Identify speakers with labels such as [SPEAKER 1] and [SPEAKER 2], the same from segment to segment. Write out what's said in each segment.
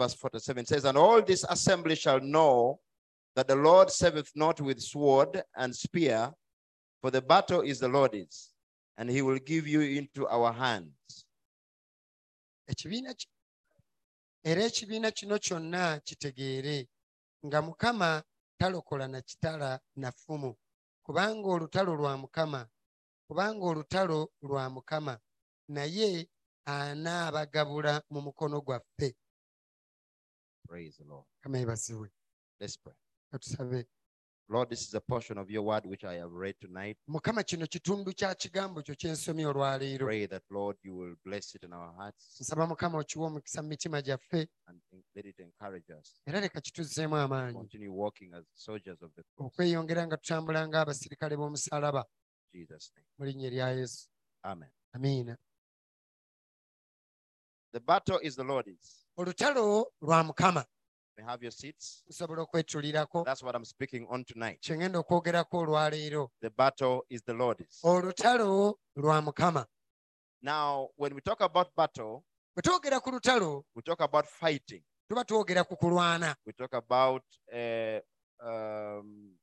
[SPEAKER 1] verse 47 says, And all this assembly shall know that the Lord saveth not with sword and spear, for the battle is the Lord's, and he will give you into our hands.
[SPEAKER 2] ekibiina ki- era ekibiina kino kyonna kitegeere nga mukama talokola na kitala na ffumu kubanga olutalo lwa mukama kubanga olutalo lwa mukama naye anaabagabula mu mukono gwaffe
[SPEAKER 1] Praise the Lord.
[SPEAKER 2] kama ebazibwe
[SPEAKER 1] Let's pray.
[SPEAKER 2] katusabe
[SPEAKER 1] Lord, this is a portion of your word which I have read tonight.
[SPEAKER 2] mukama kino kitundu kya kigambo kyo kyensomye olwaleero
[SPEAKER 1] Pray that, Lord, you will bless it in our hearts
[SPEAKER 2] nsaba mukama okiwe omukisa mu mitima gyaffe
[SPEAKER 1] and let it encourage us.
[SPEAKER 2] era leka kituzzeemu
[SPEAKER 1] to
[SPEAKER 2] amaanyi
[SPEAKER 1] Continue walking as soldiers of
[SPEAKER 2] Oh,
[SPEAKER 1] the cross.
[SPEAKER 2] okweyongera nga tutambula ng'abasirikale b'omusalaba
[SPEAKER 1] In Jesus' name.
[SPEAKER 2] mu linnya lya yesu
[SPEAKER 1] Amen.
[SPEAKER 2] amiina
[SPEAKER 1] The battle is the Lord's.
[SPEAKER 2] olutalo lwa mukama
[SPEAKER 1] We have your seats.
[SPEAKER 2] nsobola okwetulirako
[SPEAKER 1] That's what I'm speaking on tonight.
[SPEAKER 2] kye ngenda okwogerako olwaleero
[SPEAKER 1] The battle is the Lord's.
[SPEAKER 2] olutalo lwa mukama
[SPEAKER 1] Now, when we talk about battle,
[SPEAKER 2] bwe twogera ku lutalo
[SPEAKER 1] we talk about fighting.
[SPEAKER 2] tuba twogera ku kulwana
[SPEAKER 1] We talk about uh, um,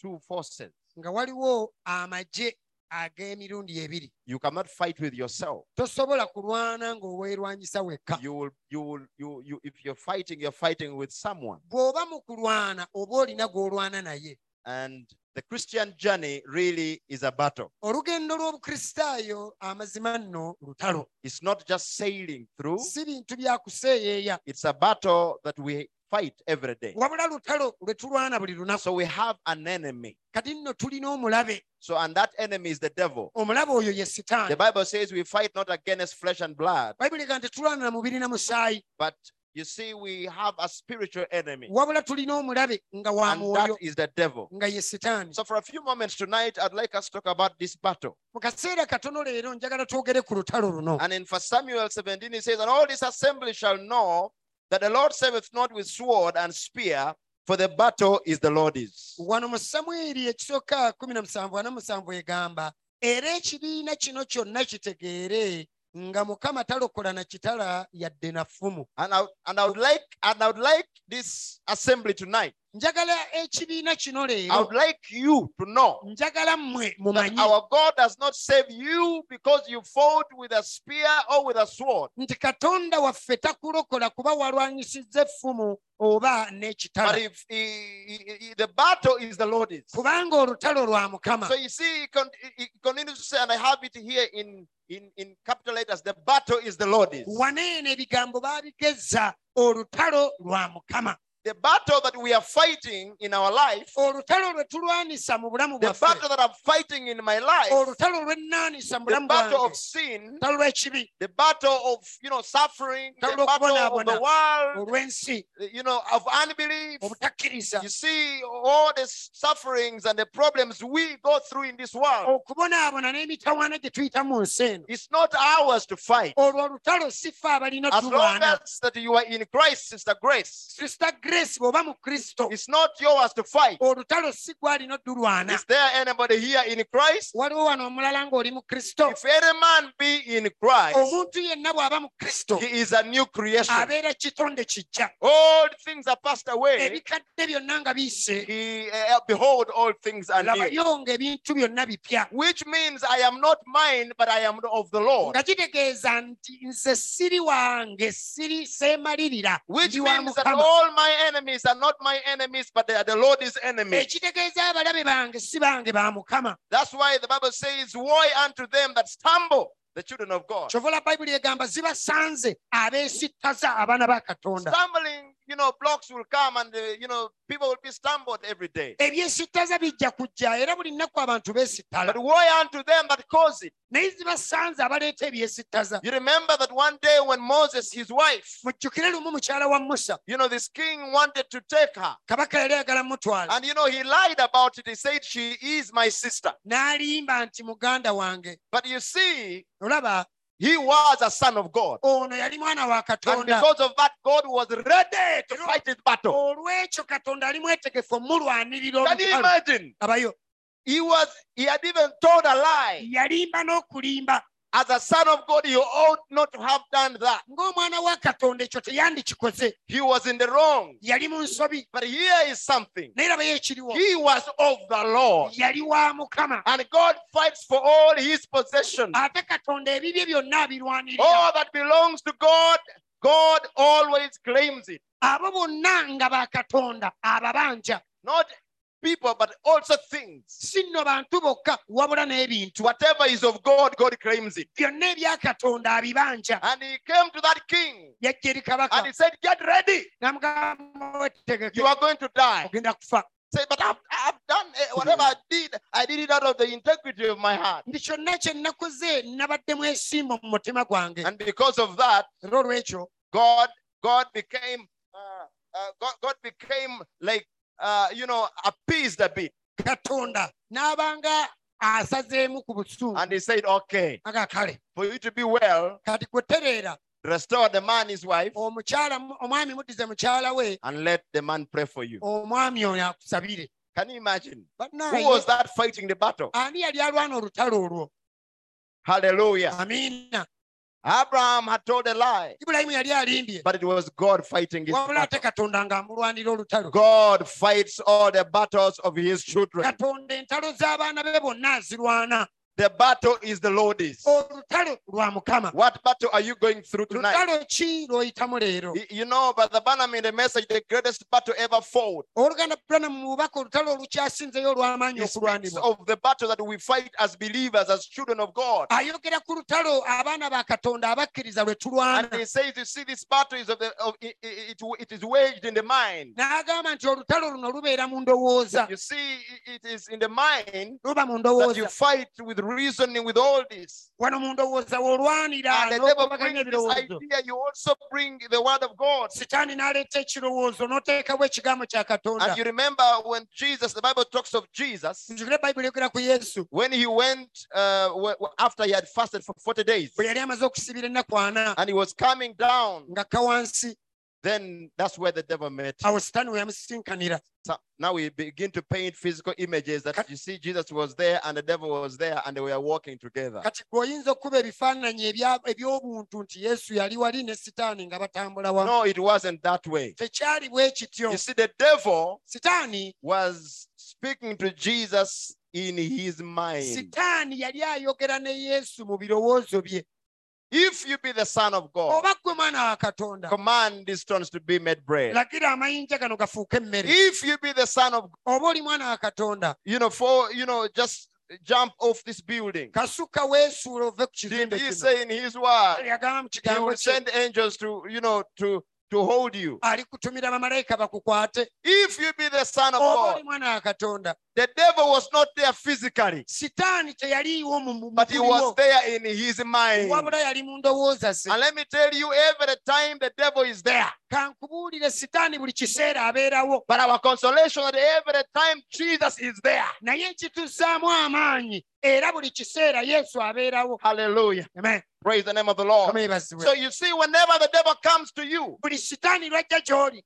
[SPEAKER 1] two forces.
[SPEAKER 2] nga waliwo amagye ag'emirundi ebiri
[SPEAKER 1] You cannot fight with yourself.
[SPEAKER 2] tosobola kulwana ng'oweerwanyisa wekka
[SPEAKER 1] You will, you will, you, you. If you're fighting, you're fighting with someone.
[SPEAKER 2] bw'oba mu kulwana oba olina gw'olwana naye
[SPEAKER 1] And the Christian journey really is a battle.
[SPEAKER 2] olugendo lw'obukristaayo amazima nno lutalo
[SPEAKER 1] It's not just sailing through.
[SPEAKER 2] si bintu bya kuseeyeeya
[SPEAKER 1] It's a battle that we fight every day.
[SPEAKER 2] wabula lutalo lwe tulwana buli lunaku
[SPEAKER 1] So we have an enemy.
[SPEAKER 2] kati nno tulina omulabe
[SPEAKER 1] So, and that enemy is the devil.
[SPEAKER 2] omulabe oyo ye sitaani
[SPEAKER 1] The Bible says we fight not against flesh and blood,
[SPEAKER 2] bayibuli ega nti tulwana na mubiri na musaayi
[SPEAKER 1] but you see, we have a spiritual enemy,
[SPEAKER 2] wabula tulina omulabe nga wa
[SPEAKER 1] and that
[SPEAKER 2] mwoyo
[SPEAKER 1] is the devil.
[SPEAKER 2] nga ye sitaani
[SPEAKER 1] So, for a few moments tonight, I'd like us to talk about this battle.
[SPEAKER 2] mu kaseera katono leero njagala twogere ku lutalo luno
[SPEAKER 1] And in 1 Samuel 17, it says, And all this assembly shall know that the Lord saveth not with sword and spear, for the battle is the Lord's.
[SPEAKER 2] wano mu samwiri ekisooka 17 egamba era ekibiina kino kyonna kitegeere nga mukama talokola na kitala yadde na ffumu
[SPEAKER 1] And I, and I would like and I would like this assembly tonight.
[SPEAKER 2] njagala ekibiina kino
[SPEAKER 1] I would
[SPEAKER 2] leero
[SPEAKER 1] like you to know
[SPEAKER 2] njagala mmwe
[SPEAKER 1] that
[SPEAKER 2] mumanye
[SPEAKER 1] our God does not save you because you fought with a spear or with a sword,
[SPEAKER 2] nti katonda waffe takulokola kuba walwanyisizza effumu oba
[SPEAKER 1] but
[SPEAKER 2] n'ekitala
[SPEAKER 1] if he- he- he- the battle is the Lord's.
[SPEAKER 2] kubanga olutalo lwa mukama
[SPEAKER 1] So you see, he, con- he- he continues to say, and I have it here in in in capital letters: the battle is the Lord's.
[SPEAKER 2] waneena ebigambo baabigezza olutalo lwa mukama
[SPEAKER 1] The battle that we are fighting in our life,
[SPEAKER 2] olutalo lwe tulwanisa mu bulamu
[SPEAKER 1] the
[SPEAKER 2] bwaffe
[SPEAKER 1] battle that I'm fighting in my life,
[SPEAKER 2] olutalo lwennaanisa mu
[SPEAKER 1] the
[SPEAKER 2] bulamu bwange
[SPEAKER 1] battle of sin,
[SPEAKER 2] olutalo lw'ekibi
[SPEAKER 1] the battle of you know suffering, the
[SPEAKER 2] Tawulira
[SPEAKER 1] battle of
[SPEAKER 2] okubonaabona.
[SPEAKER 1] the world,
[SPEAKER 2] olw'ensi
[SPEAKER 1] you know, of unbelief,
[SPEAKER 2] obutakkiriza
[SPEAKER 1] You see all the sufferings and the problems we go through in this world.
[SPEAKER 2] okubonaabona n'emitawaana gye tuyita mu nsi eno
[SPEAKER 1] It's not ours to fight.
[SPEAKER 2] olwo olutalo sifa abalina
[SPEAKER 1] As long
[SPEAKER 2] tulwana
[SPEAKER 1] as that you are in Christ, Sister Grace,
[SPEAKER 2] sisita grace bw'oba mu kristo
[SPEAKER 1] it's not yours to fight.
[SPEAKER 2] olutalo si gwalina oddulwana
[SPEAKER 1] Is there anybody here in Christ?
[SPEAKER 2] waliwo wano omulala ng'oli mu kristo
[SPEAKER 1] If any man be in Christ,
[SPEAKER 2] omuntu yenna bw'aba mu kristo
[SPEAKER 1] he is a new creation.
[SPEAKER 2] abeera kitonde kijja
[SPEAKER 1] All things are passed away.
[SPEAKER 2] ebikadde byonna nga biyise
[SPEAKER 1] He uh, behold, all things are new.
[SPEAKER 2] labayo ng'ebintu byonna bipya
[SPEAKER 1] Which means I am not mine, but I am of the Lord.
[SPEAKER 2] nga kitegeeza nti nze siri wange siri seemalirira
[SPEAKER 1] Which
[SPEAKER 2] ndi wa
[SPEAKER 1] means that
[SPEAKER 2] mukama
[SPEAKER 1] all my enemies are not my enemies, but they are the Lord's enemies.
[SPEAKER 2] ekitegeeza abalabe bange si bange ba mukama
[SPEAKER 1] That's why the Bible says, Woe unto them that stumble, the children of God.
[SPEAKER 2] kyovola bayibuli egamba zibasanze abeesittaza abaana ba katonda
[SPEAKER 1] Stumbling, you know, blocks will come and, uh, you know, people will be stumbled every day.
[SPEAKER 2] ebyesittaza bijja kujja era buli nnaku abantu beesittala
[SPEAKER 1] But woe unto them that cause it.
[SPEAKER 2] naye zibasanze abaleeta ebyesittaza
[SPEAKER 1] You remember that one day when Moses, his wife,
[SPEAKER 2] mujjukire lumu mukyala wa musa
[SPEAKER 1] you know, this king wanted to take her.
[SPEAKER 2] kabaka yali ayagala mutwala
[SPEAKER 1] And, you know, he lied about it. He said, She is my sister.
[SPEAKER 2] n'alimba nti muganda wange
[SPEAKER 1] But you see,
[SPEAKER 2] olaba
[SPEAKER 1] he was a son of God.
[SPEAKER 2] ono yali mwana wa
[SPEAKER 1] And
[SPEAKER 2] katonda
[SPEAKER 1] because of that, God was ready to fight his battle.
[SPEAKER 2] olw'ekyo katonda ali mwetegefu omulwanirira
[SPEAKER 1] Can you
[SPEAKER 2] olutalo
[SPEAKER 1] imagine?
[SPEAKER 2] abayo
[SPEAKER 1] He was, he had even told a lie.
[SPEAKER 2] yalimba n'okulimba
[SPEAKER 1] As a son of God, you ought not to have done that.
[SPEAKER 2] ng'omwana wa katonda ekyo teyandikikoze
[SPEAKER 1] He was in the wrong.
[SPEAKER 2] yali mu nsobi
[SPEAKER 1] But here is something
[SPEAKER 2] naye rabayo ekiriwo
[SPEAKER 1] He was of the Lord.
[SPEAKER 2] yali wa mukama
[SPEAKER 1] And God fights for all his possessions.
[SPEAKER 2] ate katonda ebibye byonna abirwanirira
[SPEAKER 1] All that belongs to God, God always claims it.
[SPEAKER 2] abo bonna nga ba katonda ababanja
[SPEAKER 1] Not people, but also things.
[SPEAKER 2] si nno bantu bokka wabula n'ebintu
[SPEAKER 1] Whatever is of God, God claims it.
[SPEAKER 2] byonna ebya katonda abibanja
[SPEAKER 1] And he came to that king
[SPEAKER 2] yajja eri
[SPEAKER 1] and he
[SPEAKER 2] kabaka
[SPEAKER 1] said, Get ready.
[SPEAKER 2] n'amugamba wetegeke
[SPEAKER 1] You are going to die.
[SPEAKER 2] ogenda kufa
[SPEAKER 1] Say, but I've, I've done eh, whatever I did. I did it out of the integrity of my heart.
[SPEAKER 2] nti kyonna kye nakoze nabadde mwesimba mu mutima gwange
[SPEAKER 1] And because of that,
[SPEAKER 2] era olwekyo
[SPEAKER 1] God, God became, uh, uh, God, God became like, uh, you know, appeased a bit.
[SPEAKER 2] katonda n'abanga asazeemu ku busungu
[SPEAKER 1] And he said, okay,
[SPEAKER 2] aga kale
[SPEAKER 1] for you to be well,
[SPEAKER 2] kati gwe tereera
[SPEAKER 1] restore the man his wife
[SPEAKER 2] omukyala mu- omwami muddize mukyala we
[SPEAKER 1] and let the man pray for you.
[SPEAKER 2] omwami oyo akusabire
[SPEAKER 1] Can you imagine? Who
[SPEAKER 2] bannaaye
[SPEAKER 1] was that fighting the battle?
[SPEAKER 2] ani yali alwana olutalo olwo
[SPEAKER 1] Hallelujah.
[SPEAKER 2] amiina
[SPEAKER 1] Abraham had told a lie,
[SPEAKER 2] ibulayimu yali alimbye
[SPEAKER 1] but it was God fighting his
[SPEAKER 2] wabula
[SPEAKER 1] battle.
[SPEAKER 2] ate katonda ng'amulwanira olutalo
[SPEAKER 1] God fights all the battles of his children.
[SPEAKER 2] katonda entalo z'abaana be bonna azirwana
[SPEAKER 1] The battle is the Lord's.
[SPEAKER 2] olutalo lwa mukama
[SPEAKER 1] What battle are you going through tonight?
[SPEAKER 2] lutalo ki lw'oyitamu leero
[SPEAKER 1] Y- You know, Brother Banham in the message, the greatest battle ever fought.
[SPEAKER 2] owooluganda brana mu bubaka olutalo olukyasinzeyo olw'amaanyi
[SPEAKER 1] He speaks
[SPEAKER 2] okulwanibwa
[SPEAKER 1] of the battle that we fight as believers, as children of
[SPEAKER 2] Ah,
[SPEAKER 1] God.
[SPEAKER 2] ayogera ku lutalo abaana ba katonda abakkiriza lwe
[SPEAKER 1] And
[SPEAKER 2] tulwana
[SPEAKER 1] he says, you see, this battle is of the of, it, it, it is waged in the mind.
[SPEAKER 2] n'agamba nti olutalo luno lubeera mu ndowooza
[SPEAKER 1] You see, i- it is in the mind
[SPEAKER 2] luba mu
[SPEAKER 1] that you
[SPEAKER 2] ndowooza
[SPEAKER 1] fight with reasoning, with all this.
[SPEAKER 2] wano mu ndowooza woolwanira
[SPEAKER 1] And the devil
[SPEAKER 2] n'okubaganya
[SPEAKER 1] brings this
[SPEAKER 2] ebirowoozo
[SPEAKER 1] idea. You also bring the word of God.
[SPEAKER 2] sitaani n'aleeta ekirowoozo n'oteekawo ekigambo kya katonda
[SPEAKER 1] And you remember when Jesus, the Bible talks of Jesus,
[SPEAKER 2] njukira bayibuli yogera ku yesu
[SPEAKER 1] when he went uh, w- w- after he had fasted for 40 days
[SPEAKER 2] bwe yali amaze okusibira ennaku ana
[SPEAKER 1] and he was coming down,
[SPEAKER 2] ng'akka wansi
[SPEAKER 1] then that's where the devil met.
[SPEAKER 2] awo sitaani we yamusisinkanira
[SPEAKER 1] So now we begin to paint physical images that you see Jesus was there and the devil was there and they were walking together.
[SPEAKER 2] kati gweoyinza okuba ebifaananyi ebya- eby'obuntu nti yesu yali wali ne sitaani nga batambula wamu
[SPEAKER 1] No, it wasn't that way.
[SPEAKER 2] tekyali bwe kityo
[SPEAKER 1] You see, the devil
[SPEAKER 2] sitaani
[SPEAKER 1] was speaking to Jesus in his mind.
[SPEAKER 2] sitaani yali ayogera ne yesu mu birowoozo bye
[SPEAKER 1] If you be the Son of God,
[SPEAKER 2] oba ggwe mwana wa katonda
[SPEAKER 1] command these stones to be made bread.
[SPEAKER 2] lagira amayinja gano gafuuke emmere
[SPEAKER 1] If you be the Son of
[SPEAKER 2] oba oli mwana wa katonda
[SPEAKER 1] you know, for you know, just jump off this building.
[SPEAKER 2] kasuka weesuula ove ku
[SPEAKER 1] Did
[SPEAKER 2] kizimbe
[SPEAKER 1] he
[SPEAKER 2] kino
[SPEAKER 1] say in his word,
[SPEAKER 2] yagamba mu
[SPEAKER 1] he
[SPEAKER 2] kigambo
[SPEAKER 1] will
[SPEAKER 2] kye
[SPEAKER 1] send angels to you know to to hold you?
[SPEAKER 2] alikutumira bamalayika bakukwate
[SPEAKER 1] If you be the son of
[SPEAKER 2] oba
[SPEAKER 1] God,
[SPEAKER 2] oli mwana wa katonda
[SPEAKER 1] the devil was not there physically,
[SPEAKER 2] sitaani teyaliiwo mu mu-
[SPEAKER 1] but he
[SPEAKER 2] mubiri
[SPEAKER 1] was
[SPEAKER 2] wo,
[SPEAKER 1] there in his mind.
[SPEAKER 2] wabula yali mu ndowooza ze
[SPEAKER 1] And let me tell you, every time the devil is there,
[SPEAKER 2] kankubuulire sitaani buli kiseera abeerawo
[SPEAKER 1] but our consolation that every time Jesus is there.
[SPEAKER 2] naye ekituzzaamu amaanyi era buli kiseera yesu abeerawo
[SPEAKER 1] Hallelujah.
[SPEAKER 2] Amen.
[SPEAKER 1] Praise the name of the Lord.
[SPEAKER 2] Mukama yeebazibwe.
[SPEAKER 1] So you see, whenever the devil comes to you,
[SPEAKER 2] buli sitaani lwajja gy'oli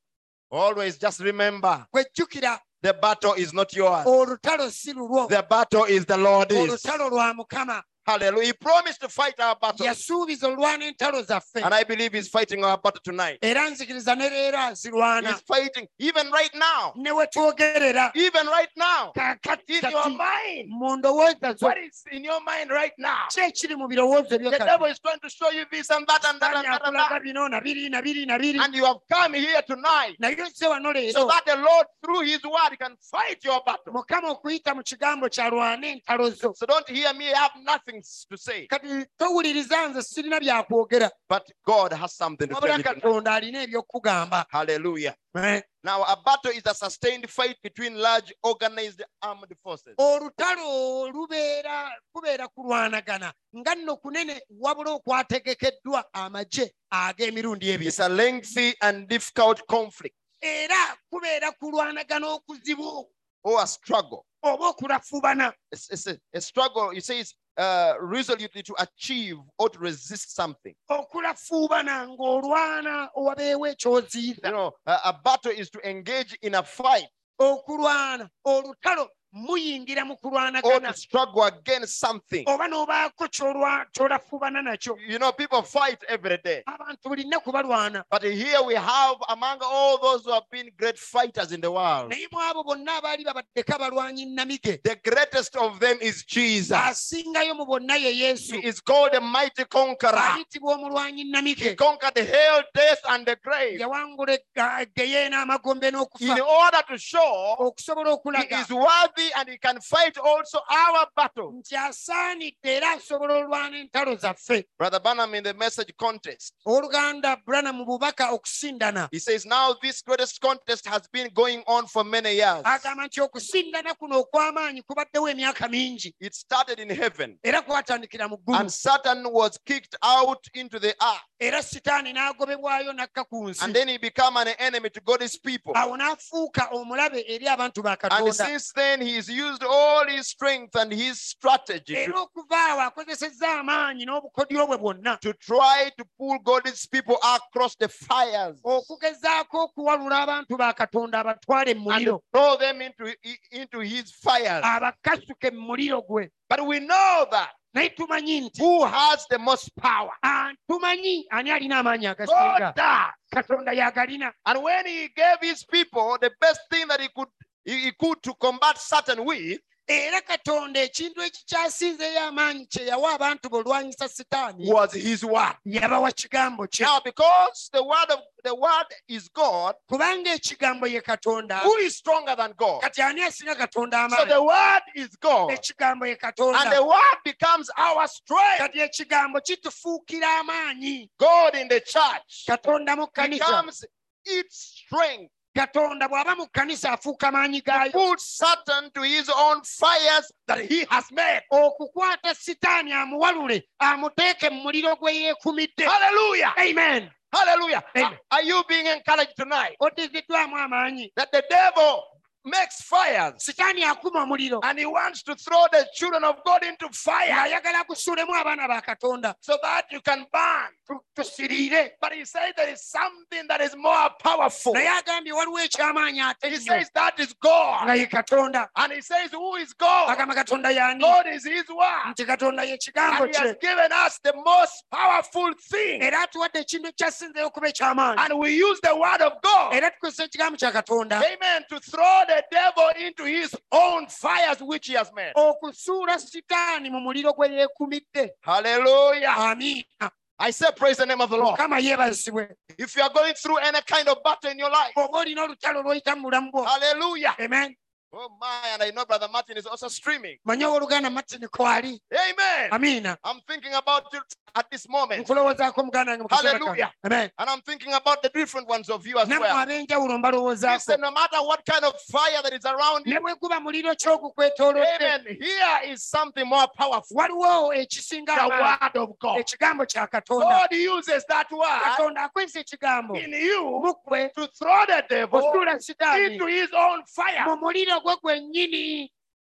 [SPEAKER 1] always just remember
[SPEAKER 2] gwejjukira
[SPEAKER 1] the battle is not yours.
[SPEAKER 2] Oh. olutalo si lulwo
[SPEAKER 1] The battle is the Lord's.
[SPEAKER 2] olutalo lwa mukama
[SPEAKER 1] Hallelujah. He promised to fight our battle.
[SPEAKER 2] yasuubiza olwana entalo zaffe
[SPEAKER 1] And I believe he's fighting our battle tonight.
[SPEAKER 2] era nzikiriza ne leero
[SPEAKER 1] He's
[SPEAKER 2] azirwana
[SPEAKER 1] fighting even right now.
[SPEAKER 2] ne we twogerera
[SPEAKER 1] Even right now.
[SPEAKER 2] kakati
[SPEAKER 1] In your
[SPEAKER 2] kati
[SPEAKER 1] mind.
[SPEAKER 2] mu ndowooza zo
[SPEAKER 1] What is in your mind right now?
[SPEAKER 2] ki ekiri mu birowoozo byo
[SPEAKER 1] The
[SPEAKER 2] kati?
[SPEAKER 1] devil is trying to show you this and that and that and
[SPEAKER 2] Sitaani
[SPEAKER 1] that and
[SPEAKER 2] akulaga
[SPEAKER 1] that.
[SPEAKER 2] bino nabiri nabiri nabiri
[SPEAKER 1] And you have come here tonight
[SPEAKER 2] naye nze wano
[SPEAKER 1] so
[SPEAKER 2] leero
[SPEAKER 1] that the Lord, through his word, can fight your battle.
[SPEAKER 2] mukama okuyita mu kigambo kyalwana entalo zo
[SPEAKER 1] So don't hear me. I have nothing to say.
[SPEAKER 2] kati towuliriza nze sirina byakwogera
[SPEAKER 1] But God has something to tell
[SPEAKER 2] wabula
[SPEAKER 1] you. tonight.
[SPEAKER 2] katonda alina ebyokugamba
[SPEAKER 1] Hallelujah.
[SPEAKER 2] Eh,
[SPEAKER 1] Now, a battle is a sustained fight between large organized armed forces.
[SPEAKER 2] olutalo lubeera kubeera kulwanagana nga nno kunene wabula okwategekeddwa amagye ag'emirundi ebiri
[SPEAKER 1] It's a lengthy and difficult conflict
[SPEAKER 2] era kubeera kulwanagana okuzibu
[SPEAKER 1] or a struggle.
[SPEAKER 2] oba okulafubana
[SPEAKER 1] It's, it's a, a struggle, you say, it's uh, resolutely to achieve or to resist something.
[SPEAKER 2] okulafuubana ng'olwana owabeewo ekyoziyiza
[SPEAKER 1] You know, a, a battle is to engage in a fight
[SPEAKER 2] okulwana olutalo muyingira mu
[SPEAKER 1] or
[SPEAKER 2] kulwanagana
[SPEAKER 1] to struggle against something.
[SPEAKER 2] oba n'obaako ky'olwa- ky'olafuubana nakyo
[SPEAKER 1] You know, people fight every day.
[SPEAKER 2] abantu buli nnaku balwana
[SPEAKER 1] But here we have among all those who have been great fighters in the world,
[SPEAKER 2] naye mu abo bonna abaali babaddeko abalwanyi nnamige
[SPEAKER 1] the greatest of them is Jesus.
[SPEAKER 2] asingayo mu bonna ye
[SPEAKER 1] He
[SPEAKER 2] yesu
[SPEAKER 1] is called the mighty conqueror.
[SPEAKER 2] ayitibwa omulwanyi
[SPEAKER 1] He
[SPEAKER 2] nnamige
[SPEAKER 1] conquered hell, death, and the grave
[SPEAKER 2] yawangula egga- eggeyeena amagombe n'okufa
[SPEAKER 1] in order to show
[SPEAKER 2] okusobola
[SPEAKER 1] he
[SPEAKER 2] okulaga
[SPEAKER 1] is worthy and he can fight also our battle.
[SPEAKER 2] nti asaanidde era asobola olwana entalo zaffe
[SPEAKER 1] Brother Branham in the message contest,
[SPEAKER 2] owooluganda brana mu bubaka okusindana
[SPEAKER 1] he says, Now this greatest contest has been going on for many years.
[SPEAKER 2] agamba nti okusindana kuno okw'amaanyi kubaddewo emyaka mingi
[SPEAKER 1] It started in heaven,
[SPEAKER 2] era kwatandikira mu ggulu
[SPEAKER 1] and Satan was kicked out into the earth,
[SPEAKER 2] era sitaani n'agobebwayo n'akka ku
[SPEAKER 1] and
[SPEAKER 2] nsi
[SPEAKER 1] then he became an enemy to God's people.
[SPEAKER 2] awo n'afuuka omulabe eri abantu ba
[SPEAKER 1] And
[SPEAKER 2] katonda
[SPEAKER 1] since then, he's used all his strength and his strategy
[SPEAKER 2] era
[SPEAKER 1] to,
[SPEAKER 2] okuva awo akozesezza amaanyi n'obukodyo bwe bwonna
[SPEAKER 1] to try to pull God's people across the fires
[SPEAKER 2] Oh, okugezaako okuwalula abantu ba katonda abatwale mu
[SPEAKER 1] and
[SPEAKER 2] muliro
[SPEAKER 1] to throw them into, into his fires.
[SPEAKER 2] abakasuke mu muliro gwe
[SPEAKER 1] But we know that
[SPEAKER 2] naye tumanyi nti
[SPEAKER 1] who has the most power?
[SPEAKER 2] ah, tumanyi ani alina amaanyi agasinga
[SPEAKER 1] God does.
[SPEAKER 2] katonda y'agalina
[SPEAKER 1] And when he gave his people the best thing that he could he, he could to combat Satan with,
[SPEAKER 2] era katonda ekintu ekikyasinzeyo amaanyi kye yawa abantu b'olwanyisa sitaani
[SPEAKER 1] was his word.
[SPEAKER 2] yabawa kigambo kye
[SPEAKER 1] Now, because the word of the word is God,
[SPEAKER 2] kubanga ekigambo ye katonda
[SPEAKER 1] who is stronger than God?
[SPEAKER 2] kati ani asinga katonda
[SPEAKER 1] So
[SPEAKER 2] amaanyi
[SPEAKER 1] the word is God.
[SPEAKER 2] ekigambo ye
[SPEAKER 1] And the
[SPEAKER 2] katonda
[SPEAKER 1] word becomes our strength.
[SPEAKER 2] kati ekigambo kitufuukira amaanyi
[SPEAKER 1] God in the church
[SPEAKER 2] katonda mu kkanisa
[SPEAKER 1] becomes its strength.
[SPEAKER 2] katonda bw'aba mu kkanisa afuuka amaanyi gaayo
[SPEAKER 1] Put Satan to his own fires that he has made.
[SPEAKER 2] okukwata sitaani amuwalule amuteeke mu muliro gwe yeekumidde
[SPEAKER 1] Hallelujah.
[SPEAKER 2] amen
[SPEAKER 1] Hallelujah.
[SPEAKER 2] Amen.
[SPEAKER 1] Are you being encouraged tonight
[SPEAKER 2] oteekeddwamu amaanyi
[SPEAKER 1] that the devil makes fires
[SPEAKER 2] sitaani akuma omuliro
[SPEAKER 1] and he wants to throw the children of God into fire
[SPEAKER 2] ayagala kusulemu abaana ba katonda
[SPEAKER 1] so that you can burn?
[SPEAKER 2] Tu- tusiriire
[SPEAKER 1] But he says there is something that is more powerful.
[SPEAKER 2] naye agambye waliwo ekyamaanyi ate
[SPEAKER 1] He
[SPEAKER 2] nnyo,
[SPEAKER 1] says that is God.
[SPEAKER 2] nga ye katonda
[SPEAKER 1] And he says, Who is God?
[SPEAKER 2] agamba katonda y'ani
[SPEAKER 1] God is his word.
[SPEAKER 2] nti katonda ye kigambo
[SPEAKER 1] And he has
[SPEAKER 2] kye
[SPEAKER 1] given us the most powerful thing.
[SPEAKER 2] era atuwadde ekintu ekyasinzeyo okuba ekyamaanyi
[SPEAKER 1] And we use the word of God.
[SPEAKER 2] era tukozesa ekigambo kya katonda
[SPEAKER 1] Amen. To throw the devil into his own fires which he has
[SPEAKER 2] Oh.
[SPEAKER 1] made.
[SPEAKER 2] okusuula sitaani mu muliro gwe yeekumidde
[SPEAKER 1] Hallelujah.
[SPEAKER 2] amiina
[SPEAKER 1] I say, Praise the name of the Lord.
[SPEAKER 2] mukama yeebazibwe
[SPEAKER 1] If you are going through any kind of battle in your life,
[SPEAKER 2] oba olina olutalo lw'oyita mu bulamu
[SPEAKER 1] Oh.
[SPEAKER 2] bwo
[SPEAKER 1] hallelujah.
[SPEAKER 2] amen
[SPEAKER 1] Oh my, and I know Brother Martin is also streaming.
[SPEAKER 2] manye owooluganda martin kwali
[SPEAKER 1] Amen.
[SPEAKER 2] amiina
[SPEAKER 1] I'm thinking about you at this moment,
[SPEAKER 2] nkulowoozaako muganda wange mu kaseera kano.
[SPEAKER 1] Hallelujah.
[SPEAKER 2] amen
[SPEAKER 1] and I'm thinking about the different ones of you as
[SPEAKER 2] nammwe
[SPEAKER 1] well.
[SPEAKER 2] ab'enjawulo mbalowoozaako
[SPEAKER 1] Listen, no matter what kind of fire that is around you,
[SPEAKER 2] ne bwe guba muliro ki ogukwetoolodde
[SPEAKER 1] amen. Here is something more powerful
[SPEAKER 2] waliwo ekisinga
[SPEAKER 1] the
[SPEAKER 2] amaanyi,
[SPEAKER 1] word of God.
[SPEAKER 2] ekigambo kya katonda
[SPEAKER 1] God uses that word
[SPEAKER 2] katonda akozesa ekigambo
[SPEAKER 1] Oh, in you
[SPEAKER 2] mu ggwe
[SPEAKER 1] to throw the devil
[SPEAKER 2] osuula
[SPEAKER 1] into
[SPEAKER 2] sitaani
[SPEAKER 1] his own fire.
[SPEAKER 2] mu muliro gwe gwennyini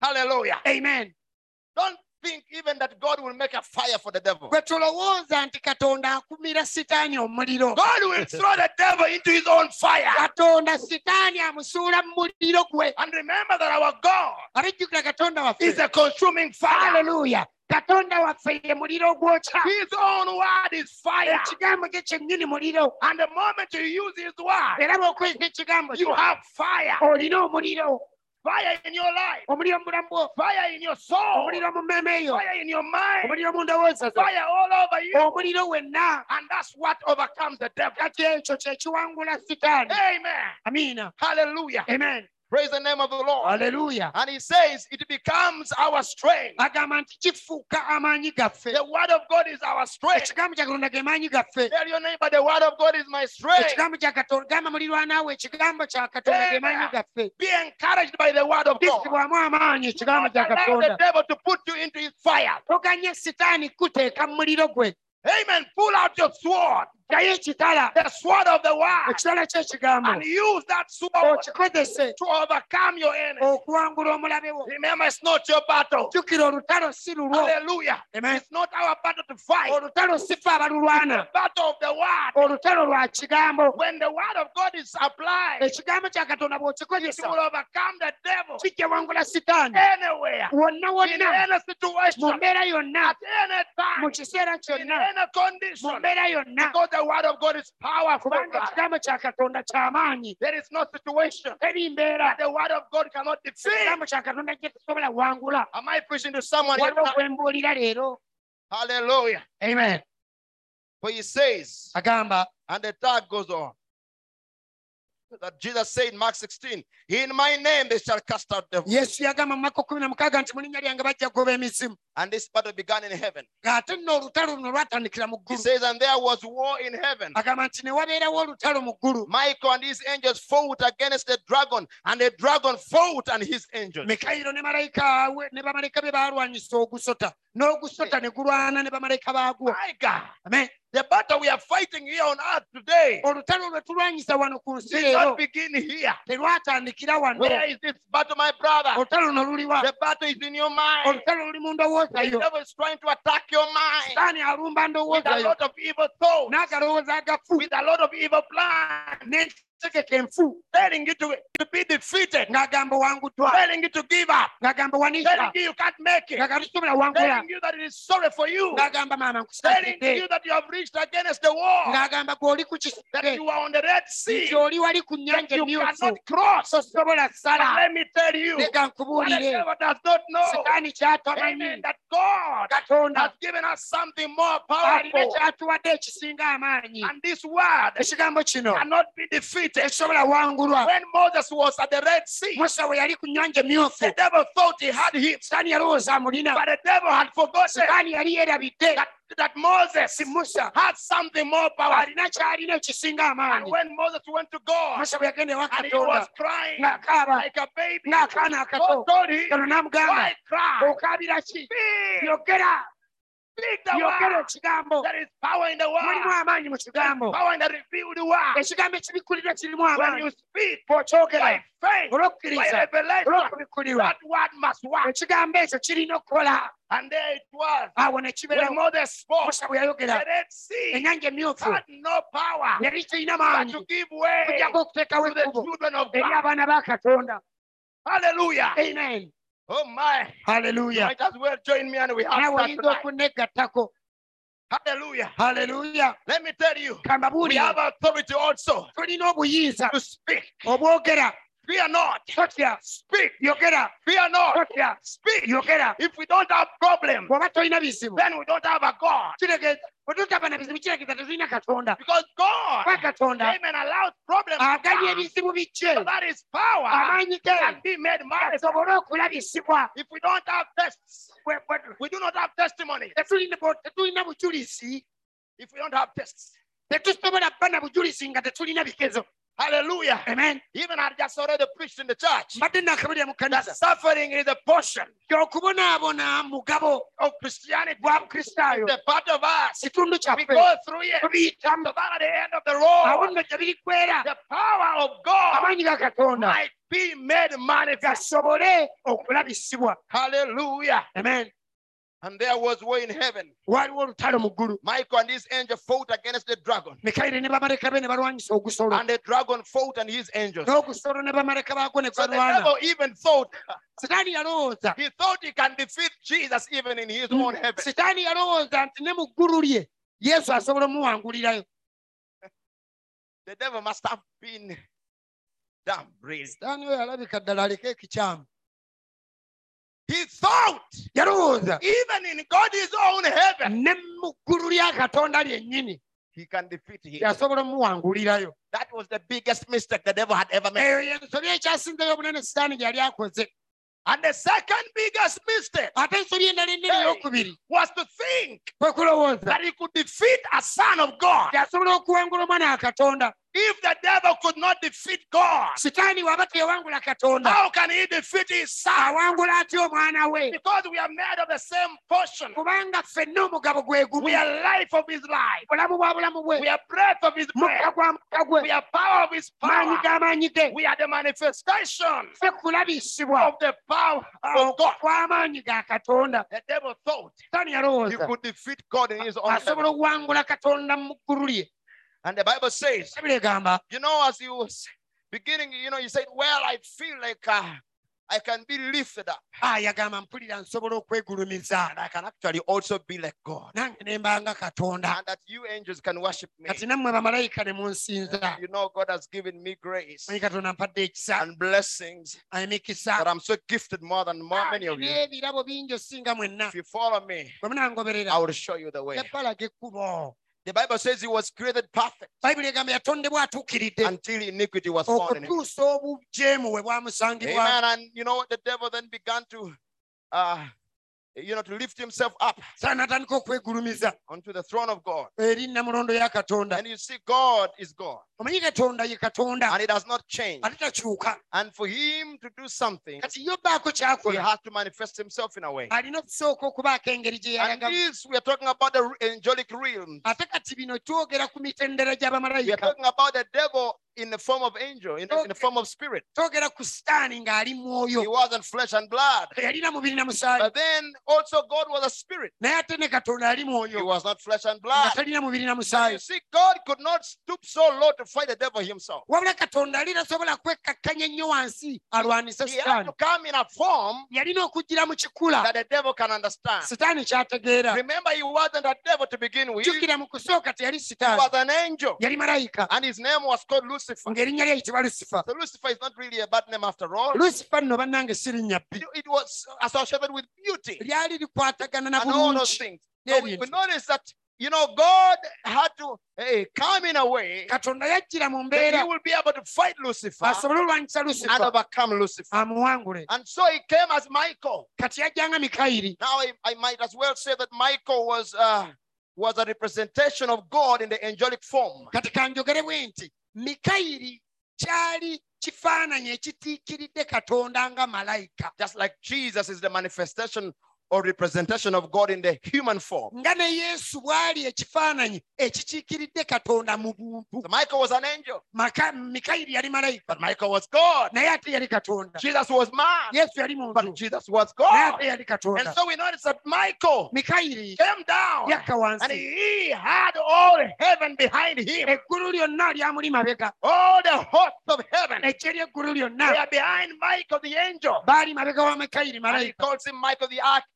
[SPEAKER 1] Hallelujah.
[SPEAKER 2] amen
[SPEAKER 1] Don't think even that God will make a fire for the devil.
[SPEAKER 2] gwe tulowooza nti katonda akumira sitaani omuliro
[SPEAKER 1] God will throw the devil into his own fire.
[SPEAKER 2] katonda sitaani amusuula mu muliro gwe
[SPEAKER 1] And remember that our God
[SPEAKER 2] abejjukira katonda
[SPEAKER 1] is
[SPEAKER 2] waffe
[SPEAKER 1] a consuming fire.
[SPEAKER 2] haleluya katonda waffe ye muliro ogwokya
[SPEAKER 1] His own word is fire.
[SPEAKER 2] ekigambo kye kyennyini muliro
[SPEAKER 1] And the moment you use his word,
[SPEAKER 2] era bw'okozesa ekigambo kye
[SPEAKER 1] you have fire.
[SPEAKER 2] olina omuliro
[SPEAKER 1] Fire in your life,
[SPEAKER 2] omuliro mu bulamu bwo
[SPEAKER 1] fire in your soul,
[SPEAKER 2] omuliro mu mmeeme yo
[SPEAKER 1] fire in your mind,
[SPEAKER 2] omuliro mu ndowooza zo
[SPEAKER 1] fire all over you.
[SPEAKER 2] omuliro wenna
[SPEAKER 1] And that's what overcomes the devil.
[SPEAKER 2] kati ekyo kyekiwangula sitaani
[SPEAKER 1] Amen.
[SPEAKER 2] amiina
[SPEAKER 1] Hallelujah.
[SPEAKER 2] amen
[SPEAKER 1] Praise the name of the Lord.
[SPEAKER 2] haleluya
[SPEAKER 1] And he says it becomes our strength.
[SPEAKER 2] agamba nti kifuuka amaanyi gaffe
[SPEAKER 1] The word of God is our strength.
[SPEAKER 2] ekigambo kya katonda ge maanyi gaffe
[SPEAKER 1] Tell your neighbor, the word of God is my strength.
[SPEAKER 2] ekigambo kya katonda gamba mulirwanaawe ekigambo kya katonda ge maanyi gaffe
[SPEAKER 1] Be encouraged by the word of God.
[SPEAKER 2] kisibwamu amaanyi ekigambo
[SPEAKER 1] Don't
[SPEAKER 2] kya
[SPEAKER 1] allow the
[SPEAKER 2] katonda
[SPEAKER 1] devil to put you into his fire.
[SPEAKER 2] toganye sitaani kuteeka mu muliro gwe
[SPEAKER 1] Amen. Pull out your sword.
[SPEAKER 2] ddayo ekitala
[SPEAKER 1] the sword of the word,
[SPEAKER 2] ekitala ky'ekigambo
[SPEAKER 1] and use that sword
[SPEAKER 2] okikozese
[SPEAKER 1] to overcome your enemy.
[SPEAKER 2] okuwangula omulabe wo
[SPEAKER 1] Remember, it's not your battle.
[SPEAKER 2] jjukira olutalo si lulwo
[SPEAKER 1] Hallelujah.
[SPEAKER 2] Amen.
[SPEAKER 1] It's not our battle to fight.
[SPEAKER 2] olutalo si ffe abalulwana
[SPEAKER 1] The battle of the word.
[SPEAKER 2] olutalo lwa kigambo
[SPEAKER 1] When the word of God is applied,
[SPEAKER 2] ekigambo kya katonda
[SPEAKER 1] it
[SPEAKER 2] bw'okikozesa
[SPEAKER 1] will overcome the devil
[SPEAKER 2] kijja wangula sitaani
[SPEAKER 1] anywhere,
[SPEAKER 2] wonna
[SPEAKER 1] in
[SPEAKER 2] wonna
[SPEAKER 1] any
[SPEAKER 2] mu
[SPEAKER 1] situation,
[SPEAKER 2] mbeera yonna
[SPEAKER 1] at any
[SPEAKER 2] mu
[SPEAKER 1] time,
[SPEAKER 2] kiseera
[SPEAKER 1] in
[SPEAKER 2] kyonna
[SPEAKER 1] any
[SPEAKER 2] mu
[SPEAKER 1] condition.
[SPEAKER 2] mbeera yonna
[SPEAKER 1] Because the word of God is powerful.
[SPEAKER 2] kubanga ekigambo kya katonda ky'amaanyi
[SPEAKER 1] There is no situation
[SPEAKER 2] teri mbeera
[SPEAKER 1] that the word of God cannot defeat.
[SPEAKER 2] ekigambo kya katonda gye tusobola wangula
[SPEAKER 1] Am I preaching to someone? here
[SPEAKER 2] waliwo
[SPEAKER 1] tonight?
[SPEAKER 2] gwe mbuulira leero
[SPEAKER 3] Hallelujah.
[SPEAKER 2] amen
[SPEAKER 3] For he says,
[SPEAKER 2] agamba
[SPEAKER 3] and the tag goes on. That Jesus said in Mark 16, In my name they shall cast out devils.
[SPEAKER 2] yesu yagamba mu maka kumi na mukaaga nti mu linnya lyange bajja kugoba emizimu
[SPEAKER 3] And this battle began in heaven.
[SPEAKER 2] ng'ate nno olutalo luno lwatandikira mu
[SPEAKER 3] He
[SPEAKER 2] ggulu
[SPEAKER 3] says, And there was war in heaven.
[SPEAKER 2] agamba nti ne wabeerawo olutalo mu ggulu
[SPEAKER 3] Michael and his angels fought against the dragon, and the dragon fought and his angels.
[SPEAKER 2] mikayiro ne malayika we ne bamalayika be baalwanyisa ogusota n'ogusota ne gulwana ne bamalayika baagwo
[SPEAKER 1] My God.
[SPEAKER 2] Amen.
[SPEAKER 1] The battle we are fighting here on earth today
[SPEAKER 2] olutalo lwe tulwanyisa wano ku nsi
[SPEAKER 1] did
[SPEAKER 2] leero
[SPEAKER 1] not begin here.
[SPEAKER 2] telwatandikira wano
[SPEAKER 1] Where is this battle, my brother?
[SPEAKER 2] olutalo luno luliwa
[SPEAKER 3] The battle is in your mind.
[SPEAKER 2] olutalo luli mu
[SPEAKER 3] The
[SPEAKER 2] ndowoozayo
[SPEAKER 3] devil is trying to attack your mind
[SPEAKER 2] saani alumba
[SPEAKER 1] With a
[SPEAKER 2] ndowoozayo
[SPEAKER 1] lot of evil thoughts,
[SPEAKER 2] n'agalowooza agafu
[SPEAKER 1] with a lot of evil plans,
[SPEAKER 2] n'entegeka enfu
[SPEAKER 1] telling you to, to be defeated,
[SPEAKER 2] ng'agamba wanguddwa
[SPEAKER 1] telling you to give up,
[SPEAKER 2] ng'agamba
[SPEAKER 1] telling
[SPEAKER 2] wanisha
[SPEAKER 1] you you can't make it,
[SPEAKER 2] ng'agamba tusobola wangula
[SPEAKER 1] telling you that it is sorry for you,
[SPEAKER 2] ng'agamba maama
[SPEAKER 1] telling
[SPEAKER 2] nkusaidde
[SPEAKER 1] you that you have reached against the wall,
[SPEAKER 2] ng'agamba gw'oli ku
[SPEAKER 1] that
[SPEAKER 2] kisige
[SPEAKER 1] you are on the Red Sea,
[SPEAKER 2] nti oli wali ku
[SPEAKER 1] that
[SPEAKER 2] nnyanja
[SPEAKER 1] you
[SPEAKER 2] emyufu
[SPEAKER 1] cannot cross.
[SPEAKER 2] tosobola
[SPEAKER 1] But
[SPEAKER 2] sala
[SPEAKER 1] let me tell you,
[SPEAKER 2] leka
[SPEAKER 1] what the
[SPEAKER 2] nkubuulire
[SPEAKER 1] devil does not know,
[SPEAKER 2] sitaani
[SPEAKER 1] amen,
[SPEAKER 2] ky'atamanyi
[SPEAKER 1] that God has
[SPEAKER 2] katonda
[SPEAKER 1] given us something more
[SPEAKER 2] alina
[SPEAKER 1] powerful.
[SPEAKER 2] kyatuwadde ekisinga amaanyi
[SPEAKER 1] And this word
[SPEAKER 2] ekigambo kino
[SPEAKER 1] cannot be defeated.
[SPEAKER 2] tekisobola wangulwa
[SPEAKER 1] When Moses was at the Red Sea,
[SPEAKER 2] musa we yali ku nnyanja emyufu
[SPEAKER 1] the devil thought he had him,
[SPEAKER 2] sitaani yalowooza amulina
[SPEAKER 1] but the devil had forgotten
[SPEAKER 2] sitaani yali yeerabidde
[SPEAKER 1] that Moses
[SPEAKER 2] si musa
[SPEAKER 1] had something more powerful.
[SPEAKER 2] alina ky'alina ekisinga
[SPEAKER 1] And
[SPEAKER 2] amaanyi
[SPEAKER 1] when Moses went to God
[SPEAKER 2] musa bwe yagenda ewa
[SPEAKER 1] and he was
[SPEAKER 2] katonda
[SPEAKER 1] crying
[SPEAKER 2] ng'akaaba
[SPEAKER 1] like a baby,
[SPEAKER 2] ng'akaana akato
[SPEAKER 1] God told him,
[SPEAKER 2] kano n'amugamba
[SPEAKER 1] Why cry?
[SPEAKER 2] okaabira ki
[SPEAKER 1] Speak,
[SPEAKER 2] yogera
[SPEAKER 1] speak the
[SPEAKER 2] yogera
[SPEAKER 1] word.
[SPEAKER 2] ekigambo
[SPEAKER 1] There is power in the
[SPEAKER 2] mulimu
[SPEAKER 1] word.
[SPEAKER 2] amaanyi mu kigambo
[SPEAKER 1] Power in the revealed word.
[SPEAKER 2] ekigambo ekibikkulirwa kirimu
[SPEAKER 1] When you
[SPEAKER 2] amaanyi
[SPEAKER 1] speak
[SPEAKER 2] bw'okyogera
[SPEAKER 1] by faith, by
[SPEAKER 2] olw'okukkiriza
[SPEAKER 1] revelation,
[SPEAKER 2] olw'okubikkulirwa
[SPEAKER 1] that word must work.
[SPEAKER 2] ekigambo ekyo kirina okukola
[SPEAKER 1] And there it was.
[SPEAKER 2] awo ne
[SPEAKER 1] When
[SPEAKER 2] kibeeramu
[SPEAKER 1] Moses spoke,
[SPEAKER 2] musa bwe
[SPEAKER 1] the
[SPEAKER 2] yayogera
[SPEAKER 1] Red Sea
[SPEAKER 2] ennyanja emyufu
[SPEAKER 1] had no power
[SPEAKER 2] yali terina
[SPEAKER 1] but
[SPEAKER 2] maanyi
[SPEAKER 1] to give way
[SPEAKER 2] kujjako okuteekawo
[SPEAKER 1] to the
[SPEAKER 2] ekkubo
[SPEAKER 1] children of
[SPEAKER 2] eri
[SPEAKER 1] God.
[SPEAKER 2] abaana ba katonda
[SPEAKER 1] Hallelujah.
[SPEAKER 2] amen
[SPEAKER 1] Oh my. You
[SPEAKER 2] haleluya
[SPEAKER 1] might as well join me and we have that
[SPEAKER 2] naawe oyinza
[SPEAKER 1] tonight.
[SPEAKER 2] okunnegattako
[SPEAKER 1] Hallelujah.
[SPEAKER 2] haleluya
[SPEAKER 1] Let me tell you, we
[SPEAKER 2] kambabuulire
[SPEAKER 1] have authority also
[SPEAKER 2] tulina obuyinza
[SPEAKER 1] to speak.
[SPEAKER 2] obwogera
[SPEAKER 1] Fear not.
[SPEAKER 2] totya
[SPEAKER 1] Speak.
[SPEAKER 2] yogera
[SPEAKER 1] Fear not.
[SPEAKER 2] totya
[SPEAKER 1] Speak.
[SPEAKER 2] yogera
[SPEAKER 1] If we don't have problems,
[SPEAKER 2] bw'oba tolina bizibu
[SPEAKER 1] then we don't have a God.
[SPEAKER 2] kitegeeza bwe tutaba na bizibu kitegeeza tetulina katonda
[SPEAKER 1] Because God
[SPEAKER 2] kuba katonda
[SPEAKER 1] came and allowed problems to
[SPEAKER 2] aganya
[SPEAKER 1] come.
[SPEAKER 2] ebizibu
[SPEAKER 1] So
[SPEAKER 2] bijje
[SPEAKER 1] that is power
[SPEAKER 2] amaanyi
[SPEAKER 1] and
[SPEAKER 2] ge
[SPEAKER 1] be made manifest.
[SPEAKER 2] gasobole okulabisibwa
[SPEAKER 1] If we don't have tests,
[SPEAKER 2] Pues,
[SPEAKER 1] we do not have testimony.
[SPEAKER 2] Tetulina bu- tetulina bujulizi
[SPEAKER 1] If we don't have tests,
[SPEAKER 2] tetusobola kuba na bujulizi nga tetulina bigezo
[SPEAKER 1] hallelujah.
[SPEAKER 2] amen
[SPEAKER 1] Even I just already preached in the church
[SPEAKER 2] mbadde nakabulira mu
[SPEAKER 1] that
[SPEAKER 2] kanisa
[SPEAKER 1] suffering is a portion
[SPEAKER 2] kyokubonaabona mugabo
[SPEAKER 1] of Christianity.
[SPEAKER 2] gwa bukristaayo
[SPEAKER 1] The part of us,
[SPEAKER 2] kitundu
[SPEAKER 1] we
[SPEAKER 2] kyaffe
[SPEAKER 1] go through it.
[SPEAKER 2] tubiyitamu
[SPEAKER 1] So that at the end of the
[SPEAKER 2] awo
[SPEAKER 1] road,
[SPEAKER 2] nno gye biriggwera
[SPEAKER 1] the power of God
[SPEAKER 2] amaanyi ga katonda
[SPEAKER 1] might be made manifest.
[SPEAKER 2] gasobole okulabisibwa
[SPEAKER 3] Hallelujah.
[SPEAKER 2] amen
[SPEAKER 3] And there was war in heaven.
[SPEAKER 2] waliwo olutalo mu ggulu
[SPEAKER 3] Michael and his angel fought against the dragon,
[SPEAKER 2] mikayire ne bamaleka be ne balwanyisa ogusolo
[SPEAKER 3] and the dragon fought and his angels.
[SPEAKER 2] n'ogusolo ne bamaleka baagwo ne
[SPEAKER 3] So the
[SPEAKER 2] galwana
[SPEAKER 3] devil even thought
[SPEAKER 2] sitaani yalowooza
[SPEAKER 3] he thought he can defeat Jesus even in his
[SPEAKER 2] Mm.
[SPEAKER 3] own heaven.
[SPEAKER 2] sitaani yalowooza nti ne mu ggulu lye yesu asobola omuwangulirayo
[SPEAKER 3] The devil must have been dumb, really.
[SPEAKER 2] sitaani oyo alabika ddala aleka ekikyamu
[SPEAKER 3] He thought
[SPEAKER 2] yalowooza
[SPEAKER 3] even in God's own heaven
[SPEAKER 2] ne mu ggulu lya katonda lyennyini
[SPEAKER 3] he can defeat him.
[SPEAKER 2] yasobola omuwangulirayo
[SPEAKER 3] That was the biggest mistake the devil had ever made.
[SPEAKER 2] eyo yensobi ekyasinzeyo obunene sitaani gye yali akoze
[SPEAKER 3] And the second biggest mistake
[SPEAKER 2] ate ensobi endala ennene eyokubiri
[SPEAKER 3] was to think
[SPEAKER 2] kwe kulowooza
[SPEAKER 3] that he could defeat a son of God.
[SPEAKER 2] yasobola okuwangula omwana wa katonda
[SPEAKER 4] If the devil could not defeat God,
[SPEAKER 2] sitaani waba teyawangula katonda
[SPEAKER 4] how can he defeat his son?
[SPEAKER 2] awangula atya omwana we
[SPEAKER 4] Because we are made of the same portion.
[SPEAKER 2] kubanga ffenna omugabo gwe gumu
[SPEAKER 4] We are life of his life.
[SPEAKER 2] bulamu bwa bulamu
[SPEAKER 4] We
[SPEAKER 2] bwe
[SPEAKER 4] are breath of his
[SPEAKER 2] mukka
[SPEAKER 4] breath.
[SPEAKER 2] gwa mukka
[SPEAKER 4] We
[SPEAKER 2] gwe
[SPEAKER 4] are power of his
[SPEAKER 2] maanyi
[SPEAKER 4] power.
[SPEAKER 2] g'amaanyi ge
[SPEAKER 4] We are the manifestation
[SPEAKER 2] ffe kulabisibwa
[SPEAKER 4] of the power of God.
[SPEAKER 2] okw'amaanyi ga katonda
[SPEAKER 4] The devil thought Ah,
[SPEAKER 2] sitaani
[SPEAKER 1] He
[SPEAKER 2] yalowooza
[SPEAKER 1] could defeat God in his own
[SPEAKER 2] asobola
[SPEAKER 1] level.
[SPEAKER 2] okuwangula katonda mu ggulu lye
[SPEAKER 1] And the Bible says,
[SPEAKER 2] ebire egamba
[SPEAKER 1] you know, as he was beginning, you know, he said, Well, I feel like uh, I can be lifted up.
[SPEAKER 2] ayagamba "Ah, mpulira nsobola okwegulumiza
[SPEAKER 1] And I can actually also be like God.
[SPEAKER 2] nange ne mba nga katonda
[SPEAKER 1] And that you angels can worship me.
[SPEAKER 2] kati nammwe bamalayika ne munsinza
[SPEAKER 1] And You know, God has given me grace
[SPEAKER 2] manyi katonda mpadde ekisa
[SPEAKER 1] and blessings that
[SPEAKER 2] emikisa
[SPEAKER 1] I'm so gifted more than
[SPEAKER 4] Ah,
[SPEAKER 1] more, many of you.
[SPEAKER 2] n'ebirabo bingi osinga mwenna
[SPEAKER 1] If you follow me,
[SPEAKER 2] bwe munangoberera
[SPEAKER 1] I will show you the way.
[SPEAKER 2] ebbala g'ekkubo
[SPEAKER 1] The Bible says he was created perfect
[SPEAKER 2] bayibuli egamba yatondebwa atuukiridde
[SPEAKER 1] until iniquity was
[SPEAKER 4] Oh,
[SPEAKER 1] found in him.
[SPEAKER 2] okutuusa obujeemu we bwamusangibwa
[SPEAKER 1] Amen. And you know what? The devil then began to, uh, you know, to lift himself up
[SPEAKER 2] sa n'atandika okwegulumiza
[SPEAKER 1] onto the throne of God.
[SPEAKER 2] eri nnamulondo ya katonda
[SPEAKER 1] And you see, God is God,
[SPEAKER 2] omanyi katonda ye katonda
[SPEAKER 1] and He does not change.
[SPEAKER 2] ate takyuka
[SPEAKER 1] And for Him to do something,
[SPEAKER 2] kati yo baako
[SPEAKER 1] He
[SPEAKER 2] kyakola
[SPEAKER 1] has to manifest Himself in a way.
[SPEAKER 2] alina okusooka okubaako engeri gye
[SPEAKER 1] And
[SPEAKER 2] yayagala
[SPEAKER 1] this, we are talking about the angelic realm.
[SPEAKER 2] ate kati bino twogera ku mitendera
[SPEAKER 1] We are
[SPEAKER 2] gy'abamalayika
[SPEAKER 1] talking about the devil in the form of angel, in, in the form of spirit.
[SPEAKER 2] twogera ku sitaani ng'ali
[SPEAKER 1] He
[SPEAKER 2] mwoyo
[SPEAKER 1] wasn't flesh and blood.
[SPEAKER 2] yalina mubiri na musaali
[SPEAKER 1] But then also, God was a spirit.
[SPEAKER 2] naye ate ne katonda
[SPEAKER 1] He
[SPEAKER 2] ali mwoyo
[SPEAKER 1] was not flesh and
[SPEAKER 2] nga
[SPEAKER 1] blood.
[SPEAKER 2] talina mubiri na
[SPEAKER 1] You
[SPEAKER 2] musaayi
[SPEAKER 1] see, God could not stoop so low to fight the devil himself.
[SPEAKER 2] wabula katonda ali tasobola kwekkakkanya nnyo wansi alwanise
[SPEAKER 1] He had
[SPEAKER 2] sitaani
[SPEAKER 1] to come in a form
[SPEAKER 2] yalina okujjira mu kikula
[SPEAKER 1] that the devil can understand.
[SPEAKER 2] sitaani ky'ategeera
[SPEAKER 1] Remember, he wasn't a devil to begin with. He
[SPEAKER 2] jjukira mu kusooka teyali
[SPEAKER 1] was
[SPEAKER 2] sitaani
[SPEAKER 1] an angel,
[SPEAKER 2] yali malayika
[SPEAKER 1] and his name was called Lucifer.
[SPEAKER 2] ng'erinnya lye yitibwa lusifa
[SPEAKER 1] So Lucifer is not really a bad name after all.
[SPEAKER 2] lusifa nno bannange sirinyabbi
[SPEAKER 1] It it was associated with beauty
[SPEAKER 2] lyali likwatagana na
[SPEAKER 1] and all those
[SPEAKER 2] bulungi
[SPEAKER 1] things. So we, we
[SPEAKER 2] n'ebintu
[SPEAKER 1] notice that you know God had to eh, come in a way
[SPEAKER 2] katonda yajjira mu
[SPEAKER 1] that he
[SPEAKER 2] mbeera
[SPEAKER 1] will be able to fight Lucifer Ah.
[SPEAKER 2] asobole olwanyisa
[SPEAKER 1] and
[SPEAKER 2] lusifa
[SPEAKER 1] overcome Lucifer.
[SPEAKER 2] amuwangule
[SPEAKER 1] And so he came as Michael.
[SPEAKER 2] kati yajjanga mikayiri
[SPEAKER 1] Now I, I might as well say that Michael was uh, was a representation of God in the angelic form.
[SPEAKER 2] kati kanjogere bwe nti mikayiri kyali kifaananyi ekitiikiridde katonda nga malayika
[SPEAKER 1] just like Jesus is the manifestation or representation of God in the human form.
[SPEAKER 2] nga ne yesu bw'ali ekifaananyi ekikiikiridde katonda mu buntu
[SPEAKER 1] So Michael was an angel,
[SPEAKER 2] Maka- mikayiri yali malayika
[SPEAKER 1] but Michael was God.
[SPEAKER 2] naye ate yali katonda
[SPEAKER 1] Jesus was man,
[SPEAKER 2] yesu yali
[SPEAKER 1] but
[SPEAKER 2] muntu
[SPEAKER 1] Jesus was
[SPEAKER 2] naye
[SPEAKER 1] God.
[SPEAKER 2] ate yali
[SPEAKER 1] And
[SPEAKER 2] katonda
[SPEAKER 1] so we notice that Michael
[SPEAKER 2] mikayiri
[SPEAKER 1] came down
[SPEAKER 2] yakka
[SPEAKER 1] and
[SPEAKER 2] wansi
[SPEAKER 1] he had all heaven behind him.
[SPEAKER 2] eggulu lyonna lyamuli mabega
[SPEAKER 1] All the hosts of heaven.
[SPEAKER 2] ejje ly'eggulu
[SPEAKER 1] They
[SPEAKER 2] lyonna
[SPEAKER 1] are behind Michael the angel.
[SPEAKER 2] baali mabega wa mikayiri
[SPEAKER 1] And he
[SPEAKER 2] malayika
[SPEAKER 1] calls him Michael the archangel.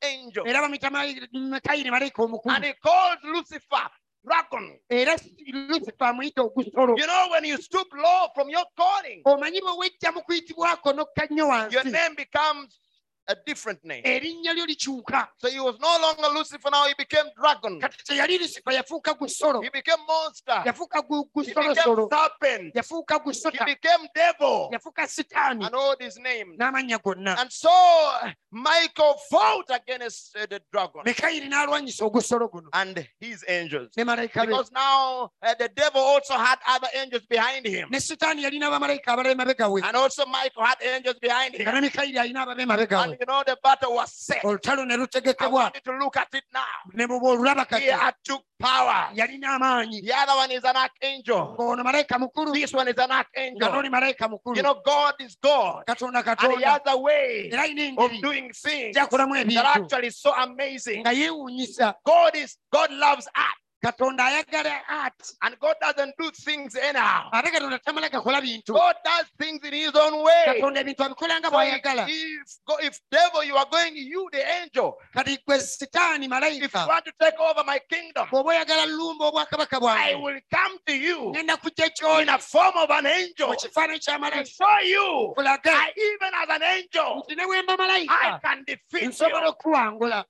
[SPEAKER 2] era bamuyita Mayi- mikayiri malayika
[SPEAKER 1] And
[SPEAKER 2] omukulu
[SPEAKER 1] he calls Lucifer dragon.
[SPEAKER 2] era lusifa amuyita ogusolo
[SPEAKER 1] You know, when you stoop low from your calling,
[SPEAKER 2] omanyi bwe wejja mu kuyitibwako n'okka nnyo
[SPEAKER 1] your
[SPEAKER 2] wansi
[SPEAKER 1] name becomes a different name.
[SPEAKER 2] erinnya lyo likyuka
[SPEAKER 1] So he was no longer Lucifer, now he became dragon.
[SPEAKER 2] kati teyali lusifa yafuuka gusolo
[SPEAKER 1] He became monster.
[SPEAKER 2] yafuuka gu-
[SPEAKER 1] He became
[SPEAKER 2] gusolosolo
[SPEAKER 1] serpent.
[SPEAKER 2] yafuuka
[SPEAKER 1] He
[SPEAKER 2] gusota
[SPEAKER 1] became devil.
[SPEAKER 2] yafuuka sitaani
[SPEAKER 1] And all these names.
[SPEAKER 2] n'amannya gonna
[SPEAKER 1] And so uh, Michael fought against uh, the dragon
[SPEAKER 2] mikayiri n'alwanyisa ogusolo guno
[SPEAKER 1] and his angels.
[SPEAKER 2] ne malayika be
[SPEAKER 1] Because now uh, the devil also had other angels behind him.
[SPEAKER 2] ne sitaani yalina bamalayika abala emabega we
[SPEAKER 1] And also Michael had angels behind
[SPEAKER 2] nga
[SPEAKER 1] him.
[SPEAKER 2] ne mikayiri alina ababe emabega
[SPEAKER 1] And
[SPEAKER 2] we
[SPEAKER 1] you know, the battle was set.
[SPEAKER 2] olutalo ne
[SPEAKER 1] I
[SPEAKER 2] lutegekebwa
[SPEAKER 1] want you to look at it now.
[SPEAKER 2] ne bwe olulaba
[SPEAKER 1] He
[SPEAKER 2] kati
[SPEAKER 1] had took power.
[SPEAKER 2] yalina amaanyi
[SPEAKER 1] The other one is an archangel.
[SPEAKER 2] ono malayika mukulu
[SPEAKER 1] This one is an
[SPEAKER 2] nga
[SPEAKER 1] archangel.
[SPEAKER 2] noli malayika
[SPEAKER 1] You
[SPEAKER 2] mukulu
[SPEAKER 1] know, God is God.
[SPEAKER 2] katonda
[SPEAKER 1] And he has
[SPEAKER 2] katonda
[SPEAKER 1] a way
[SPEAKER 2] era alina
[SPEAKER 1] of
[SPEAKER 2] engeri
[SPEAKER 1] doing things that
[SPEAKER 2] gyakolamu
[SPEAKER 1] are
[SPEAKER 2] ebintu
[SPEAKER 1] actually so amazing.
[SPEAKER 2] nga yeewuunyisa
[SPEAKER 1] God is God loves art,
[SPEAKER 2] katonda ayagala art
[SPEAKER 1] and God doesn't do things anyhow.
[SPEAKER 2] ate katonda tamala gakola bintu
[SPEAKER 1] God does things in His own way.
[SPEAKER 2] katonda ebintu abikola nga
[SPEAKER 1] So if,
[SPEAKER 2] bw'ayagala
[SPEAKER 1] if go- if devil you are going, you the angel.
[SPEAKER 2] kati gwe sitaani
[SPEAKER 1] If you
[SPEAKER 2] malayika
[SPEAKER 1] want to take over my kingdom,
[SPEAKER 2] bw'oba oyagala lumba obwakabaka
[SPEAKER 1] I
[SPEAKER 2] bwange
[SPEAKER 1] will come to you
[SPEAKER 2] ŋenda kujja
[SPEAKER 1] in
[SPEAKER 2] kyoli
[SPEAKER 1] a form of an angel
[SPEAKER 2] mu kifaananyi kya
[SPEAKER 1] to
[SPEAKER 2] malayika
[SPEAKER 1] show you.
[SPEAKER 2] kulage
[SPEAKER 1] I, even as an angel,
[SPEAKER 2] nti ne wemba
[SPEAKER 1] I
[SPEAKER 2] malayika
[SPEAKER 1] can defeat
[SPEAKER 2] nsobola
[SPEAKER 1] you.
[SPEAKER 2] okuwangula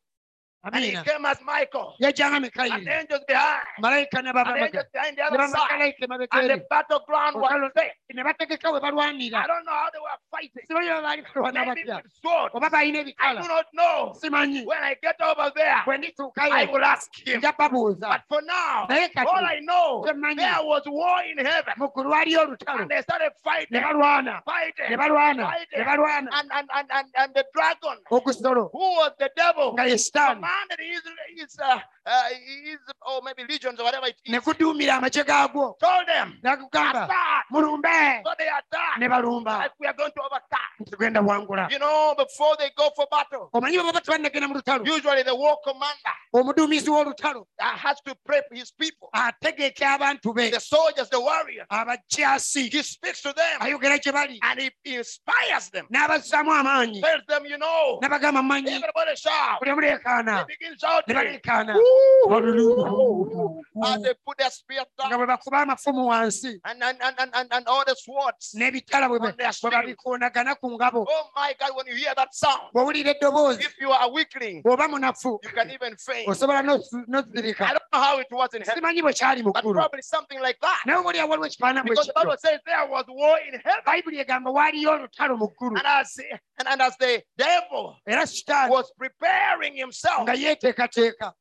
[SPEAKER 1] And he
[SPEAKER 2] amina
[SPEAKER 1] came as Michael,
[SPEAKER 2] yajjanga
[SPEAKER 1] and
[SPEAKER 2] mikayiri
[SPEAKER 1] the angels behind,
[SPEAKER 2] malayika ne
[SPEAKER 1] and the angels
[SPEAKER 2] babamaga
[SPEAKER 1] behind the
[SPEAKER 2] ne
[SPEAKER 1] other side.
[SPEAKER 2] bamalayika emabega
[SPEAKER 1] And
[SPEAKER 2] eri
[SPEAKER 1] the battleground was
[SPEAKER 2] Olutalo-
[SPEAKER 1] set.
[SPEAKER 2] ne bategeka we balwanira
[SPEAKER 1] I don't know how they were fighting.
[SPEAKER 2] simanyi babaali balwana
[SPEAKER 1] Maybe
[SPEAKER 2] batya
[SPEAKER 1] with sword.
[SPEAKER 2] oba balina
[SPEAKER 1] I
[SPEAKER 2] ebikala
[SPEAKER 1] do not know.
[SPEAKER 2] simanyi
[SPEAKER 1] When I get over there,
[SPEAKER 2] bwe ndituukayo
[SPEAKER 1] I will ask him.
[SPEAKER 2] nja babuuza
[SPEAKER 1] But for now,
[SPEAKER 2] naye
[SPEAKER 1] all
[SPEAKER 2] kati
[SPEAKER 1] I know,
[SPEAKER 2] kye mmanyi
[SPEAKER 1] there was war in heaven.
[SPEAKER 2] mu ggulu waliyo olutalo
[SPEAKER 1] And they started
[SPEAKER 2] ne
[SPEAKER 1] fighting,
[SPEAKER 2] balwana ne
[SPEAKER 1] fighting.
[SPEAKER 2] balwana
[SPEAKER 1] Fighting.
[SPEAKER 2] ne balwana
[SPEAKER 1] And, and, and, and, and the dragon,
[SPEAKER 2] ogusolo
[SPEAKER 1] who was the devil,
[SPEAKER 2] nga ye sitaani
[SPEAKER 1] commanded his, his, uh, uh, his, or maybe legions or whatever it
[SPEAKER 2] ne
[SPEAKER 1] is,
[SPEAKER 2] guduumira amagye gaagwo
[SPEAKER 1] told them,
[SPEAKER 2] n'agugamba
[SPEAKER 1] attack.
[SPEAKER 2] mulumbe
[SPEAKER 1] So they attacked.
[SPEAKER 2] ne balumba
[SPEAKER 1] Like we are going to overcome.
[SPEAKER 2] nti tugenda wangula
[SPEAKER 1] You know, before they go for battle,
[SPEAKER 2] omanyi bwe baba tebannagenda mu lutalo
[SPEAKER 1] usually the war commander
[SPEAKER 2] omuduumizi w'olutalo
[SPEAKER 1] uh, has to prep his people,
[SPEAKER 2] ategeka abantu be
[SPEAKER 1] the soldiers, the warriors.
[SPEAKER 2] abakyasi
[SPEAKER 1] He speaks to them
[SPEAKER 2] ayogera gye bali
[SPEAKER 1] and he inspires them,
[SPEAKER 2] n'abazzaamu amaanyi
[SPEAKER 1] tells them, you know,
[SPEAKER 2] n'abagamba mumanyi
[SPEAKER 1] everybody shout.
[SPEAKER 2] buli omu leekaana
[SPEAKER 1] They begin
[SPEAKER 2] ne
[SPEAKER 1] shouting.
[SPEAKER 2] baleekaana
[SPEAKER 1] Woo! And they put their spear
[SPEAKER 2] nga
[SPEAKER 1] down
[SPEAKER 2] bwe bakuba amafumu wansi
[SPEAKER 1] and, and, and, and, and, and all the swords
[SPEAKER 2] n'ebitala bwe
[SPEAKER 1] on
[SPEAKER 2] ba-
[SPEAKER 1] their
[SPEAKER 2] bwe
[SPEAKER 1] spear.
[SPEAKER 2] babikoonagana ku ngabo
[SPEAKER 1] Oh my God, when you hear that sound,
[SPEAKER 2] bw'owulira eddoboozi
[SPEAKER 1] if you are a weakling,
[SPEAKER 2] bw'oba munafu
[SPEAKER 1] you can even faint.
[SPEAKER 2] osobola
[SPEAKER 1] I
[SPEAKER 2] n'ozirika
[SPEAKER 1] don't know how it was in heaven,
[SPEAKER 2] simanyi bwe kyali mu
[SPEAKER 1] but
[SPEAKER 2] ggulu
[SPEAKER 1] probably something like that.
[SPEAKER 2] naye obuli awaliwo ekifaananyi bwe
[SPEAKER 1] Because the
[SPEAKER 2] kityo
[SPEAKER 1] Bible says there was war in heaven.
[SPEAKER 2] bayibuli egamba waaliyo olutalo mu ggulu
[SPEAKER 1] And as, and, and as the devil
[SPEAKER 2] era sitaani
[SPEAKER 1] was preparing himself,
[SPEAKER 2] nga yeeteekateeka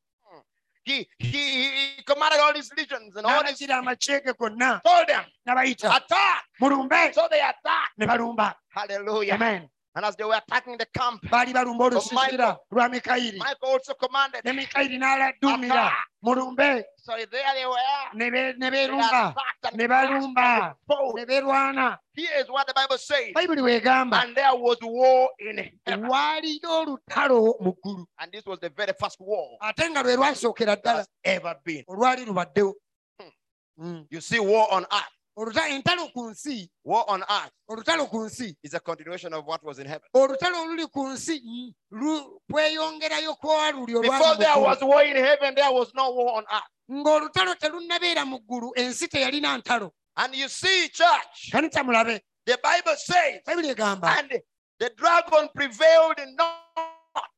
[SPEAKER 1] he, he, he he commanded all his legions and all his
[SPEAKER 2] n'alagira amaceege gonna
[SPEAKER 1] told them,
[SPEAKER 2] n'abayita
[SPEAKER 1] attack.
[SPEAKER 2] mulumbe
[SPEAKER 1] So they attacked.
[SPEAKER 2] ne balumba
[SPEAKER 1] Hallelujah.
[SPEAKER 2] amen
[SPEAKER 1] And as they were attacking the camp,
[SPEAKER 2] baali balumba olusiisira lwa mikayiri
[SPEAKER 1] Michael also commanded.
[SPEAKER 2] ne mikayiri n'aladdumira
[SPEAKER 1] attack.
[SPEAKER 2] mulumbe
[SPEAKER 1] So there they were.
[SPEAKER 2] ne be- ne
[SPEAKER 1] They
[SPEAKER 2] beerumba
[SPEAKER 1] attacked
[SPEAKER 2] ne
[SPEAKER 1] and crashed
[SPEAKER 2] balumba
[SPEAKER 1] both.
[SPEAKER 2] ne beerwana
[SPEAKER 1] Here is what the Bible says.
[SPEAKER 2] bayibuli weegamba
[SPEAKER 1] And there was war in heaven.
[SPEAKER 2] waaliyo olutalo mu ggulu
[SPEAKER 1] And this was the very first war
[SPEAKER 2] ate nga lwe lwasookera
[SPEAKER 1] that
[SPEAKER 2] ddala
[SPEAKER 1] has ever been.
[SPEAKER 2] olwali lubaddewo
[SPEAKER 1] Hmm.
[SPEAKER 2] Mm.
[SPEAKER 1] You see, war on earth.
[SPEAKER 2] Oluta- entalo ku nsi
[SPEAKER 1] War on earth
[SPEAKER 2] olutalo ku nsi
[SPEAKER 1] is a continuation of what was in heaven.
[SPEAKER 2] olutalo oluli ku nsi mm, lu- kweyongerayo kwa luli
[SPEAKER 1] Before there was
[SPEAKER 2] olwali
[SPEAKER 1] war in heaven, there was no war on earth.
[SPEAKER 2] ng'olutalo terunnabeera mu ggulu ensi teyalina ntalo
[SPEAKER 1] And you see, church,
[SPEAKER 2] kanisa mulabe
[SPEAKER 1] the Bible says,
[SPEAKER 2] bayibuli egamba
[SPEAKER 1] and the dragon prevailed not,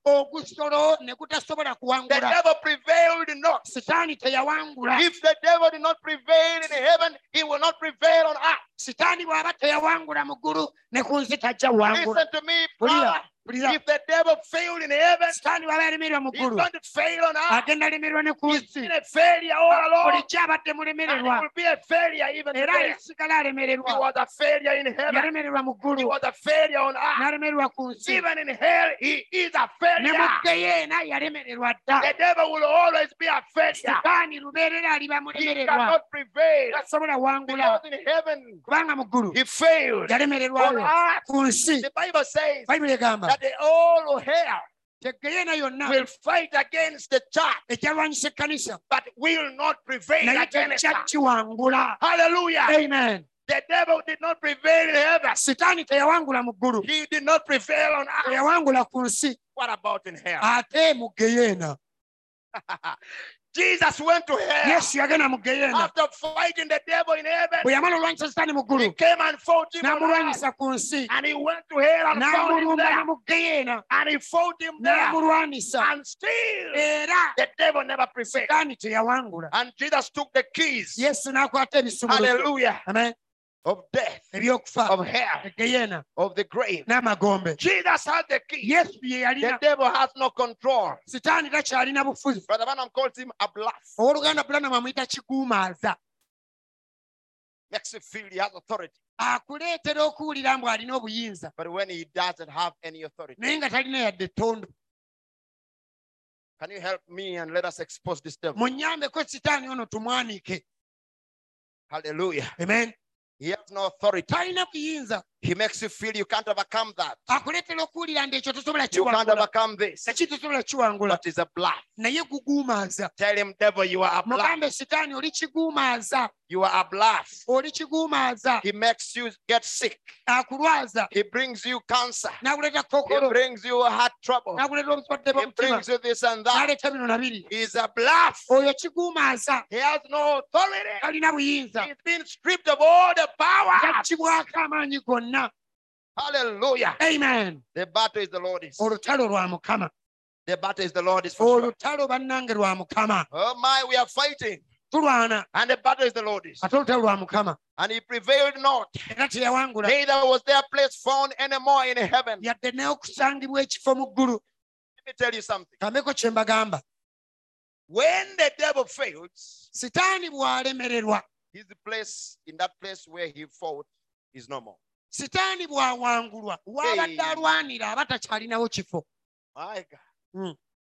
[SPEAKER 2] ogusolo ne gutasobola
[SPEAKER 1] the
[SPEAKER 2] kuwangula
[SPEAKER 1] devil prevailed not.
[SPEAKER 2] sitaani teyawangula
[SPEAKER 1] If the devil did not prevail in heaven, he will not prevail on earth.
[SPEAKER 2] sitaani bw'aba teyawangula mu ggulu ne ku nsi tajja
[SPEAKER 1] Listen
[SPEAKER 2] wangula
[SPEAKER 1] to me, brother.
[SPEAKER 2] wulira wulira
[SPEAKER 1] If the devil failed in heaven,
[SPEAKER 2] sitaani bw'aba yalemererwa mu
[SPEAKER 1] he's
[SPEAKER 2] ggulu
[SPEAKER 1] going to fail on earth.
[SPEAKER 2] agenda alemererwa ne ku nsi
[SPEAKER 1] Been a failure all along,
[SPEAKER 2] bulijjo abadde
[SPEAKER 1] and he
[SPEAKER 2] mulemererwa
[SPEAKER 1] will be a failure even
[SPEAKER 2] Ah, era
[SPEAKER 1] there.
[SPEAKER 2] alisigala
[SPEAKER 1] He
[SPEAKER 2] alemererwa
[SPEAKER 1] was a failure in heaven.
[SPEAKER 2] yalemererwa mu
[SPEAKER 1] He
[SPEAKER 2] ggulu
[SPEAKER 1] was a failure on earth.
[SPEAKER 2] n'alemererwa ku nsi
[SPEAKER 1] Even in hell, he is a
[SPEAKER 2] ne
[SPEAKER 1] failure.
[SPEAKER 2] mu geyeena yalemererwa
[SPEAKER 1] The
[SPEAKER 2] dda
[SPEAKER 1] devil will always be a failure.
[SPEAKER 2] sitaani lubeerera aliba
[SPEAKER 1] He
[SPEAKER 2] mulemererwa
[SPEAKER 1] cannot prevail.
[SPEAKER 2] tasobola wangula
[SPEAKER 1] Because in heaven,
[SPEAKER 2] kubanga mu ggulu
[SPEAKER 1] he failed. On
[SPEAKER 2] yalemererwayo
[SPEAKER 1] earth,
[SPEAKER 2] ku nsi
[SPEAKER 1] the Bible says
[SPEAKER 2] bayibuli egamba
[SPEAKER 1] that the all hell
[SPEAKER 2] tegeyeena yonna
[SPEAKER 1] will fight against the church,
[SPEAKER 2] ekyalwanyisa ekkanisa
[SPEAKER 1] but will not prevail
[SPEAKER 2] naye
[SPEAKER 1] against
[SPEAKER 2] tejja
[SPEAKER 1] her.
[SPEAKER 2] kiwangula
[SPEAKER 1] Hallelujah.
[SPEAKER 2] amen
[SPEAKER 1] The devil did not prevail in heaven.
[SPEAKER 2] sitaani teyawangula mu ggulu
[SPEAKER 1] He did not prevail on earth.
[SPEAKER 2] teyawangula ku nsi
[SPEAKER 1] What about in hell?
[SPEAKER 2] ate mu geyeena
[SPEAKER 1] Jesus went to hell
[SPEAKER 2] yesu yagenda mu geyeena
[SPEAKER 1] after fighting the devil in heaven.
[SPEAKER 2] bwe yamala olwanyisa sitaani mu ggulu
[SPEAKER 1] He came and fought him on earth.
[SPEAKER 2] n'amulwanyisa ku nsi
[SPEAKER 1] And he went to hell and found him
[SPEAKER 2] n'amulumba ne
[SPEAKER 1] there.
[SPEAKER 2] mu geyeena
[SPEAKER 1] And he fought him there.
[SPEAKER 2] n'amulwanisa
[SPEAKER 1] And still,
[SPEAKER 2] era
[SPEAKER 1] the devil never prevailed.
[SPEAKER 2] sitaani teyawangula
[SPEAKER 1] And Jesus took the keys,
[SPEAKER 2] yesu n'akwata ebisumuluzo
[SPEAKER 1] hallelujah,
[SPEAKER 2] amen
[SPEAKER 1] of death,
[SPEAKER 2] ebyokufa
[SPEAKER 1] of hell,
[SPEAKER 2] egeyeena
[SPEAKER 1] of the grave.
[SPEAKER 2] n'amagombe
[SPEAKER 1] Jesus had the keys.
[SPEAKER 2] yesu ye
[SPEAKER 1] The
[SPEAKER 2] yalina
[SPEAKER 1] devil has no control.
[SPEAKER 2] sitaani takyalina bufuzi
[SPEAKER 1] Brother Branham calls him a bluff.
[SPEAKER 2] owooluganda bulanamu amuyita kiguumaaza
[SPEAKER 1] Makes you feel he has authority.
[SPEAKER 2] akuleetera okuwulira mbu alina obuyinza
[SPEAKER 1] But when he doesn't have any authority,
[SPEAKER 2] naye nga talina yadde ttondo
[SPEAKER 1] can you help me and let us expose this devil?
[SPEAKER 2] munnyambeko sitaani ono tumwanike
[SPEAKER 1] Hallelujah.
[SPEAKER 2] amen
[SPEAKER 1] He has no authority.
[SPEAKER 2] talina buyinza
[SPEAKER 1] He makes you feel you can't overcome that.
[SPEAKER 2] akuleetera okuwulira nti ekyo tosobola
[SPEAKER 1] You can't
[SPEAKER 2] kiwangula
[SPEAKER 1] overcome this.
[SPEAKER 2] ekintu tosobola kiwangula
[SPEAKER 1] But he's a bluff.
[SPEAKER 2] naye guguumaaza
[SPEAKER 1] Tell him, devil, you are a bluff.
[SPEAKER 2] mugambe sitaani oli kiguumaaza
[SPEAKER 1] You are a bluff.
[SPEAKER 2] oli kiguumaaza
[SPEAKER 1] He makes you get sick.
[SPEAKER 2] akulwaza
[SPEAKER 1] He brings you cancer.
[SPEAKER 2] n'akuleeta
[SPEAKER 1] He
[SPEAKER 2] kokolo
[SPEAKER 1] brings you heart trouble.
[SPEAKER 2] n'akuleeta obuzwadde
[SPEAKER 1] He
[SPEAKER 2] bwomutima
[SPEAKER 1] brings you this and that.
[SPEAKER 2] n'aleeta bino nabiri
[SPEAKER 1] He's a bluff.
[SPEAKER 2] oyo kiguumaaza
[SPEAKER 1] He has no authority.
[SPEAKER 2] talina buyinza
[SPEAKER 1] He's been stripped of all the power.
[SPEAKER 2] yakkibwako amaanyi gonna
[SPEAKER 1] Hallelujah.
[SPEAKER 2] amen
[SPEAKER 1] The battle is the Lord's.
[SPEAKER 2] olutalo lwa mukama
[SPEAKER 1] The battle is the Lord's for sure.
[SPEAKER 2] olutalo bannange lwa mukama
[SPEAKER 1] Oh my, we are fighting.
[SPEAKER 2] tulwana
[SPEAKER 4] and the battle is the Lord's.
[SPEAKER 2] ate olutalo lwa mukama
[SPEAKER 1] And he prevailed not,
[SPEAKER 2] era teyawangula
[SPEAKER 1] neither was their place found anymore in heaven. Let
[SPEAKER 2] yadde n'okusangibwa ekifo mu ggulu
[SPEAKER 1] me tell you something.
[SPEAKER 2] kambeko kye mbagamba
[SPEAKER 1] When the devil fails,
[SPEAKER 2] sitaani bw'alemererwa
[SPEAKER 1] his place in that place where he fought is no more.
[SPEAKER 2] sitaani bw'awangulwa w'abadde
[SPEAKER 1] Hey.
[SPEAKER 2] alwanira aba takyalinawo kifo
[SPEAKER 1] My God.
[SPEAKER 2] Hmm.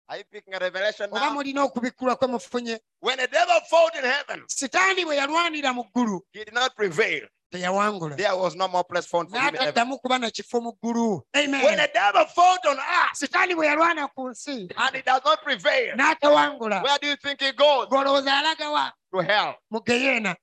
[SPEAKER 1] Are you picking a revelation
[SPEAKER 2] oba
[SPEAKER 1] now?
[SPEAKER 2] mulina okubikkula kwe mufunye
[SPEAKER 1] When the devil fought in heaven,
[SPEAKER 2] sitaani bwe yalwanira mu ggulu
[SPEAKER 1] he did not prevail.
[SPEAKER 2] teyawangula
[SPEAKER 1] There was no more place found for him in heaven.
[SPEAKER 2] n'ataddamu kuba na kifo mu ggulu Amen.
[SPEAKER 1] When the devil fought on earth
[SPEAKER 2] sitaani bwe yalwana ku nsi
[SPEAKER 1] and he does not prevail,
[SPEAKER 2] n'atawangula
[SPEAKER 1] where do you think he goes?
[SPEAKER 2] golowooza alagawa
[SPEAKER 1] To hell.
[SPEAKER 2] mu geyeena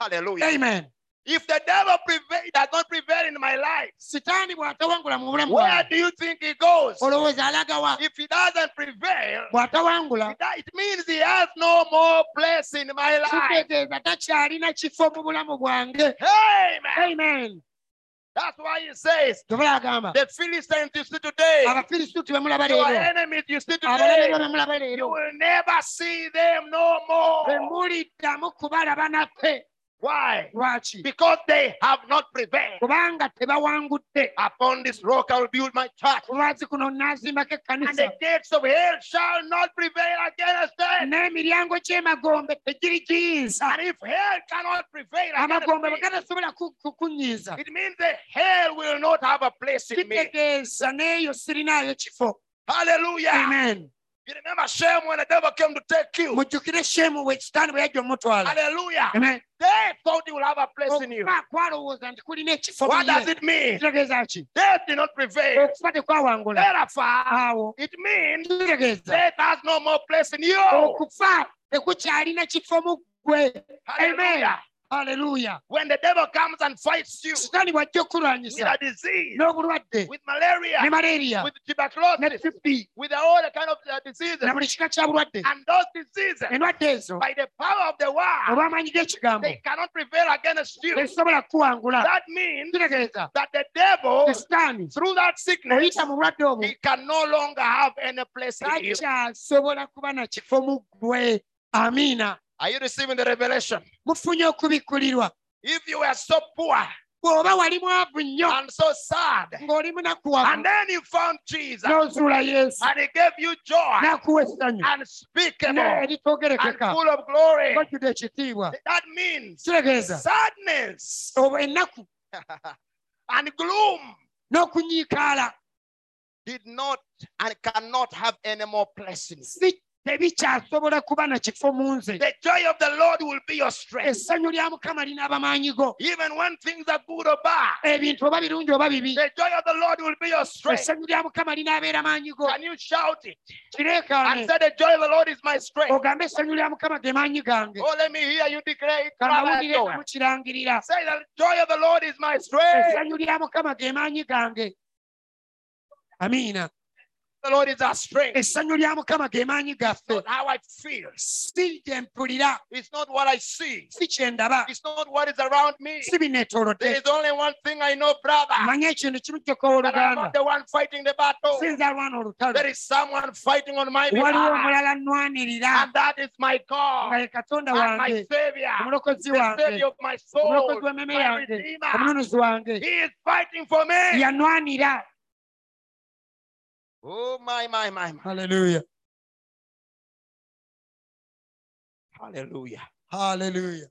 [SPEAKER 1] Hallelujah.
[SPEAKER 2] amen
[SPEAKER 1] If the devil prevail, does not prevail in my life,
[SPEAKER 2] sitaani bw'atawangula mu bulamu
[SPEAKER 1] where
[SPEAKER 2] bwange,
[SPEAKER 1] do you think he goes?
[SPEAKER 2] olowooza alagawa
[SPEAKER 1] If he doesn't prevail,
[SPEAKER 2] bw'atawangula
[SPEAKER 1] that- it means he has no more place in my life.
[SPEAKER 2] kitegeeza takyalina kifo mu bulamu bwange
[SPEAKER 1] Amen.
[SPEAKER 2] amen
[SPEAKER 1] That's why he says,
[SPEAKER 2] kyova yagamba
[SPEAKER 1] the Philistines you see today,
[SPEAKER 2] abafirisuuti be mulaba
[SPEAKER 1] your
[SPEAKER 2] leero
[SPEAKER 1] enemies you see today,
[SPEAKER 2] abalabirwa be mulaba
[SPEAKER 1] you
[SPEAKER 2] leero
[SPEAKER 1] will never see them no
[SPEAKER 2] be
[SPEAKER 1] more.
[SPEAKER 2] muliddamu kubalaba naffe
[SPEAKER 1] Why?
[SPEAKER 2] lwaki
[SPEAKER 1] Because they have not prevailed.
[SPEAKER 2] kubanga tebawangudde
[SPEAKER 1] Upon this rock I will build my church,
[SPEAKER 2] olwazi kuno naazimbako
[SPEAKER 1] and
[SPEAKER 2] ekkanisa
[SPEAKER 1] the gates of hell shall not prevail against it.
[SPEAKER 2] n'emiryango gy'emagombe tegiri giyinza
[SPEAKER 1] And if hell cannot prevail against
[SPEAKER 2] amagombe bwe
[SPEAKER 1] me,
[SPEAKER 2] gatasobola ku- ku- kunnyiza
[SPEAKER 1] it means that hell will not have a place in me.
[SPEAKER 2] kitegeeza n'eyo sirinaayo kifo
[SPEAKER 1] Hallelujah.
[SPEAKER 2] amen
[SPEAKER 1] You remember Shem when the devil came to take you.
[SPEAKER 2] mujjukire shemu bwe kitaani bwe yajja omutwala
[SPEAKER 1] Hallelujah.
[SPEAKER 2] Amen.
[SPEAKER 1] They thought he will have a place in you.
[SPEAKER 2] okuba kwalowooza nti kulina ekifo mu
[SPEAKER 1] What does
[SPEAKER 2] ye
[SPEAKER 1] it mean?
[SPEAKER 2] kitegeeza ki
[SPEAKER 1] They did not prevail.
[SPEAKER 2] okuba tekwawangula
[SPEAKER 1] Eh. Therefore,
[SPEAKER 2] awo
[SPEAKER 1] it means
[SPEAKER 2] kitegeeza
[SPEAKER 1] death has no more place in you.
[SPEAKER 2] okufa tekukyalina kifo mu ggwe amen
[SPEAKER 1] Hallelujah.
[SPEAKER 2] haleluya
[SPEAKER 1] When the devil comes and fights you
[SPEAKER 2] sitaani bw'ajja
[SPEAKER 1] with
[SPEAKER 2] okulwanyisa
[SPEAKER 1] a disease,
[SPEAKER 2] n'obulwadde
[SPEAKER 1] with
[SPEAKER 2] ne
[SPEAKER 1] malaria,
[SPEAKER 2] malaria
[SPEAKER 1] with
[SPEAKER 2] ne
[SPEAKER 1] tuberculosis,
[SPEAKER 2] tipi
[SPEAKER 1] with all the kind of uh, diseases,
[SPEAKER 2] na buli kika kya bulwadde
[SPEAKER 1] and those diseases,
[SPEAKER 2] endwadde ezo
[SPEAKER 1] by the power of the word,
[SPEAKER 2] olw'amaanyi g'ekigambo
[SPEAKER 1] they cannot prevail against you.
[SPEAKER 2] tezisobola kukuwangula
[SPEAKER 1] That means
[SPEAKER 2] kitegeeza
[SPEAKER 1] that the devil,
[SPEAKER 2] nti sitaani
[SPEAKER 1] through that sickness,
[SPEAKER 2] oyita mu bulwadde obwo
[SPEAKER 1] he can no longer have any place in you.
[SPEAKER 2] takyasobola kuba na kifo mu ggwe amiina
[SPEAKER 1] Are you receiving the revelation?
[SPEAKER 2] mufunye okubikkulirwa
[SPEAKER 1] If you were so poor
[SPEAKER 2] bw'oba wali mwavu nnyo
[SPEAKER 1] and so sad,
[SPEAKER 2] ng'oli munakuwavu
[SPEAKER 1] and then you found Jesus,
[SPEAKER 2] n'ozuula yesu
[SPEAKER 1] and he gave you joy
[SPEAKER 2] n'akuwa essanyu
[SPEAKER 1] unspeakable and
[SPEAKER 2] eritogerekeka
[SPEAKER 1] full of glory,
[SPEAKER 2] bajjude ekitiibwa
[SPEAKER 1] that means
[SPEAKER 2] kitegeeza
[SPEAKER 1] sadness
[SPEAKER 2] obwo ennaku
[SPEAKER 1] and gloom
[SPEAKER 2] n'okunyiikaala
[SPEAKER 1] did not and cannot have any more blessings.
[SPEAKER 2] si- tebikyasobola kuba na kifo mu nze
[SPEAKER 1] The joy of the Lord will be your strength.
[SPEAKER 2] essanyu lya mukama linaaba maanyi go
[SPEAKER 1] Even when things are good or bad,
[SPEAKER 2] ebintu oba birungi oba bibi
[SPEAKER 1] the joy of the Lord will be your strength.
[SPEAKER 2] essanyu lya mukama linaabeera maanyi go
[SPEAKER 1] Can you shout it and
[SPEAKER 2] kireekaane
[SPEAKER 1] say, The joy of the Lord is my strength?
[SPEAKER 2] ogambe essanyu lya mukama ge maanyi gange
[SPEAKER 1] Oh, let me hear you declare it. Father,
[SPEAKER 2] kanawulire
[SPEAKER 1] joy.
[SPEAKER 2] namukirangirira
[SPEAKER 1] Say, The joy of the Lord is my strength.
[SPEAKER 2] essanyu lya mukama ge maanyi gange amiina
[SPEAKER 1] The Lord is our strength.
[SPEAKER 2] essanyu lya mukama ge maanyi gaffe
[SPEAKER 1] Not how I feel.
[SPEAKER 2] si gye mpulira
[SPEAKER 1] It's not what I see.
[SPEAKER 2] si kye ndaba
[SPEAKER 1] It's not what is around me.
[SPEAKER 2] si
[SPEAKER 1] There
[SPEAKER 2] bineetoolodde
[SPEAKER 1] is only one thing I know, brother.
[SPEAKER 2] manye ekintu kimu kyokka
[SPEAKER 1] That I'm not
[SPEAKER 2] oluganda
[SPEAKER 1] the one fighting the battle.
[SPEAKER 2] sinza alwana olutalo
[SPEAKER 1] There is someone fighting on my
[SPEAKER 2] waliwo
[SPEAKER 1] behalf.
[SPEAKER 2] omulala nnwanirira
[SPEAKER 1] And that is my
[SPEAKER 2] nga
[SPEAKER 1] God
[SPEAKER 2] ye katonda
[SPEAKER 1] and my
[SPEAKER 2] wange
[SPEAKER 1] Savior,
[SPEAKER 2] omulokozi
[SPEAKER 1] the
[SPEAKER 2] wange
[SPEAKER 1] Savior of my
[SPEAKER 2] omulokozi
[SPEAKER 1] soul,
[SPEAKER 2] w'emmeme
[SPEAKER 1] my
[SPEAKER 2] yange
[SPEAKER 1] Redeemer.
[SPEAKER 2] omununuzi wange
[SPEAKER 1] He is fighting for me.
[SPEAKER 2] yanwanira
[SPEAKER 1] Oh, my, my, my, my.
[SPEAKER 2] haleluya
[SPEAKER 1] Hallelujah.
[SPEAKER 2] haleluya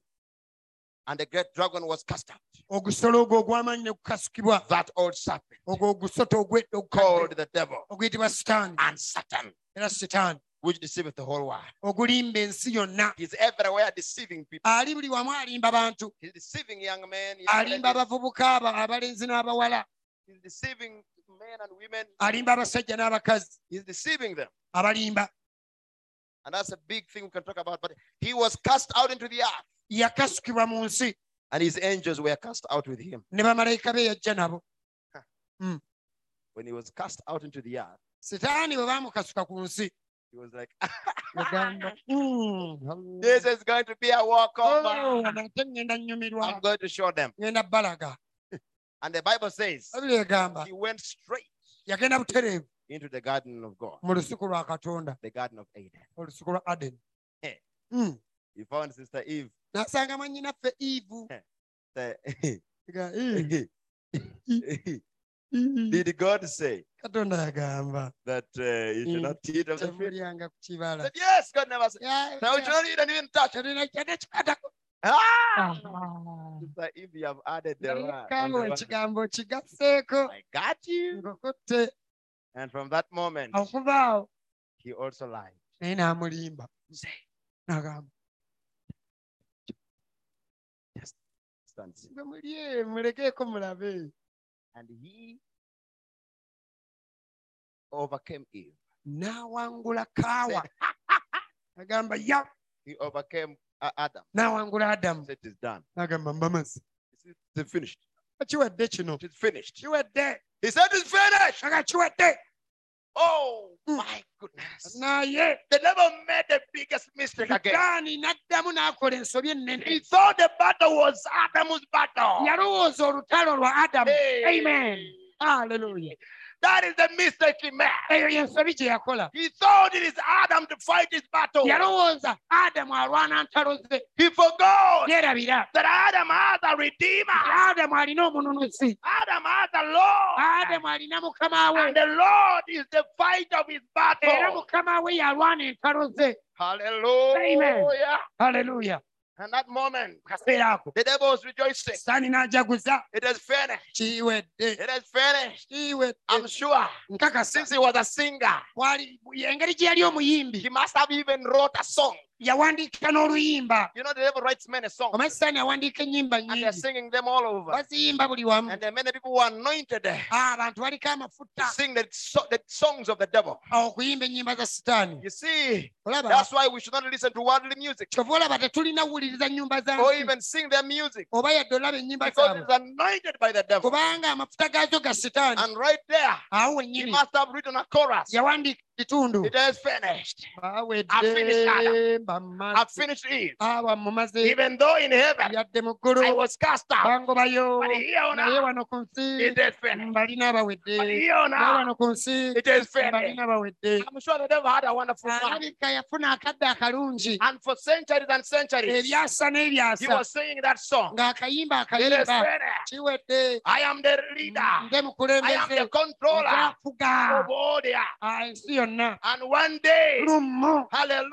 [SPEAKER 1] And the great dragon was cast out.
[SPEAKER 2] ogusolo ogwo ogw'amaanyi ne gukasukibwa
[SPEAKER 1] That old serpent
[SPEAKER 2] ogwo ogusota ogwe-
[SPEAKER 1] called
[SPEAKER 2] ogukadde
[SPEAKER 1] the devil
[SPEAKER 2] oguyitibwa sitaani
[SPEAKER 1] and Satan,
[SPEAKER 2] era sitaani
[SPEAKER 1] which deceiveth the whole world.
[SPEAKER 2] ogulimba ensi yonna
[SPEAKER 1] He's everywhere deceiving people.
[SPEAKER 2] ali buli wamu alimba bantu
[SPEAKER 1] He's deceiving young men. young
[SPEAKER 2] alimba
[SPEAKER 1] ladies.
[SPEAKER 2] abavubuka aba- abalenzi n'abawala
[SPEAKER 1] He's deceiving men and women.
[SPEAKER 2] alimba abasajja n'abakazi
[SPEAKER 1] He's deceiving them.
[SPEAKER 2] abalimba
[SPEAKER 1] And that's a big thing we can talk about. But he was cast out into the earth,
[SPEAKER 2] yakasukibwa mu nsi
[SPEAKER 1] and his angels were cast out with him.
[SPEAKER 2] ne bamalayika be yajja nabo
[SPEAKER 1] When he was cast out into the earth,
[SPEAKER 2] sitaani bwe baamukasuka ku nsi
[SPEAKER 1] he was like,
[SPEAKER 2] yagamba "Mm,
[SPEAKER 1] This is going to be a
[SPEAKER 2] oh,
[SPEAKER 1] walkover.
[SPEAKER 2] ate ŋŋenda
[SPEAKER 1] I'm
[SPEAKER 2] nnyumirwa
[SPEAKER 1] going to show them.
[SPEAKER 2] ŋŋenda balaga
[SPEAKER 1] And the Bible says
[SPEAKER 2] babiri egamba
[SPEAKER 1] he went straight
[SPEAKER 2] yagenda butereevu
[SPEAKER 1] into the garden of God,
[SPEAKER 2] mu lusuku lwa katonda
[SPEAKER 1] the garden of Eden.
[SPEAKER 2] olusuku lwa adeni
[SPEAKER 1] Eh.
[SPEAKER 2] Mm,
[SPEAKER 5] He found Sister Eve.
[SPEAKER 2] n'asanga mwannyinaffe ivu
[SPEAKER 5] Say,
[SPEAKER 2] nga, "Eh, eh,
[SPEAKER 5] Did God say
[SPEAKER 2] katonda yagamba
[SPEAKER 5] that uh, you should
[SPEAKER 2] Mm.
[SPEAKER 5] not eat of the fruit?
[SPEAKER 2] temulyanga ku kibala
[SPEAKER 1] Said, yes, God never said.
[SPEAKER 2] Ya-
[SPEAKER 1] Now you
[SPEAKER 2] ya-
[SPEAKER 1] don't eat and even touch.
[SPEAKER 2] tolina kyadekikatako
[SPEAKER 1] Ah!
[SPEAKER 5] Sister Eve, you have added the ra. on the
[SPEAKER 2] kawe
[SPEAKER 5] one.
[SPEAKER 2] ekigambo okigasseeko
[SPEAKER 5] I got you.
[SPEAKER 2] ng'okutte
[SPEAKER 5] And from that moment,
[SPEAKER 2] Oh. okubaawo
[SPEAKER 5] he also lied.
[SPEAKER 2] naye n'amulimba n'agamba
[SPEAKER 5] Stancy.
[SPEAKER 2] gwe mulye mulekeeko mulabe
[SPEAKER 5] And he overcame Eve.
[SPEAKER 2] n'awangula kaawa agamba ya
[SPEAKER 5] He overcame uh, Adam.
[SPEAKER 2] n'awangula adamu
[SPEAKER 5] He said, It's done.
[SPEAKER 2] n'agamba mbamazi
[SPEAKER 5] He said, It's finished.
[SPEAKER 2] kiwedde kino
[SPEAKER 5] It's finished.
[SPEAKER 2] kiwedde
[SPEAKER 5] He said, It's finished.
[SPEAKER 2] aga kiwedde
[SPEAKER 1] Oh,
[SPEAKER 2] Mm.
[SPEAKER 1] my goodness.
[SPEAKER 2] naye
[SPEAKER 1] The devil made the biggest mistake again.
[SPEAKER 2] sitaani n'addamu n'akola ensobi ennene
[SPEAKER 1] He thought the battle was Adam's battle.
[SPEAKER 2] yalowooza olutalo lwa adamu
[SPEAKER 1] Hey.
[SPEAKER 2] amen haleluya
[SPEAKER 1] That is the mistake he made.
[SPEAKER 2] eyo yensobi gye yakola
[SPEAKER 1] He thought it is Adam to fight his battle.
[SPEAKER 2] yalowooza adamu alwana ntalo ze
[SPEAKER 1] He forgot Oh.
[SPEAKER 2] yeerabira
[SPEAKER 1] that Adam has a redeemer.
[SPEAKER 2] adamu alina omununuzi
[SPEAKER 1] Adam has a Lord.
[SPEAKER 2] adamu alina mukama
[SPEAKER 1] Oh, And
[SPEAKER 2] we
[SPEAKER 1] the Lord is the fighter of his
[SPEAKER 2] era
[SPEAKER 1] battle.
[SPEAKER 2] mukama we yalwana entalo ze
[SPEAKER 1] Hallelujah.
[SPEAKER 2] Amen. haleluya
[SPEAKER 1] And that moment,
[SPEAKER 2] kaseera ako
[SPEAKER 1] the devil was rejoicing.
[SPEAKER 2] sitaani n'ajaguza
[SPEAKER 1] It is finished.
[SPEAKER 2] kiwedde
[SPEAKER 1] It is finished. I'm
[SPEAKER 2] kiwedde
[SPEAKER 1] sure
[SPEAKER 2] nkakasa
[SPEAKER 1] since he was a singer,
[SPEAKER 2] wali engeri gye yali
[SPEAKER 1] he
[SPEAKER 2] omuyimbi
[SPEAKER 1] must have even wrote a song.
[SPEAKER 2] yawandiika n'oluyimba
[SPEAKER 1] You know, the devil writes many songs,
[SPEAKER 2] omanyi sitaani awandiika ennyimba
[SPEAKER 1] and they're
[SPEAKER 2] nyingi
[SPEAKER 1] singing them all over.
[SPEAKER 2] baziyimba buli wamu
[SPEAKER 1] And there are many people who are anointed to
[SPEAKER 2] Ah, abantu baliko amafuta
[SPEAKER 1] sing the, so- the songs of the devil.
[SPEAKER 2] okuyimba ennyimba za sitaani
[SPEAKER 1] You see,
[SPEAKER 2] olaba
[SPEAKER 1] that's why we should not listen to worldly music
[SPEAKER 2] kyova olaba tetulina wuliriza nnyumba za
[SPEAKER 1] or
[SPEAKER 2] nsi,
[SPEAKER 1] even sing their music
[SPEAKER 2] oba yadde olaba ennyimba
[SPEAKER 1] because
[SPEAKER 2] zaabwe
[SPEAKER 1] it's anointed by the devil.
[SPEAKER 2] kubanga amafuta gaazo ga sitaani
[SPEAKER 1] And right there,
[SPEAKER 2] awo
[SPEAKER 1] he
[SPEAKER 2] wennyini
[SPEAKER 1] must have written a chorus.
[SPEAKER 2] yawandiika ekitundu
[SPEAKER 1] It is finished. finished, I
[SPEAKER 2] bawedde bamaze
[SPEAKER 1] finished it.
[SPEAKER 2] aba mumaze
[SPEAKER 1] Even though in heaven
[SPEAKER 2] yadde mu
[SPEAKER 1] I
[SPEAKER 2] ggulu
[SPEAKER 1] was cast out,
[SPEAKER 2] bangobayo
[SPEAKER 1] but here on
[SPEAKER 2] naye
[SPEAKER 1] earth
[SPEAKER 2] wano ku
[SPEAKER 1] it
[SPEAKER 2] nsi
[SPEAKER 1] is finished.
[SPEAKER 2] mbalina abawedde
[SPEAKER 1] But here on
[SPEAKER 2] naye
[SPEAKER 1] earth
[SPEAKER 2] wano ku nsi
[SPEAKER 1] it is finished.
[SPEAKER 2] mbalina abawedde
[SPEAKER 1] I'm sure the devil had a wonderful time.
[SPEAKER 2] alabika yafuna akadde akalungi
[SPEAKER 1] And for centuries and centuries,
[SPEAKER 2] ebyasa
[SPEAKER 1] he
[SPEAKER 2] n'ebyasa
[SPEAKER 1] was singing that song.
[SPEAKER 2] ng'akayimba
[SPEAKER 1] It is
[SPEAKER 2] akayimba
[SPEAKER 1] finished.
[SPEAKER 2] kiwedde
[SPEAKER 1] I am the leader.
[SPEAKER 2] nze
[SPEAKER 1] I am
[SPEAKER 2] mukulembeze
[SPEAKER 1] the controller Oh,
[SPEAKER 2] afuga
[SPEAKER 1] of all the earth.
[SPEAKER 2] Ah, ensi yonna
[SPEAKER 1] And one day,
[SPEAKER 2] lumu
[SPEAKER 1] hallelujah,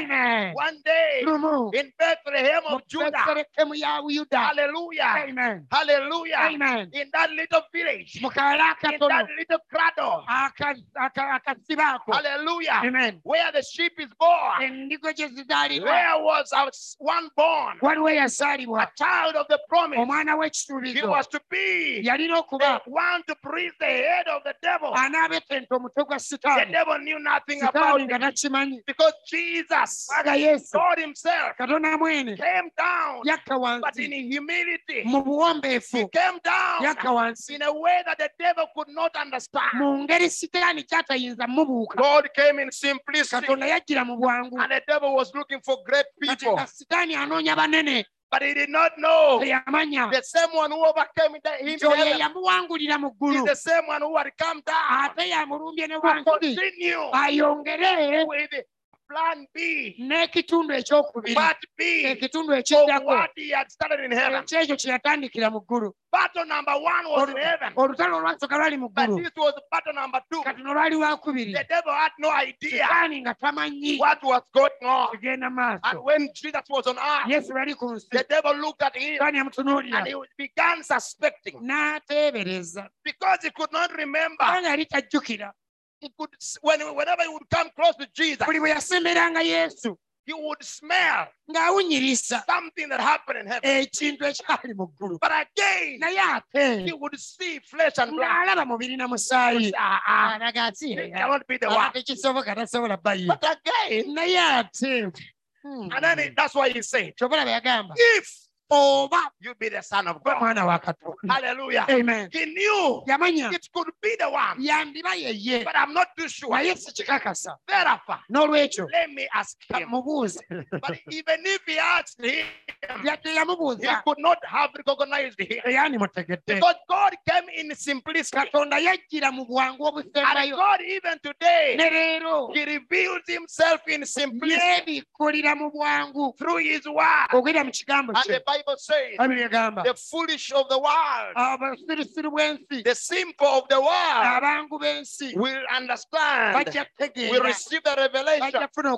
[SPEAKER 2] Mm-hmm. amen Mm-hmm.
[SPEAKER 1] one day
[SPEAKER 2] lumu
[SPEAKER 1] in Bethlehem of Judah,
[SPEAKER 2] mubeterekemu ya buyuda
[SPEAKER 1] hallelujah,
[SPEAKER 2] amen
[SPEAKER 1] hallelujah,
[SPEAKER 2] amen
[SPEAKER 1] in that little village,
[SPEAKER 2] mu kaala
[SPEAKER 1] in that
[SPEAKER 2] akatono
[SPEAKER 1] little cradle,
[SPEAKER 2] aka- aka- akasiba ako
[SPEAKER 1] hallelujah,
[SPEAKER 2] Ah, amen
[SPEAKER 1] where the sheep is born,
[SPEAKER 2] endigo gye zizaalibwa
[SPEAKER 1] where was our s- one born,
[SPEAKER 2] waliwo
[SPEAKER 1] a
[SPEAKER 2] eyasaalibwa
[SPEAKER 1] child of the promise.
[SPEAKER 2] omwana
[SPEAKER 1] He
[SPEAKER 2] w'ekisuubizo
[SPEAKER 1] was to be
[SPEAKER 2] yalina
[SPEAKER 1] the
[SPEAKER 2] okuba
[SPEAKER 1] one to breathe the head of the devil.
[SPEAKER 2] Ah, anaabetenta omutwe gwa
[SPEAKER 1] The
[SPEAKER 2] sitaani
[SPEAKER 1] devil knew nothing about
[SPEAKER 2] sitaani nga
[SPEAKER 1] it
[SPEAKER 2] takimanyi
[SPEAKER 1] because Jesus,
[SPEAKER 2] aga yesu
[SPEAKER 1] God Himself,
[SPEAKER 2] katonda mwene
[SPEAKER 1] came down,
[SPEAKER 2] yakka
[SPEAKER 1] but in
[SPEAKER 2] wansi
[SPEAKER 1] humility,
[SPEAKER 2] mu
[SPEAKER 1] He
[SPEAKER 2] buwombeefu
[SPEAKER 1] came down
[SPEAKER 2] yakka wansi
[SPEAKER 1] in a way that the devil could not understand.
[SPEAKER 2] mu ngeri sitaani kyatayinza mubuuka
[SPEAKER 1] God came in simplicity,
[SPEAKER 2] katonda yajjira mu bwangu
[SPEAKER 1] and the devil was looking for great
[SPEAKER 2] kati
[SPEAKER 1] people,
[SPEAKER 2] nga sitaani anoonya banene
[SPEAKER 1] but he did not know
[SPEAKER 2] teyamanya
[SPEAKER 1] the same one who overcame the- him in
[SPEAKER 2] nti oyo
[SPEAKER 1] heaven
[SPEAKER 2] yamuwangulira mu
[SPEAKER 1] is
[SPEAKER 2] ggulu
[SPEAKER 1] the same one who had come down
[SPEAKER 2] ate yamulumbye ne
[SPEAKER 1] to
[SPEAKER 2] wansi
[SPEAKER 1] continue
[SPEAKER 2] Ah, ayongere
[SPEAKER 1] with plan B,
[SPEAKER 2] n'ekitundu ekyokubiri
[SPEAKER 1] part B
[SPEAKER 2] ekitundu
[SPEAKER 1] of
[SPEAKER 2] ekiddako
[SPEAKER 1] Oh, what he had started in heaven.
[SPEAKER 2] ekyekyo kye yatandikira mu ggulu
[SPEAKER 1] Battle number one was in heaven,
[SPEAKER 2] olutalo olwasooka lwali mu
[SPEAKER 1] but
[SPEAKER 2] ggulu
[SPEAKER 1] this was battle number two.
[SPEAKER 2] kati nolwali lwakubiri
[SPEAKER 1] The devil had no idea
[SPEAKER 2] sitaani nga tamanyi
[SPEAKER 1] what was going on.
[SPEAKER 2] kugenda
[SPEAKER 1] And
[SPEAKER 2] maaso
[SPEAKER 1] when Jesus was on earth,
[SPEAKER 2] yesu lwali ku nsi
[SPEAKER 1] the devil looked at him
[SPEAKER 2] sitaani yamutunuulira
[SPEAKER 1] and he began suspecting
[SPEAKER 2] n'ateebereza
[SPEAKER 1] because he could not remember.
[SPEAKER 2] kubanga yali tajjukira
[SPEAKER 1] He could, when, whenever he would come close to Jesus,
[SPEAKER 2] buli bwe yasemeranga yesu
[SPEAKER 1] he would smell
[SPEAKER 2] ng'awunyirisa
[SPEAKER 1] something that happened in heaven.
[SPEAKER 2] ekintu ekyali mu ggulu
[SPEAKER 1] But again,
[SPEAKER 2] naye ate
[SPEAKER 1] he would see flesh and blood.
[SPEAKER 2] ng'alaba mubiri na musaayi alaga
[SPEAKER 1] It
[SPEAKER 2] atiyeya
[SPEAKER 1] cannot be the one.
[SPEAKER 2] tekisoboka tasobola bayi
[SPEAKER 1] But again,
[SPEAKER 2] naye ate
[SPEAKER 1] Hmm. and then it- that's why he said,
[SPEAKER 2] kyobola bwe yagamba
[SPEAKER 1] if
[SPEAKER 4] oba you be the son of
[SPEAKER 2] gwe
[SPEAKER 4] God.
[SPEAKER 2] mwana wa katonda
[SPEAKER 4] Hallelujah.
[SPEAKER 2] amen
[SPEAKER 4] He knew
[SPEAKER 2] yamanya
[SPEAKER 4] it could be the one,
[SPEAKER 2] yandiba yeye
[SPEAKER 4] but I'm not too sure.
[SPEAKER 2] naye si kikakasa
[SPEAKER 4] Therefore,
[SPEAKER 2] n'olwekyo
[SPEAKER 4] let me ask him.
[SPEAKER 2] mubuuze
[SPEAKER 4] But even if he asked him,
[SPEAKER 2] yadde
[SPEAKER 4] he
[SPEAKER 2] yamubuuza
[SPEAKER 4] could not have recognized him
[SPEAKER 2] yandimutegedde
[SPEAKER 4] because God came in simplicity.
[SPEAKER 2] katonda yajjira mu bwangu
[SPEAKER 4] And
[SPEAKER 2] obusembayo
[SPEAKER 4] God, even
[SPEAKER 2] ne
[SPEAKER 4] today,
[SPEAKER 2] leero
[SPEAKER 4] He reveals Himself in simplicity
[SPEAKER 2] yeebikkulira mu bwangu
[SPEAKER 4] through His word.
[SPEAKER 2] ogenda mu kigambo
[SPEAKER 1] And
[SPEAKER 2] kye
[SPEAKER 1] the Bible says,
[SPEAKER 2] Bible egamba
[SPEAKER 1] the foolish of the world,
[SPEAKER 2] abasirusiru b'ensi
[SPEAKER 1] the simple of the world
[SPEAKER 2] abangu b'ensi
[SPEAKER 1] will understand,
[SPEAKER 2] bajja
[SPEAKER 1] will
[SPEAKER 2] kutegeera
[SPEAKER 1] receive the revelation.
[SPEAKER 2] bajja kufuna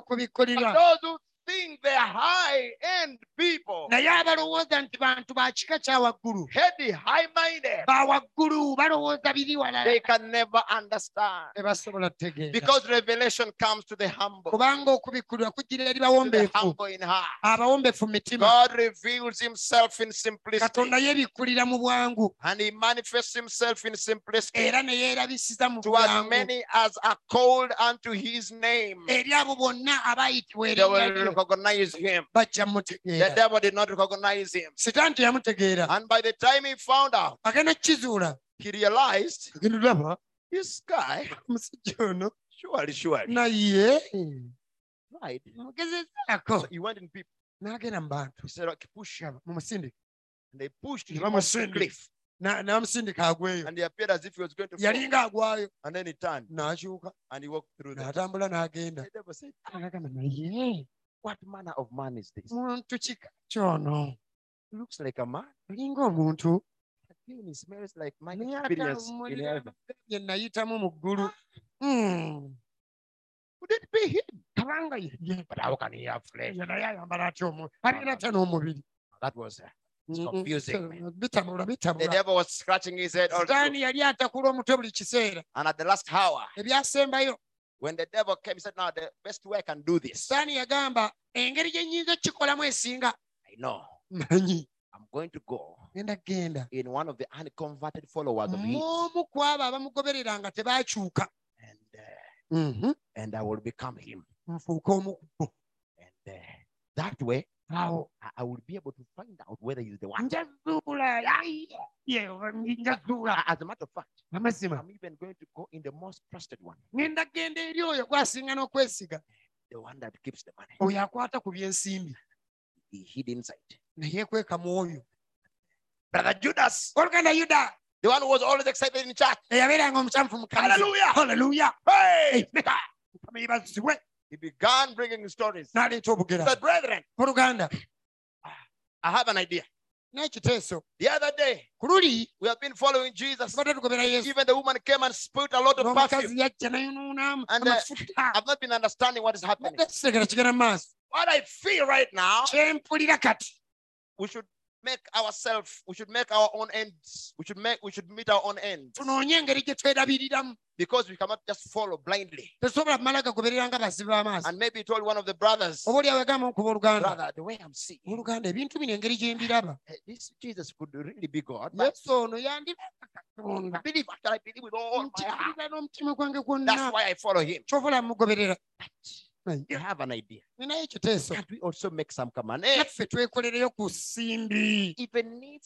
[SPEAKER 1] But
[SPEAKER 2] okubikkulira
[SPEAKER 1] those who think they're high end people,
[SPEAKER 2] naye abalowooza nti bantu ba kika kya waggulu
[SPEAKER 1] heady, high minded,
[SPEAKER 2] ba waggulu balowooza biri walala
[SPEAKER 1] they can never understand.
[SPEAKER 2] tebasobola kutegeera
[SPEAKER 1] Because revelation comes to the humble,
[SPEAKER 2] kubanga okubikkulirwa kujjira eri
[SPEAKER 1] to the
[SPEAKER 2] bawombeefu
[SPEAKER 1] humble in heart.
[SPEAKER 2] abawombeefu mu mitima
[SPEAKER 1] God reveals himself in simplicity
[SPEAKER 2] katonda yeebikkulira mu bwangu
[SPEAKER 1] and he manifests himself in simplicity
[SPEAKER 2] era ne yeerabisiza mu
[SPEAKER 1] to as
[SPEAKER 2] bwangu
[SPEAKER 1] many as are called unto his name.
[SPEAKER 2] eri abo bonna abaayitibwa
[SPEAKER 1] They will
[SPEAKER 2] erinnya lye
[SPEAKER 1] recognize him.
[SPEAKER 2] bajja
[SPEAKER 1] The
[SPEAKER 2] mumutegeera
[SPEAKER 1] devil did not recognize him.
[SPEAKER 2] sitaani teyamutegeera
[SPEAKER 1] And by the time he found out,
[SPEAKER 2] agenda kukizuula
[SPEAKER 1] he realized
[SPEAKER 2] agenda olaba
[SPEAKER 1] this guy,
[SPEAKER 2] omusajja ono Hmm.
[SPEAKER 1] surely, surely,
[SPEAKER 2] naye
[SPEAKER 1] lied.
[SPEAKER 2] mugezezaako
[SPEAKER 1] So he went in people.
[SPEAKER 2] n'agenda mu bantu
[SPEAKER 1] He said, okay, push him.
[SPEAKER 2] mumusindika
[SPEAKER 1] And they pushed
[SPEAKER 2] ne
[SPEAKER 1] him off the
[SPEAKER 2] bamusindika
[SPEAKER 1] cliff.
[SPEAKER 2] Na- n'amusindika agweyo
[SPEAKER 1] And he appeared as if he was going to fall.
[SPEAKER 2] yali ng'agwayo
[SPEAKER 1] And then he turned
[SPEAKER 2] n'akyuka
[SPEAKER 1] and he walked through them.
[SPEAKER 2] n'atambula n'agenda
[SPEAKER 1] The devil said,
[SPEAKER 2] agamba naye
[SPEAKER 1] What manner of man is this?
[SPEAKER 2] muntu kika kyono
[SPEAKER 1] He looks like a man.
[SPEAKER 2] olinga omuntu
[SPEAKER 1] Again, he smells like my
[SPEAKER 2] naye
[SPEAKER 1] experience in
[SPEAKER 2] atawummulira
[SPEAKER 1] heaven.
[SPEAKER 2] gye nayitamu mu ggulu Mm.
[SPEAKER 1] Would it be him?
[SPEAKER 2] kabanga ye
[SPEAKER 1] But how can he have flesh?
[SPEAKER 2] ye naye ayambala atya omu- abeera atya n'omubiri
[SPEAKER 1] That was uh,
[SPEAKER 2] Mm, mm,
[SPEAKER 1] confusing.
[SPEAKER 2] so, bitabula
[SPEAKER 1] the
[SPEAKER 2] bitabula
[SPEAKER 1] devil was scratching his head also.
[SPEAKER 2] sitaani yali atakula omutwe buli kiseera
[SPEAKER 1] And at the last hour,
[SPEAKER 2] ebyasembayo
[SPEAKER 1] when the devil came, he said, Now the best way I can do this. I
[SPEAKER 2] sitaani yagamba engeri gye nnyinza okukikolamu esinga
[SPEAKER 1] know.
[SPEAKER 2] manyi
[SPEAKER 1] I'm going to go
[SPEAKER 2] genda genda
[SPEAKER 1] in one of the unconverted followers of his,
[SPEAKER 2] muomu ku abo abamugoberera nga tebakyuka
[SPEAKER 1] and uh,
[SPEAKER 2] Mhm,
[SPEAKER 1] and I will become him.
[SPEAKER 2] nfuuke omu ku bo
[SPEAKER 1] And uh, that way,
[SPEAKER 2] awo
[SPEAKER 1] I, I will be able to find out whether he's the one.
[SPEAKER 2] nja zuula ayi, ye, nja zuula
[SPEAKER 1] As a matter of fact,
[SPEAKER 2] amazima
[SPEAKER 1] I'm even going to go in the most trusted one,
[SPEAKER 2] ngenda genda eri oyo gwasinga n'okwesiga
[SPEAKER 1] the one that keeps the money.
[SPEAKER 2] oyo akwata ku byensimbi
[SPEAKER 1] He hid inside.
[SPEAKER 2] naye kweka mwoyo
[SPEAKER 1] Brother Judas,
[SPEAKER 2] oluganda yuda
[SPEAKER 1] the one who was always excited in church.
[SPEAKER 2] eyabeeranga omusanfu mukaaluya
[SPEAKER 1] Hallelujah!
[SPEAKER 2] haleluya
[SPEAKER 1] Hey!
[SPEAKER 2] mukama yebazibwe
[SPEAKER 1] He began bringing stories.
[SPEAKER 2] n'aleeta obugera
[SPEAKER 1] He said, Brethren,
[SPEAKER 2] oluganda
[SPEAKER 1] I have an idea.
[SPEAKER 2] n'ekiteeso
[SPEAKER 1] The other day,
[SPEAKER 2] ku luli
[SPEAKER 1] we have been following Jesus.
[SPEAKER 2] tubadde tugobera yesu
[SPEAKER 1] Even the woman came and spilled a lot of
[SPEAKER 2] n'omukazi
[SPEAKER 1] perfume.
[SPEAKER 2] yajja nayonuunamu
[SPEAKER 1] And, uh,
[SPEAKER 2] amafuta
[SPEAKER 1] I've not been understanding what is happening.
[SPEAKER 2] Mugga kiseegera kigenda mu maaso
[SPEAKER 1] What I feel right now,
[SPEAKER 2] kye mpulira kati
[SPEAKER 1] we should make ourselves, we should make our own ends. We should make, we should meet our own ends
[SPEAKER 2] tunoonye engeri gye
[SPEAKER 1] um.
[SPEAKER 2] twerabiriramu
[SPEAKER 1] because we cannot just follow blindly.
[SPEAKER 2] tesobola kumala gagoberera nga bazibi b'amaaso
[SPEAKER 1] And maybe he told one of the brothers,
[SPEAKER 2] oba olyawe egamba okuba oluganda
[SPEAKER 1] brother, the way I'm seeing,
[SPEAKER 2] oluganda ebintu bino engeri gye mbiraba
[SPEAKER 1] eh, this Jesus could really be God. But
[SPEAKER 2] yesu ono yandiraba katonda
[SPEAKER 1] I believe after I believe with all Oh, my heart.
[SPEAKER 2] nkikkirira n'omutima gwange gwonna
[SPEAKER 1] That's why I follow him.
[SPEAKER 2] kyobola mugoberera
[SPEAKER 1] You have an idea.
[SPEAKER 2] ninayo ekiteeso
[SPEAKER 1] Can't we also make some command? Eh,
[SPEAKER 2] naffe twekolereyo ku simbi
[SPEAKER 1] even if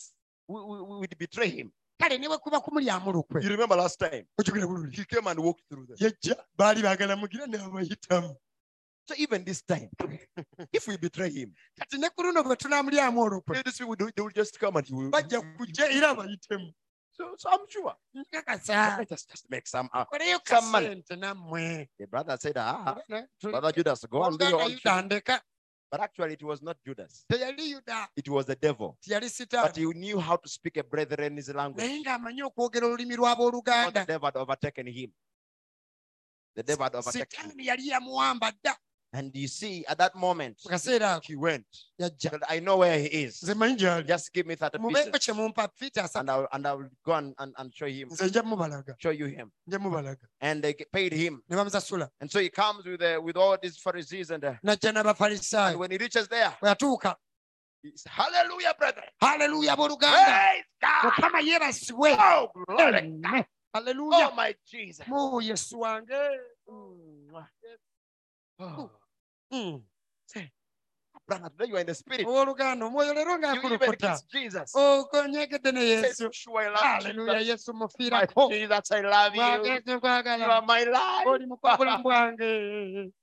[SPEAKER 1] we, we, we would betray him.
[SPEAKER 2] kale ne bwe kuba kumulyamu lukwe
[SPEAKER 1] You remember last time
[SPEAKER 2] ojugire bululi
[SPEAKER 1] he came and walked through them.
[SPEAKER 2] yejja baali baagala mugira n'abayitamu
[SPEAKER 1] So even this time, if we betray him,
[SPEAKER 2] kati ne ku luno bwe tunaamulyamu olukwe
[SPEAKER 1] eh, this people they will just come and he will.
[SPEAKER 2] bajja kujja era abayitemu
[SPEAKER 1] So, so I'm sure.
[SPEAKER 2] nkakasa
[SPEAKER 1] Let us just make some. Uh,
[SPEAKER 2] koleyo
[SPEAKER 1] Kammala.
[SPEAKER 2] kasente nammwe
[SPEAKER 1] the brother said, ah,
[SPEAKER 2] Ne- tu-
[SPEAKER 1] brother Judas, go and do your
[SPEAKER 2] Oluganda
[SPEAKER 1] own. thing."
[SPEAKER 2] yuda ndeka
[SPEAKER 1] But actually, it was not Judas.
[SPEAKER 2] teyali yuda
[SPEAKER 1] It was the devil.
[SPEAKER 2] teyali
[SPEAKER 1] But
[SPEAKER 2] sitaani
[SPEAKER 1] he knew how to speak a brethren's language.
[SPEAKER 2] naye ng'amanyi okwogera olulimi
[SPEAKER 1] Because
[SPEAKER 2] lw'abooluganda
[SPEAKER 1] the devil had overtaken him. The devil had overtaken him.
[SPEAKER 2] sitaani yali yamuwamba dda
[SPEAKER 1] And you see, at that moment,
[SPEAKER 2] mu kaseera ako
[SPEAKER 1] he went. He
[SPEAKER 2] yajja
[SPEAKER 1] said, I know where he uh, is.
[SPEAKER 2] nze manyi gyali
[SPEAKER 1] Just give me 30 pieces.
[SPEAKER 2] mubeeko kye mumpa fiita asatu
[SPEAKER 1] And I'll, and I'll go and, and, and show him,
[SPEAKER 2] nze nja mubalaga
[SPEAKER 1] show you him.
[SPEAKER 2] nja mubalaga
[SPEAKER 1] And they paid him.
[SPEAKER 2] ne bamusasula
[SPEAKER 1] And so he comes with uh, with all these Pharisees. And, uh,
[SPEAKER 2] najja
[SPEAKER 1] and
[SPEAKER 2] n'abafalisaayo
[SPEAKER 1] when he reaches there,
[SPEAKER 2] bwe yatuuka
[SPEAKER 1] he says, Hallelujah, brother.
[SPEAKER 2] haleluya abooluganda
[SPEAKER 4] Praise God.
[SPEAKER 2] mukama yeebasibwe
[SPEAKER 4] Oh, glory.
[SPEAKER 2] Amen. haleluya
[SPEAKER 4] Oh, my Jesus.
[SPEAKER 2] mu yesu
[SPEAKER 4] Mm.
[SPEAKER 2] wange
[SPEAKER 1] Oh.
[SPEAKER 2] Hmm. Mm.
[SPEAKER 4] Brother, today you are in the spirit.
[SPEAKER 2] owooluganda omwoyo leero
[SPEAKER 4] You even
[SPEAKER 2] ng'akulukuta
[SPEAKER 4] kiss Jesus.
[SPEAKER 2] Oh, okonyegedde ne
[SPEAKER 4] Say,
[SPEAKER 2] yesu
[SPEAKER 4] Joshua, I love you.
[SPEAKER 2] aleluya yesu
[SPEAKER 4] My
[SPEAKER 2] mufiirako
[SPEAKER 4] Jesus, I love you.
[SPEAKER 2] mwagezi
[SPEAKER 4] You
[SPEAKER 2] nkwagala
[SPEAKER 4] are my life.
[SPEAKER 2] oli mukobulamu bwange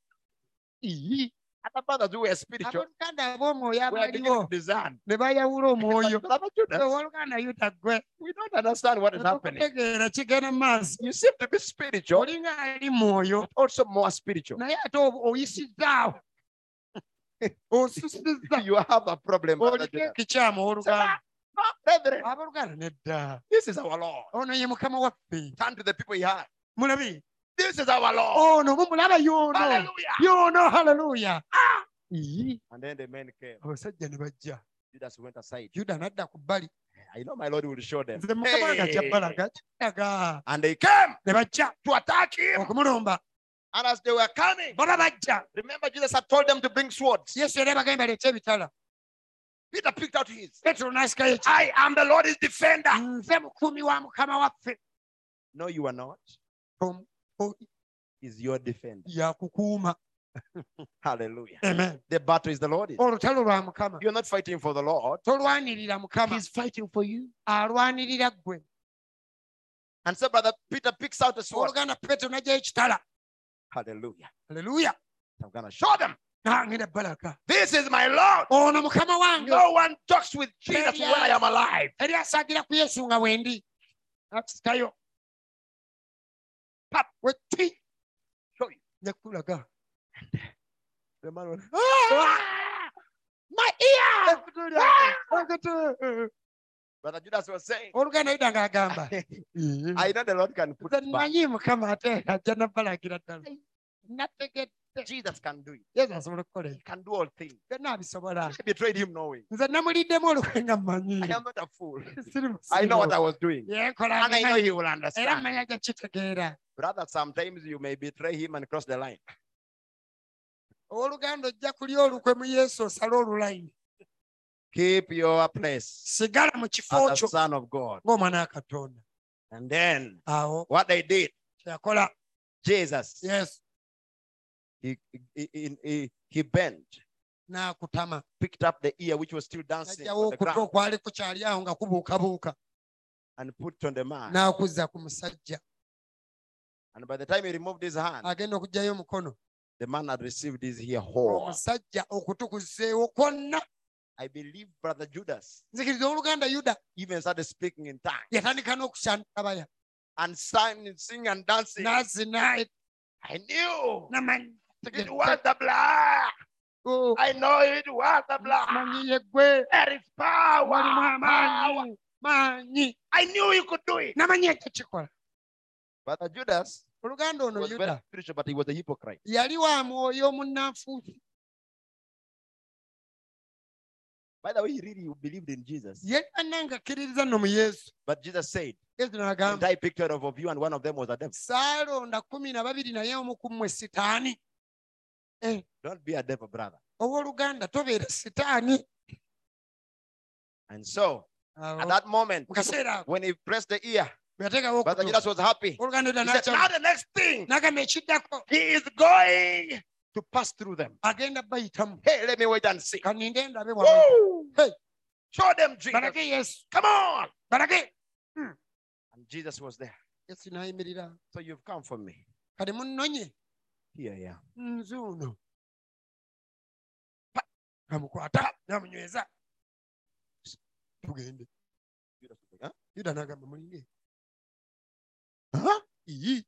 [SPEAKER 4] Other brothers who were spiritual,
[SPEAKER 2] abooluganda ab'omwoyo
[SPEAKER 4] were
[SPEAKER 2] abaliwo
[SPEAKER 4] beginning to discern.
[SPEAKER 2] ne bayawula omwoyo
[SPEAKER 4] But Brother Judas,
[SPEAKER 2] owooluganda yuta ggwe
[SPEAKER 4] we don't understand what is happening.
[SPEAKER 2] okutegeera kigenda mu maaso
[SPEAKER 4] You seem to be spiritual,
[SPEAKER 2] olinga ali mwoyo
[SPEAKER 4] but also more spiritual.
[SPEAKER 2] naye ate obu- oyisizaawo osusizza
[SPEAKER 4] You have a problem. Brother
[SPEAKER 2] oliko
[SPEAKER 4] Judas.
[SPEAKER 2] ekikyamu
[SPEAKER 4] Say,
[SPEAKER 2] owooluganda
[SPEAKER 4] "Ah, no, brethren,
[SPEAKER 2] abooluganda nedda
[SPEAKER 4] This is our Lord.
[SPEAKER 2] ono ye mukama waffe
[SPEAKER 4] Turn to the people he had.
[SPEAKER 2] mulabi
[SPEAKER 4] This is our Lord.
[SPEAKER 2] ono mumulaba yoono
[SPEAKER 4] Hallelujah.
[SPEAKER 2] yoono haleluya
[SPEAKER 1] And then the men came.
[SPEAKER 2] Ah! abasajja ne bajja
[SPEAKER 1] Judas went aside.
[SPEAKER 2] yuda n'adda ku bbali
[SPEAKER 1] I know my Lord will show them.
[SPEAKER 2] nze mukama wange
[SPEAKER 4] Hey.
[SPEAKER 2] ajabbalaga kiddaga
[SPEAKER 1] And they came
[SPEAKER 2] ne bajja
[SPEAKER 1] to attack him.
[SPEAKER 2] okumulumba
[SPEAKER 1] And as they were coming,
[SPEAKER 2] baba bajja
[SPEAKER 1] remember Jesus had told them to bring swords.
[SPEAKER 2] yesu yali abagamba leeta ebitala
[SPEAKER 1] Peter picked out his.
[SPEAKER 2] petero n'asikayo eki
[SPEAKER 1] I am the Lord's defender.
[SPEAKER 2] nze mukuumi wa mukama waffe
[SPEAKER 1] No, you are not.
[SPEAKER 2] Tom- o-
[SPEAKER 1] He's your defender.
[SPEAKER 2] yakukuuma
[SPEAKER 1] Hallelujah.
[SPEAKER 2] Amen.
[SPEAKER 1] The battle is the Lord's.
[SPEAKER 2] olutalo lwa mukama
[SPEAKER 1] You're not fighting for the Lord.
[SPEAKER 2] tolwanirira mukama
[SPEAKER 1] He's fighting for you.
[SPEAKER 2] alwanirira ggwe
[SPEAKER 1] And so, brother Peter picks out a sword.
[SPEAKER 2] oluganda petero n'ajjayo ekitala
[SPEAKER 1] Oh, Hallelujah.
[SPEAKER 2] aleluya
[SPEAKER 1] I'm going to show them.
[SPEAKER 2] n'angenda balaka
[SPEAKER 1] This is my Lord.
[SPEAKER 2] ono mukama wange
[SPEAKER 1] No one talks with Jesus when I am alive.
[SPEAKER 2] eri asagira ku yesu nga wendi akusikayo pap weti
[SPEAKER 1] Show you.
[SPEAKER 2] nekulaga
[SPEAKER 1] The man went,
[SPEAKER 2] Ah!
[SPEAKER 1] My ear. Brother Judas was saying,
[SPEAKER 2] oluganda yuda ng'agamba
[SPEAKER 1] I know the Lord can put
[SPEAKER 2] nze
[SPEAKER 1] it back.
[SPEAKER 2] nanyi mukama ate ajja nabalagira ddala nategedde
[SPEAKER 1] Jesus can do it.
[SPEAKER 2] yesu asobola okukola
[SPEAKER 1] He
[SPEAKER 2] ekyo
[SPEAKER 1] can do all things.
[SPEAKER 2] byonna abisobola
[SPEAKER 1] I betrayed him knowing.
[SPEAKER 2] nze namuliddemu olukwe nga mmanyi
[SPEAKER 1] I am not a fool.
[SPEAKER 2] Siri
[SPEAKER 1] I know what
[SPEAKER 2] musiru.
[SPEAKER 1] I was doing.
[SPEAKER 2] yenkola
[SPEAKER 1] And I know
[SPEAKER 2] era
[SPEAKER 1] he will understand.
[SPEAKER 2] mmanya gye kitegeera
[SPEAKER 1] Brother, sometimes you may betray him and cross the line.
[SPEAKER 2] owooluganda ojja kulya olukwe mu yesu osale olulayini
[SPEAKER 1] Keep your place
[SPEAKER 2] sigala mu kifo
[SPEAKER 1] as a
[SPEAKER 2] kyo
[SPEAKER 1] son of God.
[SPEAKER 2] ng'omwana wa katonda
[SPEAKER 1] And then
[SPEAKER 2] awo
[SPEAKER 1] what they did,
[SPEAKER 2] kyeyakola
[SPEAKER 1] Jesus,
[SPEAKER 2] yesu
[SPEAKER 1] he, he, he- he, he bent,
[SPEAKER 2] n'akutama
[SPEAKER 1] picked up the ear which was still dancing
[SPEAKER 2] najjawo
[SPEAKER 1] on the
[SPEAKER 2] okutu
[SPEAKER 1] ground
[SPEAKER 2] okwali kukyali awo nga kubuukabuuka
[SPEAKER 1] and put on the man.
[SPEAKER 2] n'akuzza ku musajja
[SPEAKER 1] And by the time he removed his hand,
[SPEAKER 2] agenda okugyayo omukono
[SPEAKER 1] the man had received his ear whole.
[SPEAKER 2] omusajja okutukuzeewo kwonna
[SPEAKER 1] I believe Brother Judas
[SPEAKER 2] nzikiriza owooluganda yuda
[SPEAKER 1] even started speaking in tongues
[SPEAKER 2] yatandika n'okusyantabaya
[SPEAKER 1] and sang, sing and dancing.
[SPEAKER 2] n'azina
[SPEAKER 1] I knew
[SPEAKER 2] namanya
[SPEAKER 1] it was the blood. I know it was the blood.
[SPEAKER 2] manyiye ggwe
[SPEAKER 1] There is
[SPEAKER 2] walimu
[SPEAKER 1] power. power.
[SPEAKER 2] amaanyi maanyi
[SPEAKER 1] I knew you could do it.
[SPEAKER 2] namanyi ekyekikola
[SPEAKER 1] Brother uh, Judas
[SPEAKER 2] oluganda ono
[SPEAKER 1] was very
[SPEAKER 2] yuda
[SPEAKER 1] spiritual, but he was a hypocrite.
[SPEAKER 2] yali wa mwoyo munnanfuusi
[SPEAKER 1] By the way, he really believed in Jesus.
[SPEAKER 2] yali bannanga akkiririza nno mu yesu
[SPEAKER 1] But Jesus said,
[SPEAKER 2] yesu
[SPEAKER 1] And
[SPEAKER 2] n'agamba
[SPEAKER 1] I picked out of you, and one of them was a devil.
[SPEAKER 2] saalonda kkumi na babiri naye omu ku mmwe sitaani
[SPEAKER 1] Don't be a devil, brother.
[SPEAKER 2] owooluganda tobeera sitaani
[SPEAKER 1] And so
[SPEAKER 2] Awo,
[SPEAKER 1] at that moment,
[SPEAKER 2] mu kaseera ako
[SPEAKER 1] when he pressed the ear,
[SPEAKER 2] bwe yateekawo
[SPEAKER 1] Brother
[SPEAKER 2] okutu,
[SPEAKER 1] Judas was happy.
[SPEAKER 2] owooluganda yuda
[SPEAKER 1] He said, Now
[SPEAKER 2] n'akyama
[SPEAKER 1] the next thing,
[SPEAKER 2] n'agamba ekiddako
[SPEAKER 1] he is going to pass through them.
[SPEAKER 2] agenda bayitamu
[SPEAKER 1] Hey, let me wait and see.
[SPEAKER 2] kaninde ndabe wamu
[SPEAKER 1] Woo!
[SPEAKER 2] Hey.
[SPEAKER 1] Show them Jesus.
[SPEAKER 2] balage yesu
[SPEAKER 1] Come on.
[SPEAKER 2] balage
[SPEAKER 1] And Jesus was there.
[SPEAKER 2] yesu n'ayimirira
[SPEAKER 1] So you've come for me.
[SPEAKER 2] kale munnonye
[SPEAKER 1] Here I am.
[SPEAKER 2] nzuuno amukwata namunyweza tugende
[SPEAKER 1] Judas was like,
[SPEAKER 2] yuda n'agamba mulinge
[SPEAKER 1] Huh? Huh?
[SPEAKER 2] iyi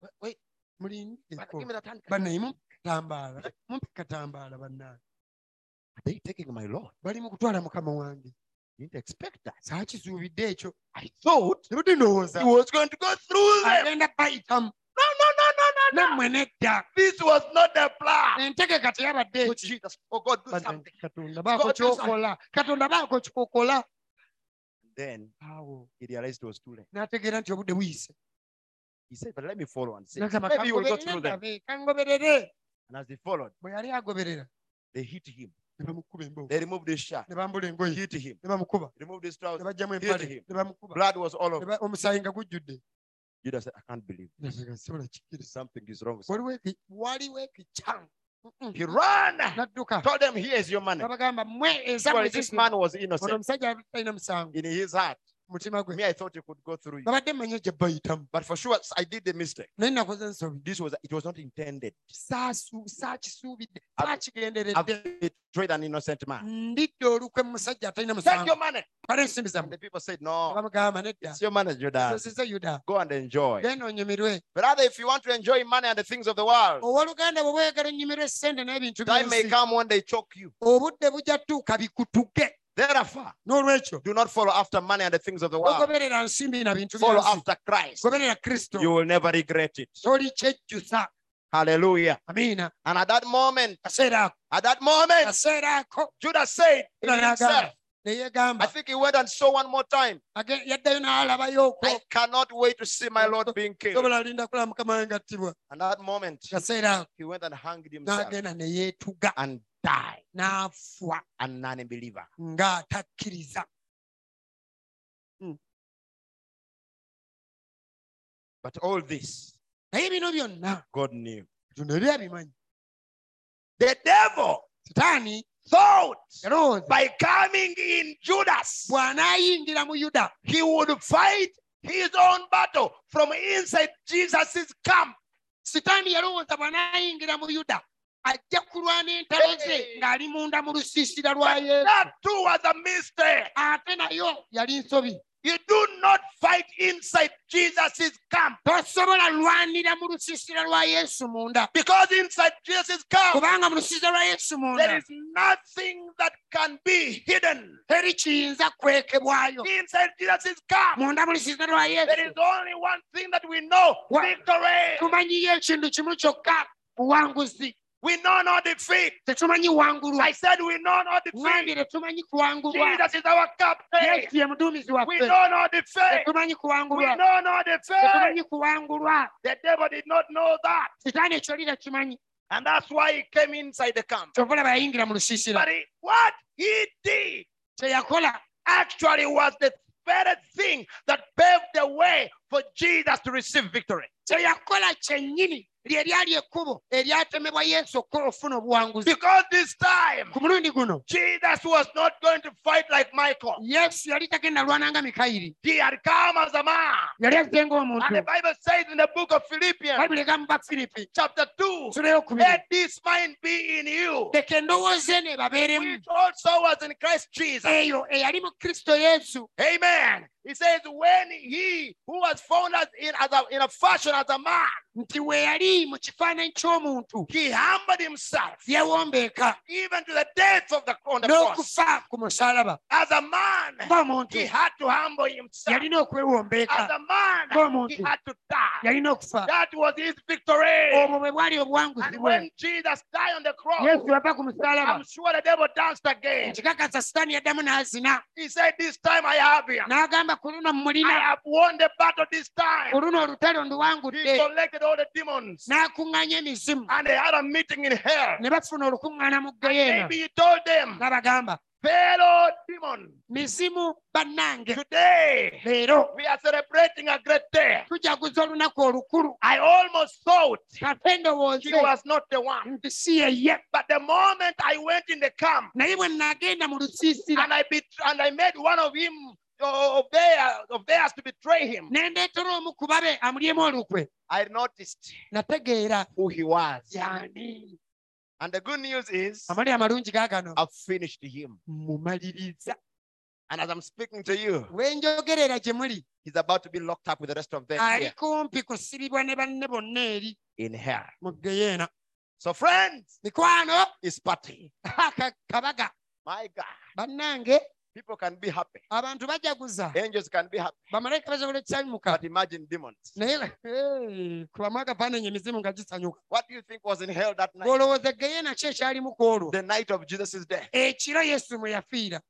[SPEAKER 1] Wait, "Oh, brother,
[SPEAKER 2] mulindeko
[SPEAKER 1] give me that hand.
[SPEAKER 2] bannaye mumpetambaala mumpe katambaala bannaye
[SPEAKER 1] Are they taking my Lord?
[SPEAKER 2] bali mu kutwala mukama wange
[SPEAKER 1] Didn't expect that.
[SPEAKER 2] saakizuubidde ekyo
[SPEAKER 1] I thought
[SPEAKER 2] tebudde ndowooza
[SPEAKER 1] he was going to go through them.
[SPEAKER 2] agenda bayitamu
[SPEAKER 1] No, no, no, no, no.
[SPEAKER 2] nammwe nedda
[SPEAKER 1] This was not the plan.
[SPEAKER 2] entegeka teyabadde
[SPEAKER 1] So
[SPEAKER 2] eki
[SPEAKER 1] Jesus, oh God, do
[SPEAKER 2] Bannange,
[SPEAKER 1] something.
[SPEAKER 2] katonda baako
[SPEAKER 1] God, do something.
[SPEAKER 2] kyokola katonda baako kyokola
[SPEAKER 1] Then
[SPEAKER 2] awo
[SPEAKER 1] he realized it was too late.
[SPEAKER 2] n'ategeera nti obudde buyise
[SPEAKER 1] He said, But let me follow and see.
[SPEAKER 2] n'agamba
[SPEAKER 1] Maybe you will go through
[SPEAKER 2] "Kangoberere,
[SPEAKER 1] them.
[SPEAKER 2] ndabe, kangoberere
[SPEAKER 1] And as they followed,
[SPEAKER 2] bwe yali agoberera
[SPEAKER 1] they hit him.
[SPEAKER 2] ne bamukuba embogo
[SPEAKER 1] They removed his shirt,
[SPEAKER 2] ne bambula engoye
[SPEAKER 1] hit him,
[SPEAKER 2] ne bamukuba
[SPEAKER 1] removed his
[SPEAKER 2] ne
[SPEAKER 1] trousers.
[SPEAKER 2] bajjamu
[SPEAKER 1] Hit
[SPEAKER 2] empale
[SPEAKER 1] him.
[SPEAKER 2] ne bamukuba
[SPEAKER 1] Blood was all
[SPEAKER 2] ne
[SPEAKER 1] over.
[SPEAKER 2] ba- omusaayi nga gujjudde
[SPEAKER 1] Judas said, I can't believe
[SPEAKER 2] Nategeera, sibola kikkiriza
[SPEAKER 1] something is wrong. sir."
[SPEAKER 2] waliwo eki- waliwo ekikyamu Mm-mm.
[SPEAKER 1] He ran,
[SPEAKER 2] n'adduka
[SPEAKER 1] told them, Here is your money.
[SPEAKER 2] babagamba mmwe
[SPEAKER 1] Surely
[SPEAKER 2] ezammwe
[SPEAKER 1] this
[SPEAKER 2] ziri-
[SPEAKER 1] man was
[SPEAKER 2] ono
[SPEAKER 1] innocent
[SPEAKER 2] omusajja talina musango
[SPEAKER 1] in his heart.
[SPEAKER 2] mu mutima gwe
[SPEAKER 1] Me, I thought he could go through it.
[SPEAKER 2] babadde mmanyi gye bayitamu
[SPEAKER 1] But for sure, I did the mistake.
[SPEAKER 2] naye nakoze ensobi
[SPEAKER 1] This was it was not intended.
[SPEAKER 2] Saasu- saakisuubidde
[SPEAKER 1] I've- I've
[SPEAKER 2] saakigenderedde
[SPEAKER 1] betrayed an innocent man.
[SPEAKER 2] ndidde olukwe mu musajja atalina
[SPEAKER 1] Take
[SPEAKER 2] musango
[SPEAKER 1] your money.
[SPEAKER 2] bala ensimbi
[SPEAKER 1] And
[SPEAKER 2] zammwe
[SPEAKER 1] the people said, No,
[SPEAKER 2] bamugamba nedda
[SPEAKER 1] it's your money, Judas.
[SPEAKER 2] zosize yuda
[SPEAKER 1] Go and enjoy.
[SPEAKER 2] genda onyumirwe
[SPEAKER 1] Brother, if you want to enjoy money and the things of the
[SPEAKER 2] Oh,
[SPEAKER 1] world,
[SPEAKER 2] owooluganda bwe bweyagala onyumirwe essente n'ebintu
[SPEAKER 1] time may
[SPEAKER 2] by'ensi
[SPEAKER 1] come when they choke you.
[SPEAKER 2] obudde bujja tuuka bikutuke
[SPEAKER 1] Therefore,
[SPEAKER 2] n'olwekyo
[SPEAKER 1] do not follow after money and the things of the world.
[SPEAKER 2] ogoberera nsimbi na bintu
[SPEAKER 1] Follow
[SPEAKER 2] byansi
[SPEAKER 1] after Christ.
[SPEAKER 2] goberera kristo
[SPEAKER 1] You will never regret it.
[SPEAKER 2] toli kyejjusa
[SPEAKER 1] Hallelujah.
[SPEAKER 2] amiina
[SPEAKER 1] And at that moment,
[SPEAKER 2] kaseera ako
[SPEAKER 1] at that moment,
[SPEAKER 2] kaseera ako
[SPEAKER 1] Judas said in
[SPEAKER 2] Yuda
[SPEAKER 1] himself,
[SPEAKER 2] n'agamba neyeegamba
[SPEAKER 1] I think he went and saw one more time.
[SPEAKER 2] age- yaddayo n'alabayo okwo
[SPEAKER 1] I cannot wait to see my Lord being killed.
[SPEAKER 2] sobola linda kulaba mukama wange attibwa
[SPEAKER 1] And that moment,
[SPEAKER 2] kaseera ako
[SPEAKER 1] he went and hanged himself
[SPEAKER 2] n'agenda ne yeetuga
[SPEAKER 1] and died
[SPEAKER 2] n'afa
[SPEAKER 1] a non-believer.
[SPEAKER 2] ng'atakkiriza
[SPEAKER 1] But all this,
[SPEAKER 2] naye bino byonna
[SPEAKER 1] God knew.
[SPEAKER 2] tuno ebi abimanyi
[SPEAKER 1] The devil
[SPEAKER 2] sitaani
[SPEAKER 1] thought
[SPEAKER 2] yalowooza
[SPEAKER 1] by coming in Judas,
[SPEAKER 2] bw'anaayingira mu yuda
[SPEAKER 1] he would fight his own battle from inside Jesus' camp.
[SPEAKER 2] sitaani yalowooza bw'anaayingira mu yuda ajja kulwana entalo ze ng'ali munda mu lusiisira lwa yesu
[SPEAKER 1] That too was a mistake.
[SPEAKER 2] ate nayo yali nsobi
[SPEAKER 1] You do not fight inside Jesus' camp
[SPEAKER 2] tosobola lwanira mu lusiisira lwa yesu munda
[SPEAKER 1] because inside Jesus' camp
[SPEAKER 2] kubanga mu lusiisira lwa yesu munda
[SPEAKER 1] there is nothing that can be hidden.
[SPEAKER 2] teri kiyinza kwekebwayo
[SPEAKER 1] Inside Jesus' camp
[SPEAKER 2] munda mu lusiisira lwa
[SPEAKER 1] there is
[SPEAKER 2] yesu
[SPEAKER 1] only one thing that we know
[SPEAKER 2] What?
[SPEAKER 1] victory.
[SPEAKER 2] tumanyiyo ekintu kimu kyokka buwanguzi
[SPEAKER 1] We know no defeat.
[SPEAKER 2] tetumanyi wangulwa
[SPEAKER 1] I said we know no
[SPEAKER 2] ŋambye
[SPEAKER 1] defeat.
[SPEAKER 2] tetumanyi kuwangulwa
[SPEAKER 1] Jesus is our captain.
[SPEAKER 2] yesu ye muduumizi
[SPEAKER 1] We
[SPEAKER 2] waffe
[SPEAKER 1] know no defeat.
[SPEAKER 2] tetumanyi
[SPEAKER 1] We
[SPEAKER 2] kuwangulwa
[SPEAKER 1] know no defeat.
[SPEAKER 2] tetumanyi kuwangulwa
[SPEAKER 1] The devil did not know that.
[SPEAKER 2] sitaani ekyo lira kimanyi
[SPEAKER 1] And that's why he came inside the camp.
[SPEAKER 2] kyova laba yayingira mu lusiisira
[SPEAKER 1] But he- what he did
[SPEAKER 2] kye yakola
[SPEAKER 1] actually was the very thing that paved the way for Jesus to receive victory.
[SPEAKER 2] kye yakola kyennyini lye lyali ekkubo eryatemebwa e yesu okukola ofuna obuwanguzi
[SPEAKER 1] Because this time,
[SPEAKER 2] ku mulundi guno
[SPEAKER 1] Jesus was not going to fight like Michael.
[SPEAKER 2] yesu yali tagenda lwana nga mikayiri
[SPEAKER 1] He had come as a man.
[SPEAKER 2] yali azze ng'omuntu
[SPEAKER 1] And the Bible says in the book of Philippians,
[SPEAKER 2] bayibuli egamu ba firipi
[SPEAKER 1] chapter 2,
[SPEAKER 2] nsula eyokubiri
[SPEAKER 1] let this mind be in you,
[SPEAKER 2] leka endowooza eno ebabeeremu
[SPEAKER 1] which also was in Christ Jesus.
[SPEAKER 2] eyo eyali mu kristo yesu
[SPEAKER 1] Amen. He says, when he who was found as in, as a, in a fashion as a man,
[SPEAKER 2] nti we yali mu kifaananyi ky'omuntu
[SPEAKER 1] he humbled himself
[SPEAKER 2] yeewombeeka
[SPEAKER 1] even to the death of the on the cross.
[SPEAKER 2] n'okufa ku musalaba
[SPEAKER 1] As a man,
[SPEAKER 2] kuba omuntu
[SPEAKER 1] he had to humble himself.
[SPEAKER 2] yalina okwewombeeka
[SPEAKER 1] As a man, he
[SPEAKER 2] ng'omuntu
[SPEAKER 1] had to die.
[SPEAKER 2] yalina okufa
[SPEAKER 1] That was his victory.
[SPEAKER 2] obwo bwe bwali obuwanguzi
[SPEAKER 1] And
[SPEAKER 2] bwe
[SPEAKER 1] when Jesus died on the cross,
[SPEAKER 2] yesu yava ku musalaba
[SPEAKER 1] I'm sure the devil danced again.
[SPEAKER 2] kikakasa sitaani yaddamu n'azina
[SPEAKER 1] He said, This time I have him.
[SPEAKER 2] n'agamba ku luno
[SPEAKER 1] I
[SPEAKER 2] mulina
[SPEAKER 1] have won the battle this
[SPEAKER 2] ku
[SPEAKER 1] time.
[SPEAKER 2] luno olutalo
[SPEAKER 1] He
[SPEAKER 2] nduwangudde
[SPEAKER 1] collected all the demons.
[SPEAKER 2] n'akuŋŋaanya emizimu
[SPEAKER 1] And they had a meeting in hell.
[SPEAKER 2] ne bafuna olukuŋŋaana mu ggeyeena
[SPEAKER 1] Maybe he told them,
[SPEAKER 2] n'abagamba
[SPEAKER 1] fellow demon,
[SPEAKER 2] mizimu bannange
[SPEAKER 1] today
[SPEAKER 2] leero
[SPEAKER 1] we are celebrating a great day.
[SPEAKER 2] tujaguza olunaku olukulu
[SPEAKER 1] I almost thought
[SPEAKER 2] kate
[SPEAKER 1] he
[SPEAKER 2] ndowooze
[SPEAKER 1] was not the one.
[SPEAKER 2] nti si yeye
[SPEAKER 1] But the moment I went in the camp
[SPEAKER 2] naye bwe nagenda mu lusiisira
[SPEAKER 1] and I bet- and I made one of him uh, of their of theirs to betray him,
[SPEAKER 2] ne ndeetera omu ku babe amulyemu olukwe
[SPEAKER 1] I noticed
[SPEAKER 2] nategeera
[SPEAKER 1] who he was.
[SPEAKER 2] y'ani
[SPEAKER 1] And the good news is
[SPEAKER 2] amawulire amalungi gaagano
[SPEAKER 1] I've finished him.
[SPEAKER 2] mumaliriza
[SPEAKER 1] And as I'm speaking to you,
[SPEAKER 2] wenjogerera gye muli
[SPEAKER 1] he's about to be locked up with the rest of them
[SPEAKER 2] ali
[SPEAKER 1] here
[SPEAKER 2] kumpi kusibibwa ne banne bonna eri
[SPEAKER 1] in hell.
[SPEAKER 2] mu geyeena
[SPEAKER 1] So friends,
[SPEAKER 2] mikwano
[SPEAKER 1] it's party.
[SPEAKER 2] aka- kabaga
[SPEAKER 1] My God,
[SPEAKER 2] bannange
[SPEAKER 1] people can be happy.
[SPEAKER 2] abantu bajaguza
[SPEAKER 1] Angels can be happy.
[SPEAKER 2] bamalayika basobola ekisanyuka
[SPEAKER 1] But imagine demons.
[SPEAKER 2] naye hey, kubamu akafaananyi emizimu nga gisanyuka
[SPEAKER 1] What do you think was in hell that night?
[SPEAKER 2] olowooza geyeena ki ekyalimu ku olwo
[SPEAKER 1] The night of Jesus' death.
[SPEAKER 2] ekiro yesu mwe yafiira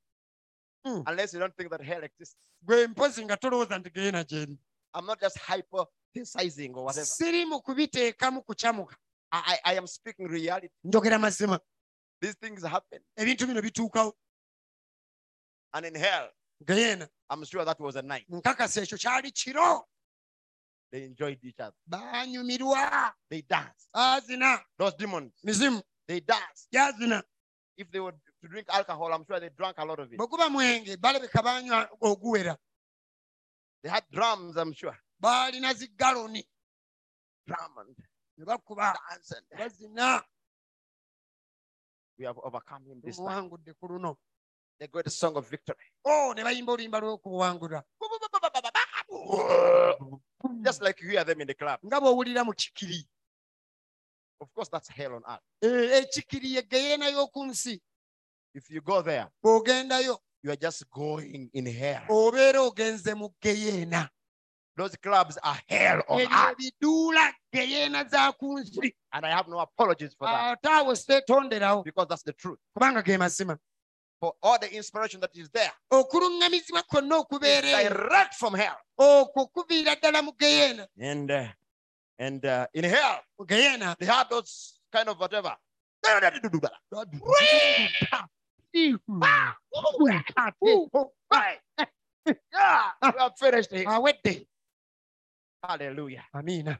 [SPEAKER 1] Unless you don't think that hell exists.
[SPEAKER 2] gwe mpozi nga tolowooza nti geyeena gyeri
[SPEAKER 1] I'm not just hypothesizing or whatever.
[SPEAKER 2] siri mu kubiteekamu kucamuka
[SPEAKER 1] I, I, I am speaking reality.
[SPEAKER 2] njogera mazima
[SPEAKER 1] These things happen.
[SPEAKER 2] ebintu bino bituukawo
[SPEAKER 1] And in hell,
[SPEAKER 2] geyeena
[SPEAKER 1] I'm sure that was a night.
[SPEAKER 2] nkakasa ekyo kyali kiro
[SPEAKER 1] They enjoyed each other.
[SPEAKER 2] baanyumirwa
[SPEAKER 1] They danced.
[SPEAKER 2] baazina
[SPEAKER 1] Those demons,
[SPEAKER 2] mizimu
[SPEAKER 1] They danced.
[SPEAKER 2] gyazina
[SPEAKER 1] If they were to drink alcohol, I'm sure they drank a lot of it.
[SPEAKER 2] bwe guba mwenge balabika banywa oguwera
[SPEAKER 1] They had drums, I'm sure.
[SPEAKER 2] baalina zi galoni
[SPEAKER 1] Drum and
[SPEAKER 2] ne bakuba
[SPEAKER 1] dance. And
[SPEAKER 2] bazina
[SPEAKER 1] we have overcome him this time.
[SPEAKER 2] tumuwangudde ku luno
[SPEAKER 1] They got a song of victory.
[SPEAKER 2] o ne bayimba oluyimba lw'okuwangula
[SPEAKER 1] Just like you hear them in the club.
[SPEAKER 2] nga bw'owulira mu kikiri
[SPEAKER 1] Of course, that's hell on earth.
[SPEAKER 2] Eh, ekikiri ye geyeena y'oku nsi
[SPEAKER 1] If you go there,
[SPEAKER 2] bw'ogendayo
[SPEAKER 1] you are just going in hell.
[SPEAKER 2] obeera ogenze mu geyeena
[SPEAKER 1] Those clubs are hell on
[SPEAKER 2] ebyo
[SPEAKER 1] earth.
[SPEAKER 2] biduula geyeena za Ah, ku nsi
[SPEAKER 1] And I have no apologies for that
[SPEAKER 2] ate awo seetonderawo
[SPEAKER 1] because that's the truth.
[SPEAKER 2] kubanga ge mazima
[SPEAKER 1] For all the inspiration that is there
[SPEAKER 2] okuluŋŋamizibwa kwonna
[SPEAKER 1] is
[SPEAKER 2] okubeera eyo
[SPEAKER 1] direct from hell.
[SPEAKER 2] okwo kuviira ddala mu geyeena
[SPEAKER 1] And uh, and uh, in hell,
[SPEAKER 2] mu geyeena
[SPEAKER 1] they had those kind of whatever.
[SPEAKER 2] Ah,
[SPEAKER 1] Yeah, we have finished it.
[SPEAKER 2] awedde
[SPEAKER 1] Hallelujah.
[SPEAKER 2] amiina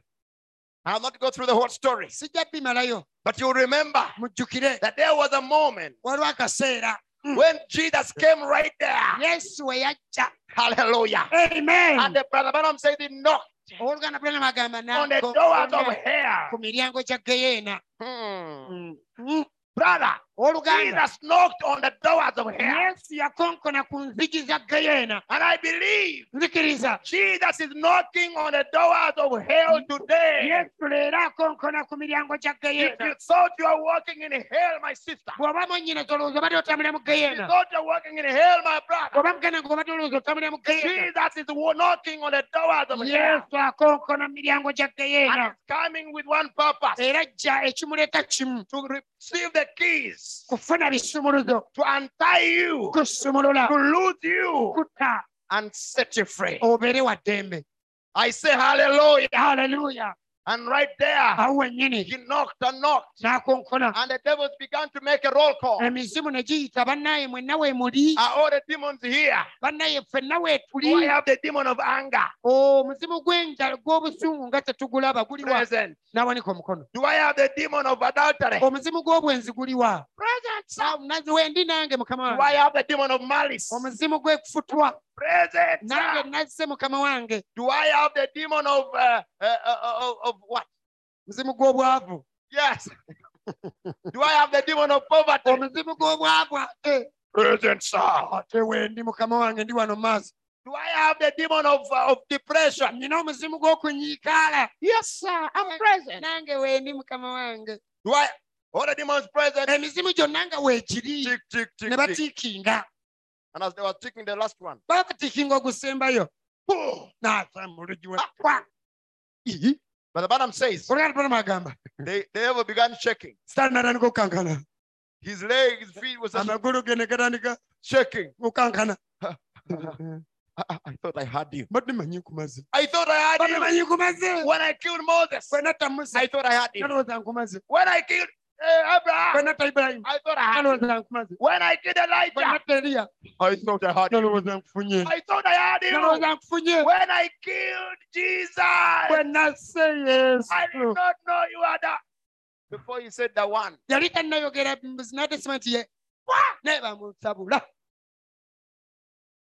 [SPEAKER 1] I'll not go through the whole story,
[SPEAKER 2] sijja bimalayo
[SPEAKER 1] but you remember
[SPEAKER 2] mujjukire
[SPEAKER 1] that there was a moment
[SPEAKER 2] waliwo akaseera
[SPEAKER 1] when Jesus came right there.
[SPEAKER 2] yesu we yajja
[SPEAKER 1] Hallelujah.
[SPEAKER 2] amen
[SPEAKER 1] And the brother Branham said he knocked
[SPEAKER 2] owooluganda bulana bagamba
[SPEAKER 1] on the doors of
[SPEAKER 2] "Nanko, ku
[SPEAKER 1] hell.
[SPEAKER 2] miryango gya geyeena
[SPEAKER 1] Hmm.
[SPEAKER 2] Mm,
[SPEAKER 1] Brother,
[SPEAKER 2] owooluganda
[SPEAKER 1] Jesus knocked on the doors of hell.
[SPEAKER 2] yesu yakonkona ku nzigi za geyeena
[SPEAKER 1] And I believe
[SPEAKER 2] nzikiriza Mm-hmm.
[SPEAKER 1] Jesus is knocking on the doors of hell today.
[SPEAKER 2] yesu leero akonkona ku miryango gya
[SPEAKER 1] If you
[SPEAKER 2] geyeena
[SPEAKER 1] thought you are walking in hell, my sister,
[SPEAKER 2] bw'oba mwennyina tolowooza obadde otambulira mu
[SPEAKER 1] if you
[SPEAKER 2] geyeena
[SPEAKER 1] thought you're walking in hell, my brother,
[SPEAKER 2] bw'oba muganda nga obadde olowooza otambulira mu geyeena
[SPEAKER 1] Jesus is knocking on the doors of hell.
[SPEAKER 2] yesu akonkona mu miryango gya
[SPEAKER 1] And
[SPEAKER 2] geyeena
[SPEAKER 1] it's coming with one purpose
[SPEAKER 2] era jja ekimuleeta kimu
[SPEAKER 1] to receive the keys,
[SPEAKER 2] kufuna bisumuluzo
[SPEAKER 1] to untie you,
[SPEAKER 2] kusumulula
[SPEAKER 1] to loose you,
[SPEAKER 2] kuta
[SPEAKER 1] and set you free.
[SPEAKER 2] obeere wa ddembe
[SPEAKER 1] I say hallelujah.
[SPEAKER 2] haleluya
[SPEAKER 1] And right there,
[SPEAKER 2] awo wennyini
[SPEAKER 1] he knocked and knocked.
[SPEAKER 2] n'akonkona
[SPEAKER 1] And the devils began to make a roll call.
[SPEAKER 2] emizimu ne giyita bannaye mwenna we muli
[SPEAKER 1] Are all the demons here?
[SPEAKER 2] bannaye ffenna we
[SPEAKER 1] Do I
[SPEAKER 2] tuli
[SPEAKER 1] have the demon of anger
[SPEAKER 2] omuzimu gw'enjala gw'obusungu nga tetugulaba guliwa
[SPEAKER 1] present?
[SPEAKER 2] n'awanika omukono
[SPEAKER 1] Do I have the demon of adultery
[SPEAKER 2] omuzimu gw'obwenzi guliwa
[SPEAKER 1] present?
[SPEAKER 2] Na- na- wendi nange
[SPEAKER 1] Do
[SPEAKER 2] mukama wange
[SPEAKER 1] I have the demon of malice
[SPEAKER 2] omuzimu gw'ekufutwa
[SPEAKER 1] present?
[SPEAKER 2] nange nazze mukama wange
[SPEAKER 1] Do I have the demon of uh, uh, uh, uh, of what?
[SPEAKER 2] omuzimu gw'obwavu
[SPEAKER 1] Yes. Do I have the demon of poverty
[SPEAKER 2] omuzimu eh. gw'obwavu ate
[SPEAKER 1] present, sir?
[SPEAKER 2] ate wendi mukama wange ndi wano mu maaso
[SPEAKER 1] Do I have the demon of uh, of depression?
[SPEAKER 2] nina omuzimu gw'okunyiikaala
[SPEAKER 1] Yes, sir. I'm present.
[SPEAKER 2] nange wendi mukama wange eh,
[SPEAKER 1] Do I? All the demons present.
[SPEAKER 2] emizimu gyonna nga weegiri
[SPEAKER 1] Tick, tick, tick,
[SPEAKER 2] ne
[SPEAKER 1] tick.
[SPEAKER 2] batiikinga
[SPEAKER 1] And as they were ticking the last one,
[SPEAKER 2] baba batiikinga ogusembayo n'asa mu luggi we kwa
[SPEAKER 1] Brother Branham says
[SPEAKER 2] oluganda panama agamba
[SPEAKER 1] they the devil began shaking.
[SPEAKER 2] sitandananika okukankana
[SPEAKER 1] His legs, his feet was just
[SPEAKER 2] amagulu ge ne gatandika
[SPEAKER 1] shaking.
[SPEAKER 2] okukankana
[SPEAKER 1] I, I- I thought I had you.
[SPEAKER 2] badde manyi nkumaze
[SPEAKER 1] I thought I
[SPEAKER 2] badde
[SPEAKER 1] had
[SPEAKER 2] manyi nkumaze
[SPEAKER 1] you. When I killed Moses,
[SPEAKER 2] fena tamusa
[SPEAKER 1] I thought I had you.
[SPEAKER 2] nalowooza nkumaze
[SPEAKER 1] When I killed uh, Abraham,
[SPEAKER 2] fena ta ibulayimu
[SPEAKER 1] I thought I had you.
[SPEAKER 2] nalowooza nkumaze
[SPEAKER 1] When I killed
[SPEAKER 2] fena
[SPEAKER 1] Elijah,
[SPEAKER 2] ta eriya
[SPEAKER 1] I thought I had you.
[SPEAKER 2] nalowooza nkufunye
[SPEAKER 1] I thought I had you.
[SPEAKER 2] nalowooza nkufunye
[SPEAKER 1] When I killed Jesus, I
[SPEAKER 2] fena se
[SPEAKER 1] did
[SPEAKER 2] yesu
[SPEAKER 1] not know you are that. Before you said the one,
[SPEAKER 2] yali tannayogera mbuzi n'atesima nti ye naye bamusabula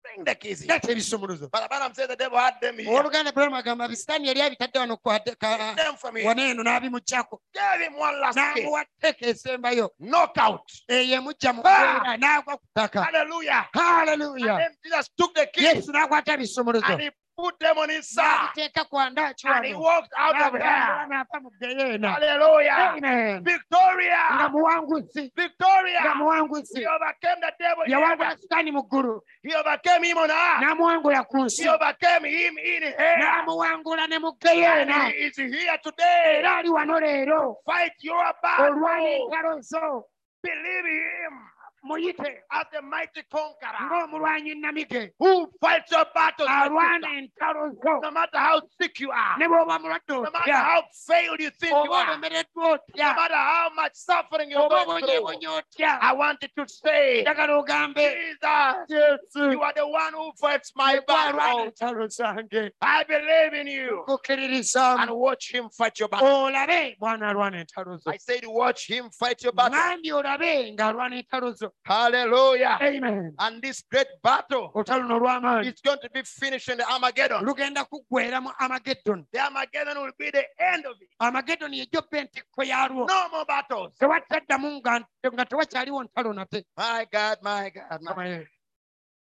[SPEAKER 1] bring the keys here.
[SPEAKER 2] leeta ebisumuluzo
[SPEAKER 1] But Abraham said the devil had them here.
[SPEAKER 2] owooluganda bulamu agamba bisitaani yali abitadde wano ku ade- ka-
[SPEAKER 1] Them from here.
[SPEAKER 2] wano eno n'abimuggyako
[SPEAKER 1] Gave him one last kick.
[SPEAKER 2] n'amuwa tteeka esembayo
[SPEAKER 1] Knockout.
[SPEAKER 2] eyo emugya mu
[SPEAKER 1] Ah!
[SPEAKER 2] kubeera n'agwa ku ttaka
[SPEAKER 1] Hallelujah. And
[SPEAKER 2] haleluya
[SPEAKER 1] then Jesus took the keys.
[SPEAKER 2] yesu n'akwata ebisumuluzo
[SPEAKER 1] and he put them on his side
[SPEAKER 2] n'abiteeka ku andaaki
[SPEAKER 1] and he
[SPEAKER 2] wano
[SPEAKER 1] walked out of
[SPEAKER 2] n'atambula
[SPEAKER 1] here.
[SPEAKER 2] n'ava mu geyeena
[SPEAKER 1] Hallelujah.
[SPEAKER 2] amen nga
[SPEAKER 1] Victoria.
[SPEAKER 2] muwanguzi nga
[SPEAKER 1] Victoria.
[SPEAKER 2] muwanguzi
[SPEAKER 1] He overcame the devil. in
[SPEAKER 2] yawangula
[SPEAKER 1] heaven.
[SPEAKER 2] sitaani mu ggulu
[SPEAKER 1] He overcame him on earth.
[SPEAKER 2] n'amuwangula ku nsi
[SPEAKER 1] He overcame him in hell.
[SPEAKER 2] n'amuwangula ne mu
[SPEAKER 1] And
[SPEAKER 2] geyeena
[SPEAKER 1] he is here today.
[SPEAKER 2] era ali wano leero
[SPEAKER 1] Fight your battle.
[SPEAKER 2] olwana engalo zo
[SPEAKER 1] Believe him.
[SPEAKER 2] muyite
[SPEAKER 1] as the mighty conqueror
[SPEAKER 2] ng'omulwanyi namige
[SPEAKER 1] who fights your battles. my
[SPEAKER 2] alwana
[SPEAKER 1] sister.
[SPEAKER 2] entalo zo
[SPEAKER 1] No matter how sick you are,
[SPEAKER 2] ne bw'oba mulwadde
[SPEAKER 1] no matter
[SPEAKER 2] otya
[SPEAKER 1] how failed you think you
[SPEAKER 2] oba
[SPEAKER 1] are, no
[SPEAKER 2] olemereddwa otya
[SPEAKER 1] matter how much suffering you're
[SPEAKER 2] oba
[SPEAKER 1] going through,
[SPEAKER 2] obonyeebonye otya
[SPEAKER 1] I wanted to say,
[SPEAKER 2] njagala ogambe
[SPEAKER 1] Jesus,
[SPEAKER 2] yesu
[SPEAKER 1] you are the one who fights my
[SPEAKER 2] alwana
[SPEAKER 1] battle.
[SPEAKER 2] entalo zange
[SPEAKER 1] I believe in you. And
[SPEAKER 2] kukkiririzaamu
[SPEAKER 1] watch him fight your battle.
[SPEAKER 2] olabe bwana alwana entalo zo
[SPEAKER 1] I said, watch him fight your battle.
[SPEAKER 2] ŋambye olabe ng'alwana entalo zo
[SPEAKER 1] Hallelujah.
[SPEAKER 2] amen
[SPEAKER 1] And this great battle
[SPEAKER 2] olutalo no olw'amaanyi
[SPEAKER 1] is going to be finished in the Armageddon.
[SPEAKER 2] lugenda kuggwera mu amageddoni
[SPEAKER 1] The Armageddon will be the end of it.
[SPEAKER 2] amageddoni yejjo bba entikko yaalwo
[SPEAKER 1] No more battles.
[SPEAKER 2] tewakyaddamu nga nga tewakyaliwo ntalo nate
[SPEAKER 1] My God, my God. My.
[SPEAKER 2] Mukama ye-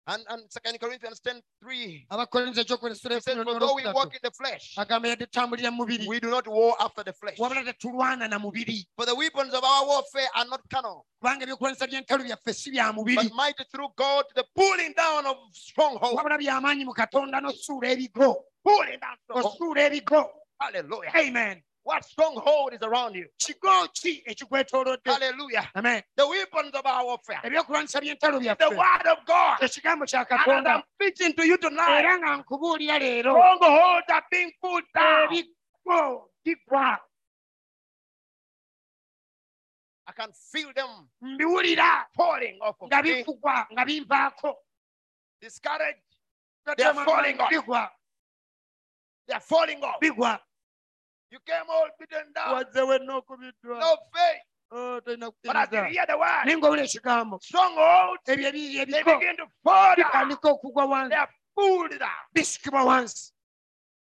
[SPEAKER 1] And, and 2 Corinthians 10 3.
[SPEAKER 6] abakolinza ekyokubiri sula
[SPEAKER 1] It says,
[SPEAKER 6] efuna
[SPEAKER 1] For though we walk in the flesh,
[SPEAKER 6] agamba yadde tutambulira mu mubiri
[SPEAKER 1] we do not war after the flesh.
[SPEAKER 2] wabula tetulwana na mubiri
[SPEAKER 1] For the weapons of our warfare are not carnal,
[SPEAKER 2] kubanga ebyokulwanyisa by'entalo byaffe si bya
[SPEAKER 1] but
[SPEAKER 2] mubiri
[SPEAKER 1] mighty through God, to the pulling down of strongholds.
[SPEAKER 2] wabula byamaanyi mu katonda n'osuula ebigo
[SPEAKER 1] Pulling down strongholds.
[SPEAKER 2] osuula ebigo
[SPEAKER 1] Hallelujah.
[SPEAKER 2] amen
[SPEAKER 1] What stronghold is around you?
[SPEAKER 2] kigo ki ekikwetoolodde
[SPEAKER 1] Hallelujah.
[SPEAKER 2] amen
[SPEAKER 1] The weapons of our warfare.
[SPEAKER 2] ebyokulwanyisa by'entalo
[SPEAKER 1] The
[SPEAKER 2] byaffe
[SPEAKER 1] word of God.
[SPEAKER 2] ekigambo kya
[SPEAKER 1] And
[SPEAKER 2] katonda
[SPEAKER 1] I'm preaching to you tonight.
[SPEAKER 2] era nga nkubuulira leero
[SPEAKER 1] Strongholds are being pulled down.
[SPEAKER 2] ebiggo bigwa
[SPEAKER 1] I can feel them
[SPEAKER 2] mbiwulira
[SPEAKER 1] falling off of
[SPEAKER 2] Hmm. nga
[SPEAKER 1] me.
[SPEAKER 2] bikugwa nga binvaako
[SPEAKER 1] Discouraged.
[SPEAKER 2] Nga
[SPEAKER 1] They are
[SPEAKER 2] ddama-
[SPEAKER 1] falling off.
[SPEAKER 2] bigwa
[SPEAKER 1] They are falling off.
[SPEAKER 2] bigwa
[SPEAKER 1] You came all beaten down.
[SPEAKER 2] wazze wenna okubiddwa
[SPEAKER 1] No faith.
[SPEAKER 2] Oh, tolina
[SPEAKER 1] But as you
[SPEAKER 2] kukkiriza
[SPEAKER 1] hear the word,
[SPEAKER 2] naye ngaowula ekigambo
[SPEAKER 1] strongholds,
[SPEAKER 2] ebyo ebiri
[SPEAKER 1] they
[SPEAKER 2] ebiko
[SPEAKER 1] begin to fall down.
[SPEAKER 2] bitandika okugwa
[SPEAKER 1] They
[SPEAKER 2] wansi
[SPEAKER 1] are pulled down.
[SPEAKER 2] bisikibwa wansi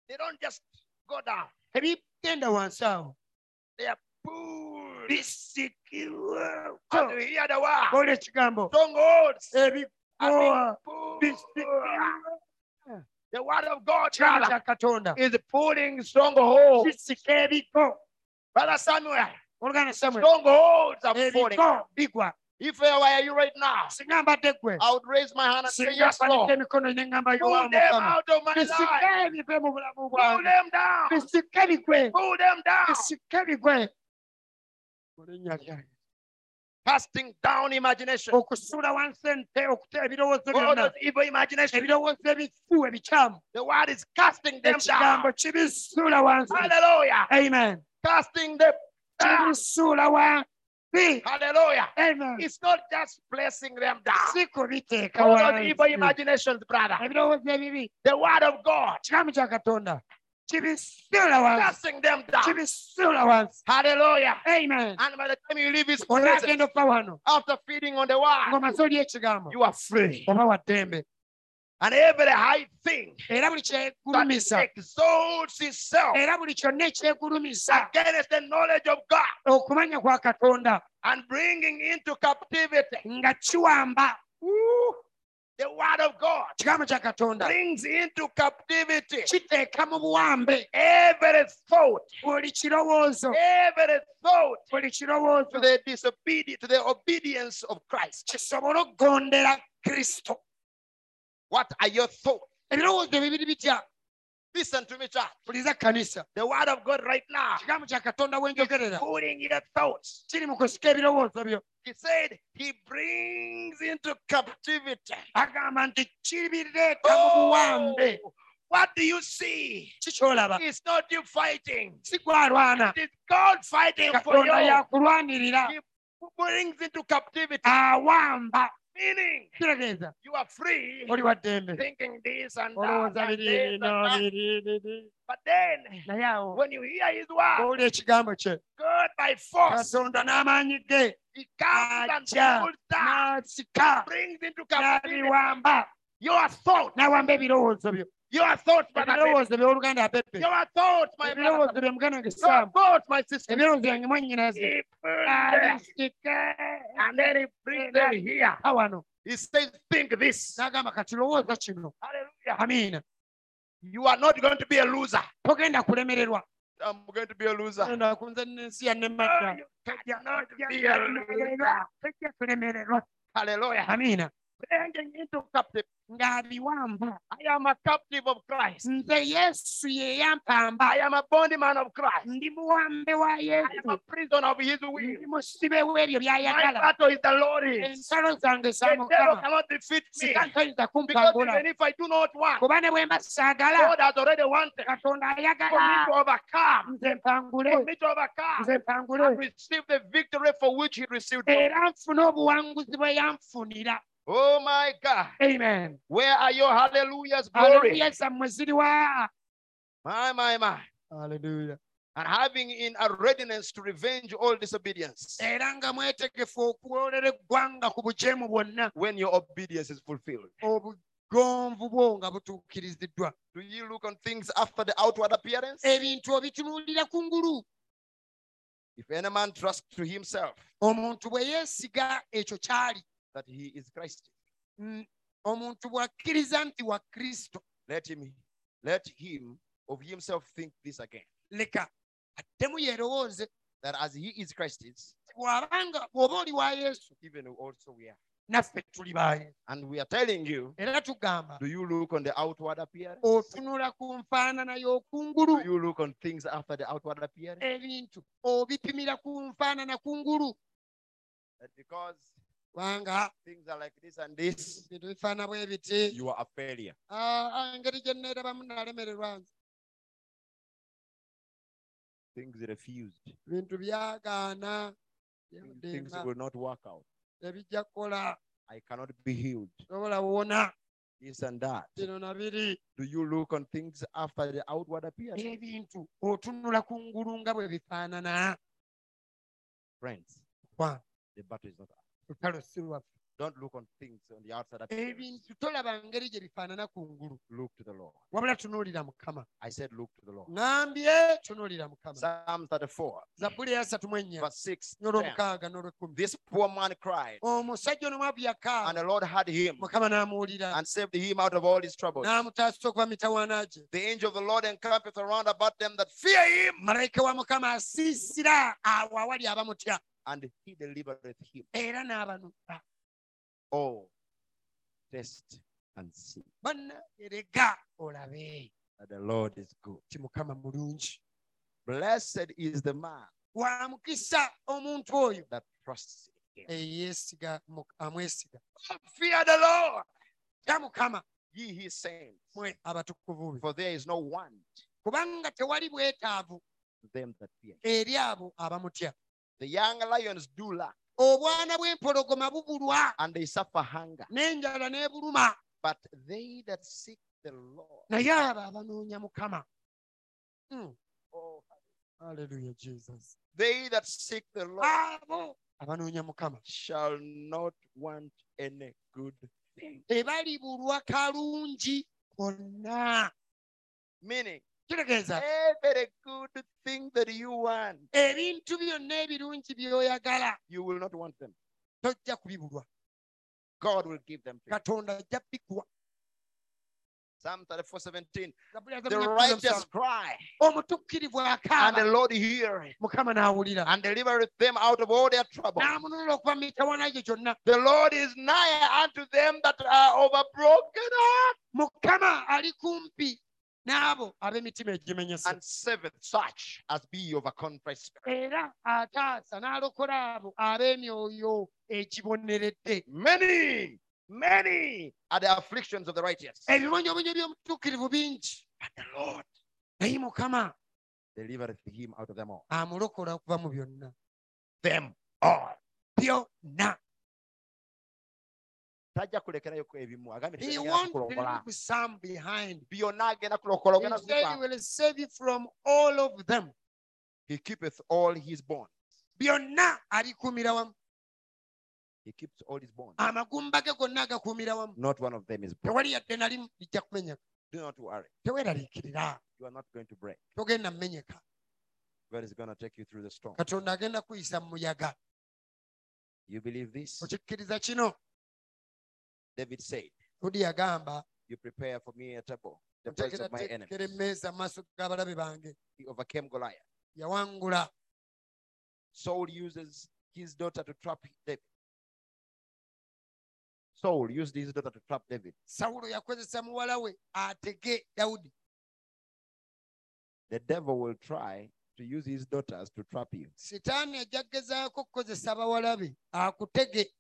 [SPEAKER 1] They don't just go down.
[SPEAKER 2] ebigenda wansi awo
[SPEAKER 1] Pulled.
[SPEAKER 2] bisikibwako
[SPEAKER 1] As you hear the word,
[SPEAKER 2] ngaowula ekigambo
[SPEAKER 1] strongholds are being
[SPEAKER 2] ebigwa
[SPEAKER 1] pulled.
[SPEAKER 2] bisikibwa
[SPEAKER 1] The word of God
[SPEAKER 2] kigambo
[SPEAKER 1] brother,
[SPEAKER 2] kya katonda
[SPEAKER 1] is pulling strongholds.
[SPEAKER 2] bisika ebiko
[SPEAKER 1] Brother Samuel,
[SPEAKER 2] olugana samwe
[SPEAKER 1] strongholds are falling.
[SPEAKER 2] ebiko bigwa
[SPEAKER 1] If I were you right now,
[SPEAKER 2] singa mbadde ggwe
[SPEAKER 1] I would raise my hand and say,
[SPEAKER 2] singa
[SPEAKER 1] Yes,
[SPEAKER 2] mpanidde
[SPEAKER 1] Lord.
[SPEAKER 2] emikono ne ŋŋamba yowa
[SPEAKER 1] Pull them
[SPEAKER 2] mukama
[SPEAKER 1] out of my life.
[SPEAKER 2] bisika ebive mu bulamu
[SPEAKER 1] Pull
[SPEAKER 2] bwange
[SPEAKER 1] them down.
[SPEAKER 2] bisika bigwe
[SPEAKER 1] Pull them down.
[SPEAKER 2] bisika bigwe Mu linnya lyange.
[SPEAKER 1] Casting down imagination.
[SPEAKER 2] Oh, okusuula wansi ente okuta ebirowoozo
[SPEAKER 1] All
[SPEAKER 2] byonna
[SPEAKER 1] those evil imagination.
[SPEAKER 2] ebirowoozo ebifu ebikyamu
[SPEAKER 1] The word is casting them down.
[SPEAKER 2] ekigambo kibisuula wansi
[SPEAKER 1] Hallelujah.
[SPEAKER 2] amen
[SPEAKER 1] Casting them down.
[SPEAKER 2] kibisuula wansi
[SPEAKER 1] Hallelujah.
[SPEAKER 2] amen
[SPEAKER 1] It's not just placing them down.
[SPEAKER 2] si kubiteeka
[SPEAKER 1] All those
[SPEAKER 2] wansi
[SPEAKER 1] evil imaginations, brother.
[SPEAKER 2] ebirowoozo ebibi
[SPEAKER 1] The word of God
[SPEAKER 2] kigambo kya katonda kibisuula wansi
[SPEAKER 1] casting them down.
[SPEAKER 2] kibisuula wansi
[SPEAKER 1] Hallelujah.
[SPEAKER 2] amen
[SPEAKER 1] And by the time you leave his presence,
[SPEAKER 2] olagenda ofa wano
[SPEAKER 1] after feeding on the word,
[SPEAKER 2] ng'omaze oli ekigambo
[SPEAKER 1] you are free.
[SPEAKER 2] oba wa ddembe
[SPEAKER 1] And every high thing
[SPEAKER 2] era buli kyegulumisa
[SPEAKER 1] that exalts itself
[SPEAKER 2] era buli kyonna ekyegulumisa
[SPEAKER 1] against the knowledge of God
[SPEAKER 2] okumanya kwa katonda
[SPEAKER 1] and bringing into captivity
[SPEAKER 2] nga kiwamba
[SPEAKER 1] the word of God
[SPEAKER 2] kigambo kya katonda
[SPEAKER 1] brings into captivity
[SPEAKER 2] kiteeka mu buwambe
[SPEAKER 1] every thought,
[SPEAKER 2] buli kirowoozo
[SPEAKER 1] every thought
[SPEAKER 2] buli
[SPEAKER 1] to
[SPEAKER 2] kirowoozo
[SPEAKER 1] the disobedience, to the obedience of Christ.
[SPEAKER 2] kisobole okugondera kristo
[SPEAKER 1] What are your thoughts?
[SPEAKER 2] ebirowoozo ebibiri bitya
[SPEAKER 1] Listen to me, child.
[SPEAKER 2] puliza kanisa
[SPEAKER 1] The word of God right now,
[SPEAKER 2] kigambo kya katonda wenjogerera
[SPEAKER 1] pulling your thoughts.
[SPEAKER 2] kiri mu kusika ebirowoozo byo
[SPEAKER 1] He said, He brings into captivity.
[SPEAKER 2] agamba nti kibireeta mu
[SPEAKER 1] Oh,
[SPEAKER 2] buwambe
[SPEAKER 1] what do you see?
[SPEAKER 2] kikyolaba
[SPEAKER 1] It's not you fighting.
[SPEAKER 2] si gwalwana
[SPEAKER 1] It's God fighting for
[SPEAKER 2] katonda
[SPEAKER 1] you.
[SPEAKER 2] yakulwanirira
[SPEAKER 1] Who brings into captivity.
[SPEAKER 2] awamba
[SPEAKER 1] Meaning,
[SPEAKER 2] kitegeeza
[SPEAKER 1] you are free
[SPEAKER 2] oli wa ddembe
[SPEAKER 1] thinking this and that.
[SPEAKER 2] olowooza
[SPEAKER 1] and this
[SPEAKER 2] biri
[SPEAKER 1] and that.
[SPEAKER 2] nobiriri
[SPEAKER 1] But then,
[SPEAKER 2] naye awo
[SPEAKER 1] when you hear His word,
[SPEAKER 2] owuli ekigambo kye
[SPEAKER 1] God by force,
[SPEAKER 2] katonda n'amaanyi ge
[SPEAKER 1] He comes and
[SPEAKER 2] Ajja.
[SPEAKER 1] pulls down,
[SPEAKER 2] n'asika
[SPEAKER 1] brings into captivity
[SPEAKER 2] n'abiwamba
[SPEAKER 1] your thoughts,
[SPEAKER 2] n'awamba ebirowoozo byo
[SPEAKER 1] your thoughts, brother. David.
[SPEAKER 2] ebirowoozo by'oluganda apepe
[SPEAKER 1] Your thoughts, my brother.
[SPEAKER 2] ebirowoozo bye mugana wange
[SPEAKER 1] Your
[SPEAKER 2] saamu
[SPEAKER 1] thoughts, my sister.
[SPEAKER 2] ebirowoozo byange mwannyinaze
[SPEAKER 1] He pulls
[SPEAKER 7] "Ah,
[SPEAKER 1] them.
[SPEAKER 2] abisika
[SPEAKER 1] And then He brings them here.
[SPEAKER 2] pa wano
[SPEAKER 1] He says, think this.
[SPEAKER 2] n'agamba kati lowooza kino
[SPEAKER 1] Hallelujah.
[SPEAKER 2] amiina
[SPEAKER 1] You are not going to be a loser.
[SPEAKER 2] togenda kulemererwa
[SPEAKER 1] I'm going to be a loser.
[SPEAKER 2] Genda kunze n'ensi ya
[SPEAKER 1] No,
[SPEAKER 2] nemadda
[SPEAKER 1] you cannot be a loser.
[SPEAKER 2] Tujja kulemererwa.
[SPEAKER 1] Hallelujah.
[SPEAKER 2] Amiina.
[SPEAKER 1] Bringing into captivity
[SPEAKER 7] ng'abiwamba
[SPEAKER 4] I am a captive of Christ.
[SPEAKER 7] nze yesu ye yampamba
[SPEAKER 4] I am a bondman of Christ.
[SPEAKER 7] ndi muwambe wa
[SPEAKER 4] I am a
[SPEAKER 7] yesu
[SPEAKER 4] prisoner of his
[SPEAKER 7] ndi
[SPEAKER 1] Mm-hmm.
[SPEAKER 4] will.
[SPEAKER 7] musibe w'ebyo
[SPEAKER 4] My
[SPEAKER 7] by'ayagala
[SPEAKER 4] battle is the Lord. is.
[SPEAKER 7] ensalo zange za
[SPEAKER 4] The devil
[SPEAKER 7] mukama
[SPEAKER 4] cannot defeat me.
[SPEAKER 7] sikansoyinza
[SPEAKER 4] Because
[SPEAKER 7] kumpangula
[SPEAKER 4] even if I do not want,
[SPEAKER 7] kuba ne bwe mba saagala
[SPEAKER 4] God has already wanted
[SPEAKER 7] katonda
[SPEAKER 4] for me to
[SPEAKER 7] ayagala
[SPEAKER 4] overcome.
[SPEAKER 7] nze mpangule
[SPEAKER 4] For me to overcome.
[SPEAKER 7] nze
[SPEAKER 4] And
[SPEAKER 7] mpangule
[SPEAKER 4] receive the victory for which he received. it.
[SPEAKER 7] era nfune obuwanguzi bwe yanfunira
[SPEAKER 4] Oh my God.
[SPEAKER 7] amen
[SPEAKER 4] Where are your hallelujahs? Glory.
[SPEAKER 7] aleluya zammwe ziriwa
[SPEAKER 4] My, my, my.
[SPEAKER 2] Hallelujah.
[SPEAKER 4] And having in a readiness to revenge all disobedience
[SPEAKER 7] era nga mwetegefu okwolera eggwanga ku bujeemu bwonna
[SPEAKER 4] when your obedience is fulfilled.
[SPEAKER 2] Obugonvu bwo nga butuukiriziddwa.
[SPEAKER 1] Do you look on things after the outward appearance?
[SPEAKER 7] ebintu obitunuulira kungulu
[SPEAKER 1] If any man trusts to himself
[SPEAKER 2] Omuntu bwe yeesiga ekyo ky'ali,
[SPEAKER 1] that he is Christ,
[SPEAKER 2] mm, omuntu bw'akkiriza nti wa Kristo,
[SPEAKER 1] let him let him of himself think this again.
[SPEAKER 2] leka addemu yeerowooze
[SPEAKER 1] That as he is Christ is,
[SPEAKER 2] nti bw'abanga bw'oba oli wa Yesu,
[SPEAKER 1] even also we are.
[SPEAKER 2] naffe tuli ba Yesu.
[SPEAKER 1] And we are telling you,
[SPEAKER 2] Era tugamba,
[SPEAKER 1] do you look on the outward appearance?
[SPEAKER 2] otunula ku nfaanana y'okungulu,
[SPEAKER 1] Do you look on things after the outward appearance?
[SPEAKER 2] ebintu obipimira ku nfaanana kungulu,
[SPEAKER 1] That because
[SPEAKER 2] kubanga
[SPEAKER 1] things are like this and this,
[SPEAKER 2] ebintu bifaana bwe biti.
[SPEAKER 1] you are a failure.
[SPEAKER 2] Ah, ah, engeri gye neerabamu nalemererwa nze.
[SPEAKER 1] Things refused.
[SPEAKER 2] bintu byagaana
[SPEAKER 1] Things
[SPEAKER 2] by'odeema
[SPEAKER 1] will not work out.
[SPEAKER 2] tebijja kukola
[SPEAKER 1] I cannot be healed.
[SPEAKER 2] sobola wona
[SPEAKER 1] This and that.
[SPEAKER 2] bino na biri
[SPEAKER 1] Do you look on things after the outward appearance?
[SPEAKER 2] ebintu otunula ku ngulu nga bwe bifaanana
[SPEAKER 1] Friends,
[SPEAKER 2] Wow.
[SPEAKER 1] the battle is not up.
[SPEAKER 2] lutalo si lwaffe
[SPEAKER 1] Don't look on things on the outside appearance.
[SPEAKER 2] ebintu tolaba ngeri gye bifaanana ku ngulu
[SPEAKER 1] Look to the Lord.
[SPEAKER 2] wabula tunuulira mukama
[SPEAKER 1] I said, look to the Lord.
[SPEAKER 2] ŋambye tunuulira mukama
[SPEAKER 1] Psalm 34,
[SPEAKER 2] zabbuli eyasatu mwenya
[SPEAKER 1] verse 6. ten.
[SPEAKER 2] n'olwomukaaga n'olwekumi
[SPEAKER 1] This poor man cried,
[SPEAKER 2] omusajja onomwavu
[SPEAKER 1] and
[SPEAKER 2] yakaaba
[SPEAKER 1] the Lord heard him
[SPEAKER 2] mukama n'amuwulira
[SPEAKER 1] and saved him out of all his troubles.
[SPEAKER 2] n'amutaasisa okuba mitawaana gye
[SPEAKER 1] The angel of the Lord encampeth around about them that fear him,
[SPEAKER 2] malayika wa mukama asiisira awo awali abamutya
[SPEAKER 1] and he delivereth him.
[SPEAKER 2] era n'abanunula
[SPEAKER 1] Oh, test and see
[SPEAKER 2] bannagerega olabe
[SPEAKER 1] that the Lord is good.
[SPEAKER 2] ti mukama mulungi
[SPEAKER 1] Blessed is the man
[SPEAKER 2] wa mukisa omuntu oyo
[SPEAKER 1] that trusts in him.
[SPEAKER 2] eyeesiga mu- amwesiga Oh,
[SPEAKER 4] Fear the Lord.
[SPEAKER 2] ta mukama
[SPEAKER 1] Ye his saints,
[SPEAKER 2] mwe abatukuvu be
[SPEAKER 1] for there is no want
[SPEAKER 2] kubanga tewali bwetaavu
[SPEAKER 1] to them that fear him.
[SPEAKER 2] eri abo abamutya
[SPEAKER 1] The young lions do lack,
[SPEAKER 2] obwana bw'empologoma bubulwa
[SPEAKER 1] and they suffer hunger,
[SPEAKER 2] n'enjala n'ebuluma
[SPEAKER 1] but they that seek the Lord,
[SPEAKER 2] naye abo abanoonya mukama
[SPEAKER 1] oh,
[SPEAKER 2] aleluya jesus
[SPEAKER 1] they that seek the Lord
[SPEAKER 2] Ah! abo abanoonya mukama
[SPEAKER 1] shall not want any good thing.
[SPEAKER 2] tebalibulwa kalungi konna
[SPEAKER 1] Meaning,
[SPEAKER 2] kitegeeza
[SPEAKER 1] every good thing that you want,
[SPEAKER 2] ebintu byonna ebirungi by'oyagala
[SPEAKER 1] you will not want them.
[SPEAKER 2] tojja kubibulwa
[SPEAKER 1] God will give them to you.
[SPEAKER 2] katonda ajja bikuwa
[SPEAKER 1] Psalm 34 17.
[SPEAKER 2] Zabuli ya
[SPEAKER 1] The
[SPEAKER 2] Zabuli ya
[SPEAKER 1] righteous
[SPEAKER 2] musanvu.
[SPEAKER 1] cry,
[SPEAKER 2] omutuukirivu
[SPEAKER 1] and the
[SPEAKER 2] akaaba
[SPEAKER 1] Lord heareth
[SPEAKER 2] mukama n'awulira
[SPEAKER 1] and delivereth them out of all their trouble.
[SPEAKER 2] n'amununula okuva mu mitawana gye gyonna
[SPEAKER 1] The Lord is nigh unto them that are of a broken heart
[SPEAKER 2] mukama ali kumpi n'abo ab'emitima egimenyese
[SPEAKER 1] and saveth such as be of a contrite spirit.
[SPEAKER 2] era ataasa n'alokola abo ab'emyoyo egiboneredde
[SPEAKER 1] Many, many are the afflictions of the righteous.
[SPEAKER 2] ebibonyobonyo by'omutuukirivu bingi
[SPEAKER 1] The Lord
[SPEAKER 2] naye mukama
[SPEAKER 1] delivereth him out of them all.
[SPEAKER 2] amulokola okuva mu byonna
[SPEAKER 1] Them all.
[SPEAKER 2] byonna
[SPEAKER 1] Tajja kulekerayo ku ebimu, agambye
[SPEAKER 2] he
[SPEAKER 1] tegenda
[SPEAKER 2] won't
[SPEAKER 1] kukulokola.
[SPEAKER 2] leave some behind
[SPEAKER 1] Byonna agenda kulokola,
[SPEAKER 2] He
[SPEAKER 1] ogenda
[SPEAKER 2] said
[SPEAKER 1] kufa.
[SPEAKER 2] he will save you from all of them.
[SPEAKER 1] He keepeth all his bonds.
[SPEAKER 2] byonna abikuumira wamu
[SPEAKER 1] He keeps all his bonds.
[SPEAKER 2] Ah. amagumba ge gonna agakuumira wamu
[SPEAKER 1] Not one of them is broken.
[SPEAKER 2] tewali yadde nalimu lijja kumenyeka
[SPEAKER 1] Do not worry.
[SPEAKER 2] teweeraliikirira
[SPEAKER 1] You are not going to break.
[SPEAKER 2] togenda mumenyeka
[SPEAKER 1] God is going to take you through the storm.
[SPEAKER 2] katonda agenda kuyisa mu muyaga
[SPEAKER 1] You believe this?
[SPEAKER 2] okikkiriza kino
[SPEAKER 1] David said,
[SPEAKER 2] ludi yagamba
[SPEAKER 1] You prepare for me a table, the place of my enemy.
[SPEAKER 2] otegerategekera emmeeza mu maaso g'abalabe bange
[SPEAKER 1] He overcame Goliath.
[SPEAKER 2] yawangula
[SPEAKER 1] Saul uses his daughter to trap David. Saul used his daughter to trap David.
[SPEAKER 2] sawulo yakozesa muwala we atege dawudi
[SPEAKER 1] The devil will try to use his daughters to trap you.
[SPEAKER 2] sitaani ajja kugezaako kukozesa abawala be akutege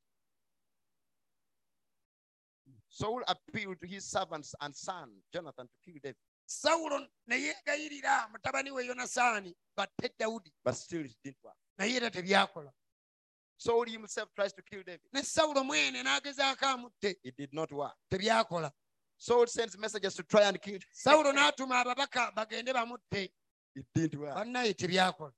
[SPEAKER 1] Saul appealed to his servants and son, Jonathan, to kill David,
[SPEAKER 2] sawulo ne yeegayirira mutabani we yonasaani batte dawudi
[SPEAKER 1] but still it didn't work.
[SPEAKER 2] naye era tebyakola
[SPEAKER 1] Saul himself tries to kill David.
[SPEAKER 2] ne sawulo mwene n'agezaako amutte
[SPEAKER 1] It did not work.
[SPEAKER 2] tebyakola
[SPEAKER 1] Saul sends messages to try and kill David.
[SPEAKER 2] sawulo n'atuma ababaka bagende bamutte
[SPEAKER 1] It didn't work.
[SPEAKER 2] bannaye tebyakola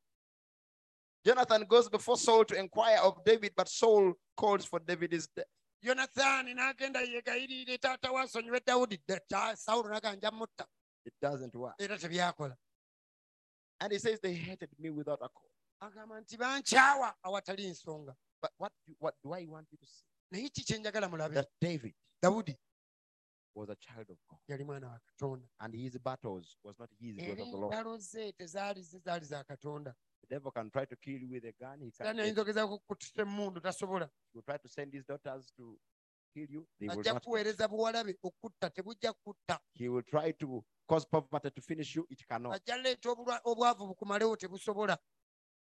[SPEAKER 1] Jonathan goes before Saul to inquire of David, but Saul calls for David's death.
[SPEAKER 2] yonasaani n'agenda yeegayirire taata we asonyiwe dawudi dda- ta- sawulo n'aganja mutta
[SPEAKER 1] It doesn't work.
[SPEAKER 2] era tebyakola
[SPEAKER 1] And he says they hated me without a cause.
[SPEAKER 2] agamba nti bankyawa awatali nsonga
[SPEAKER 1] But what do, what do I want you to see?
[SPEAKER 2] naye ki kye njagala mulabe
[SPEAKER 1] That David
[SPEAKER 2] dawudi
[SPEAKER 1] was a child of God,
[SPEAKER 2] yali mwana wa katonda
[SPEAKER 1] and his battles was not his, it
[SPEAKER 2] era
[SPEAKER 1] was of the Lord.
[SPEAKER 2] engalo ze tezaali ze zaali za katonda
[SPEAKER 1] The devil can try to kill you with a gun. He
[SPEAKER 2] era
[SPEAKER 1] can he
[SPEAKER 2] nayinza ogezaako okukutusa emmundu tasobola
[SPEAKER 1] will try to send his daughters to kill you. They will
[SPEAKER 2] ajja
[SPEAKER 1] not.
[SPEAKER 2] kuweereza buwalabe okutta tebujja kutta
[SPEAKER 1] He will try to cause poverty to finish you. It cannot.
[SPEAKER 2] ajja leeta obulwa- obwavu bukumalewo tebusobola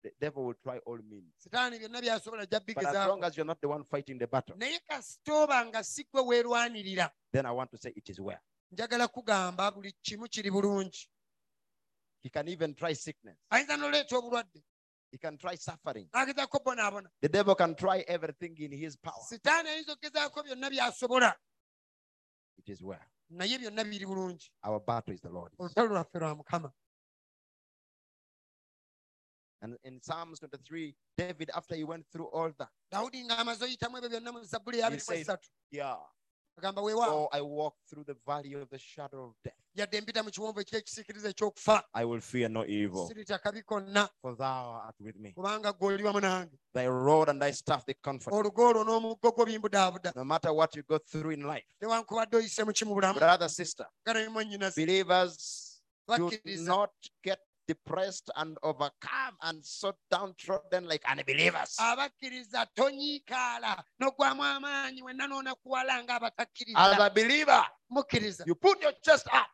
[SPEAKER 1] The devil will try all means.
[SPEAKER 2] sitaani byonna byasobola ajja
[SPEAKER 1] But as long
[SPEAKER 2] bigezaako
[SPEAKER 1] as you're not the one fighting the battle,
[SPEAKER 2] naye kasitooba nga si gwe weerwanirira
[SPEAKER 1] then I want to say it is well.
[SPEAKER 2] njagala kugamba buli kimu kiri bulungi
[SPEAKER 1] He can even try sickness.
[SPEAKER 2] ayinza n'oleeta obulwadde
[SPEAKER 1] He can try suffering.
[SPEAKER 2] n'agezaako bonaabona
[SPEAKER 1] The devil can try everything in his power.
[SPEAKER 2] sitaani ayinza okugezaako byonna by'asobola
[SPEAKER 1] It is well.
[SPEAKER 2] naye byonna biri bulungi
[SPEAKER 1] Our battle is the Lord.
[SPEAKER 2] olutalo lwaffe lwa mukama
[SPEAKER 1] And in Psalms 23, David, after he went through all that,
[SPEAKER 2] dawudi ng'amaze oyitamu ebyo byonna mu zabbuli
[SPEAKER 1] He said-
[SPEAKER 2] yabiriesatu
[SPEAKER 1] yeah,
[SPEAKER 2] agamba weewaawo
[SPEAKER 1] though "Oh, I walk through the valley of the shadow of death,
[SPEAKER 2] yadde mpita mu kiwonvu eky'ekisiikiriza eky'okufa
[SPEAKER 1] I will fear no evil,
[SPEAKER 2] sirita kabi konna
[SPEAKER 1] for thou art with me.
[SPEAKER 2] kubanga ggwe oli wamu nange
[SPEAKER 1] Thy rod and thy staff, they comfort. me.
[SPEAKER 2] olugo olwo n'omuggo gwo bimbudaabuda
[SPEAKER 1] No matter what you go through in life,
[SPEAKER 2] newankubadde oyise mu kimu bulamu
[SPEAKER 1] brother, sister,
[SPEAKER 2] gana bimu ennyinaze
[SPEAKER 1] believers, do
[SPEAKER 2] bakkiriza
[SPEAKER 1] not get depressed and overcome and so downtrodden like unbelievers.
[SPEAKER 2] Ah, abakkiriza tonyiikaala n'oggwamu amaanyi wenna n'onakuwala
[SPEAKER 1] As
[SPEAKER 2] ng'abatakkiriza
[SPEAKER 1] a believer,
[SPEAKER 2] mukkiriza
[SPEAKER 1] you put your chest up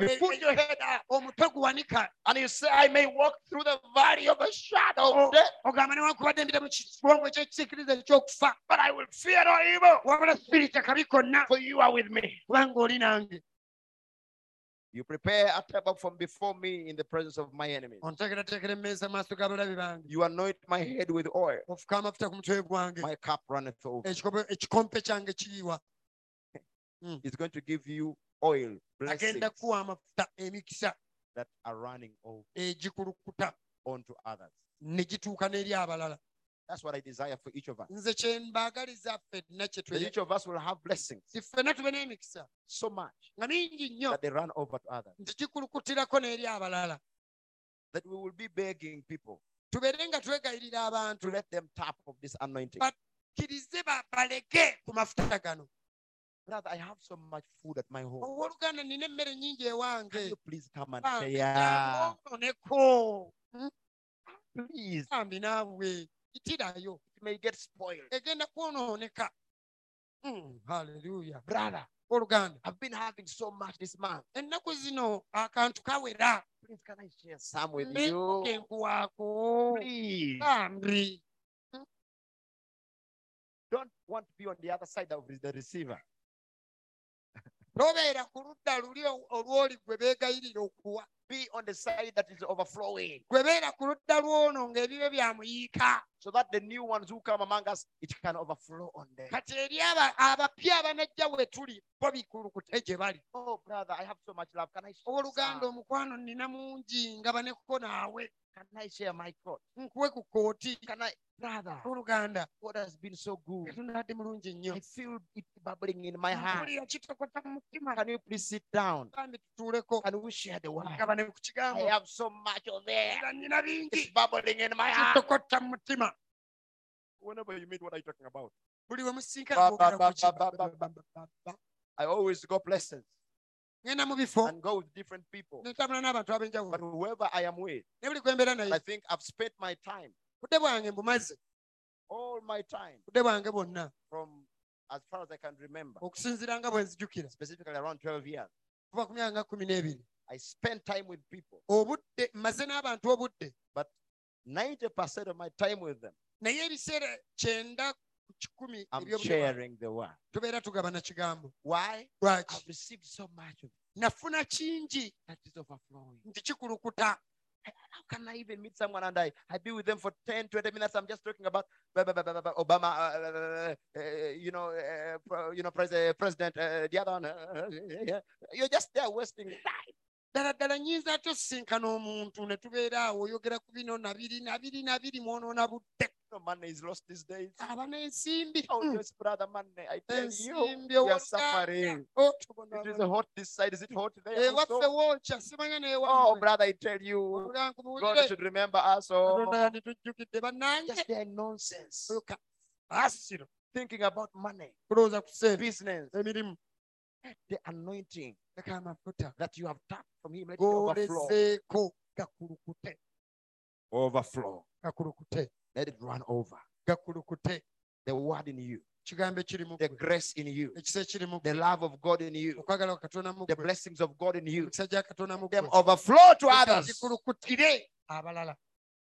[SPEAKER 2] You put your head up. omutwe guwanika
[SPEAKER 1] and you say, I may walk through the valley of the shadow of death,
[SPEAKER 2] ogamba newankubadde mpita mu kiwonvu eky'ekisiikiriza eky'okufa
[SPEAKER 1] but I will fear no evil,
[SPEAKER 2] wabula sirita kabi konna
[SPEAKER 1] for you are with me.
[SPEAKER 2] kubanga oli nange
[SPEAKER 1] You prepare a table from before me in the presence of my enemies.
[SPEAKER 2] onteekerateekera emmeeza mu maaso g'abalabe bange
[SPEAKER 1] You anoint my head with oil.
[SPEAKER 2] ofuka amafuta ku mutwe gwange
[SPEAKER 1] My cup runneth over.
[SPEAKER 2] Ekikopo- ekikompe kyange kiyiwa
[SPEAKER 1] It's going to give you oil, blessings
[SPEAKER 2] agenda kuwa amafuta emikisa
[SPEAKER 1] that are running over
[SPEAKER 2] egikulukuta
[SPEAKER 1] onto others.
[SPEAKER 2] ne gituuka n'eri abalala
[SPEAKER 1] That's what I desire for each of us.
[SPEAKER 2] nze kye mbaagaliza ffenna kye
[SPEAKER 1] That
[SPEAKER 2] twe
[SPEAKER 1] each of us will have blessings
[SPEAKER 2] si ffenna tube n'emikisa
[SPEAKER 1] so much
[SPEAKER 2] nga mingi nnyo
[SPEAKER 1] that they run over to others.
[SPEAKER 2] nti gikulukutirako n'eri abalala
[SPEAKER 1] That we will be begging people
[SPEAKER 2] tubeere nga twegayirira abantu
[SPEAKER 1] to let them tap of this anointing.
[SPEAKER 2] But- kirize ba- balege ku mafuta gano
[SPEAKER 1] Brother, I have so much food at my home.
[SPEAKER 2] owooluganda nina emmere ennyingi
[SPEAKER 1] Can
[SPEAKER 2] ewange
[SPEAKER 1] you please come and
[SPEAKER 2] Bange
[SPEAKER 1] share?
[SPEAKER 2] ononeko
[SPEAKER 1] Please,
[SPEAKER 2] ambi naabwe itirayo
[SPEAKER 1] it may get spoiled.
[SPEAKER 2] egenda kwonooneka Mm, haleluya
[SPEAKER 1] Brother,
[SPEAKER 2] oluganda
[SPEAKER 1] I've been having so much this month.
[SPEAKER 2] ennaku zino akantu kawera
[SPEAKER 1] Please, can I share some with
[SPEAKER 2] Ne-
[SPEAKER 1] you?
[SPEAKER 2] kenkuwaako
[SPEAKER 1] Please.
[SPEAKER 2] bambi
[SPEAKER 1] Don't want to be on the other side of the receiver.
[SPEAKER 2] tobeera ku ludda luli o- olw'oli gwe beegayirira okuwa
[SPEAKER 1] Be on the side that is overflowing
[SPEAKER 2] gwe beera ku ludda lwono ng'ebibe byamuyiika
[SPEAKER 1] so that the new ones who come among us, it can overflow on them.
[SPEAKER 2] kati eri aba- abapya abanajja we tuli bo bikulukute gye bali
[SPEAKER 1] Oh, brother, I have so much love. Can I share,
[SPEAKER 2] owooluganda
[SPEAKER 1] some?
[SPEAKER 2] omukwano nina mungi nga baneko naawe
[SPEAKER 1] can I share my coat?
[SPEAKER 2] nkuwe ku kooti
[SPEAKER 1] Can I, brother,
[SPEAKER 2] owooluganda
[SPEAKER 1] God has been so good.
[SPEAKER 2] tunadde mulungi nnyo
[SPEAKER 1] I feel it bubbling in my heart.
[SPEAKER 2] mpulira kitokota mu mutima
[SPEAKER 1] Can you please sit down?
[SPEAKER 2] bambi tutuuleko
[SPEAKER 1] Can we share the word?
[SPEAKER 2] gabane ku
[SPEAKER 1] I
[SPEAKER 2] kigambo
[SPEAKER 1] have so much of it.
[SPEAKER 2] Era nina bingi
[SPEAKER 1] It's bubbling in my heart.
[SPEAKER 2] kitokotta mu mutima
[SPEAKER 1] Whenever you meet, what are you talking about?
[SPEAKER 2] buli we musinka
[SPEAKER 1] Ba-
[SPEAKER 2] mwogera
[SPEAKER 1] ba-
[SPEAKER 2] ku ki-
[SPEAKER 1] ba- ba- ba- I always go places
[SPEAKER 2] ngenda mu bifo
[SPEAKER 1] and go with different people.
[SPEAKER 2] netambula n'abantu
[SPEAKER 1] But
[SPEAKER 2] ab'enjawulo
[SPEAKER 1] whoever I am with,
[SPEAKER 2] ne buli gwe mbeera
[SPEAKER 1] I
[SPEAKER 2] naye
[SPEAKER 1] think I've spent my time,
[SPEAKER 2] budde bwange mbumaze
[SPEAKER 1] all my time,
[SPEAKER 2] budde bwange bwonna
[SPEAKER 1] from as far as I can remember,
[SPEAKER 2] okusinziira nga bwe nzijukira
[SPEAKER 1] specifically around 12 years.
[SPEAKER 2] kuva ku myaka nga kumi n'ebiri
[SPEAKER 1] I spent time with people,
[SPEAKER 2] obudde mmaze n'abantu obudde
[SPEAKER 1] 90% of my time with them.
[SPEAKER 2] naye ebiseera kyenda ku kikumi
[SPEAKER 1] I'm
[SPEAKER 2] eby'obudde bwange
[SPEAKER 1] sharing the word.
[SPEAKER 2] tubeera tugabana kigambo
[SPEAKER 1] Why? I've
[SPEAKER 2] lwaki
[SPEAKER 1] received so much of it
[SPEAKER 2] nafuna kingi
[SPEAKER 1] that is overflowing.
[SPEAKER 2] nti kikulukuta
[SPEAKER 1] How can I even meet someone and I, I be with them for 10, 20 minutes? I'm just talking about blah, blah, blah, blah, blah, Obama, uh, uh, uh, you know, uh, pro- you know, pres- uh, president, uh, the other one. uh, uh, uh, you're just there wasting time.
[SPEAKER 2] ddala ddala nyinza ate osisinkana omuntu ne tubeera awo oyogera ku bino nabiri nabiri nabiri mwonoona budde
[SPEAKER 1] No money is lost these days.
[SPEAKER 2] aba n'ensimbi
[SPEAKER 1] Oh,
[SPEAKER 2] Ah, Mm,
[SPEAKER 1] yes, brother, money. I tell you,
[SPEAKER 2] ensimbi Oh,
[SPEAKER 1] we are
[SPEAKER 2] ewaka
[SPEAKER 1] suffering. It is hot this side. Is it hot there?
[SPEAKER 2] ewaffe
[SPEAKER 1] also?
[SPEAKER 2] Eh, wokya simanya
[SPEAKER 1] Oh,
[SPEAKER 2] neewammwe
[SPEAKER 1] brother, I tell you. God
[SPEAKER 2] nkubuulire
[SPEAKER 1] should remember us all.
[SPEAKER 2] katonda yanditujjukidde bannange
[SPEAKER 1] Just their nonsense.
[SPEAKER 2] Oka- asiro
[SPEAKER 1] Thinking about money,
[SPEAKER 2] kulowooza ku ssente
[SPEAKER 1] business,
[SPEAKER 2] emirimu
[SPEAKER 1] the anointing
[SPEAKER 2] leka amafuta
[SPEAKER 1] that you have tapped from Him. Let it overflow.
[SPEAKER 2] goolezeeko gakulukute
[SPEAKER 1] Overflow.
[SPEAKER 2] gakulukute
[SPEAKER 1] Let it run over.
[SPEAKER 2] gakulukute
[SPEAKER 1] The word in you,
[SPEAKER 2] kigambo ekiri mu
[SPEAKER 1] the
[SPEAKER 2] ggwe,
[SPEAKER 1] grace in you,
[SPEAKER 2] ekisa ekiri mu
[SPEAKER 1] the
[SPEAKER 2] ggwe,
[SPEAKER 1] love of God in you,
[SPEAKER 2] okwagala kwa katonda mu
[SPEAKER 1] the
[SPEAKER 2] ggwe,
[SPEAKER 1] blessings of God in you.
[SPEAKER 2] emikisa gya katonda mu
[SPEAKER 1] Let Them
[SPEAKER 2] ggwe,
[SPEAKER 1] overflow to
[SPEAKER 2] leka
[SPEAKER 1] others.
[SPEAKER 2] gikulukutire abalala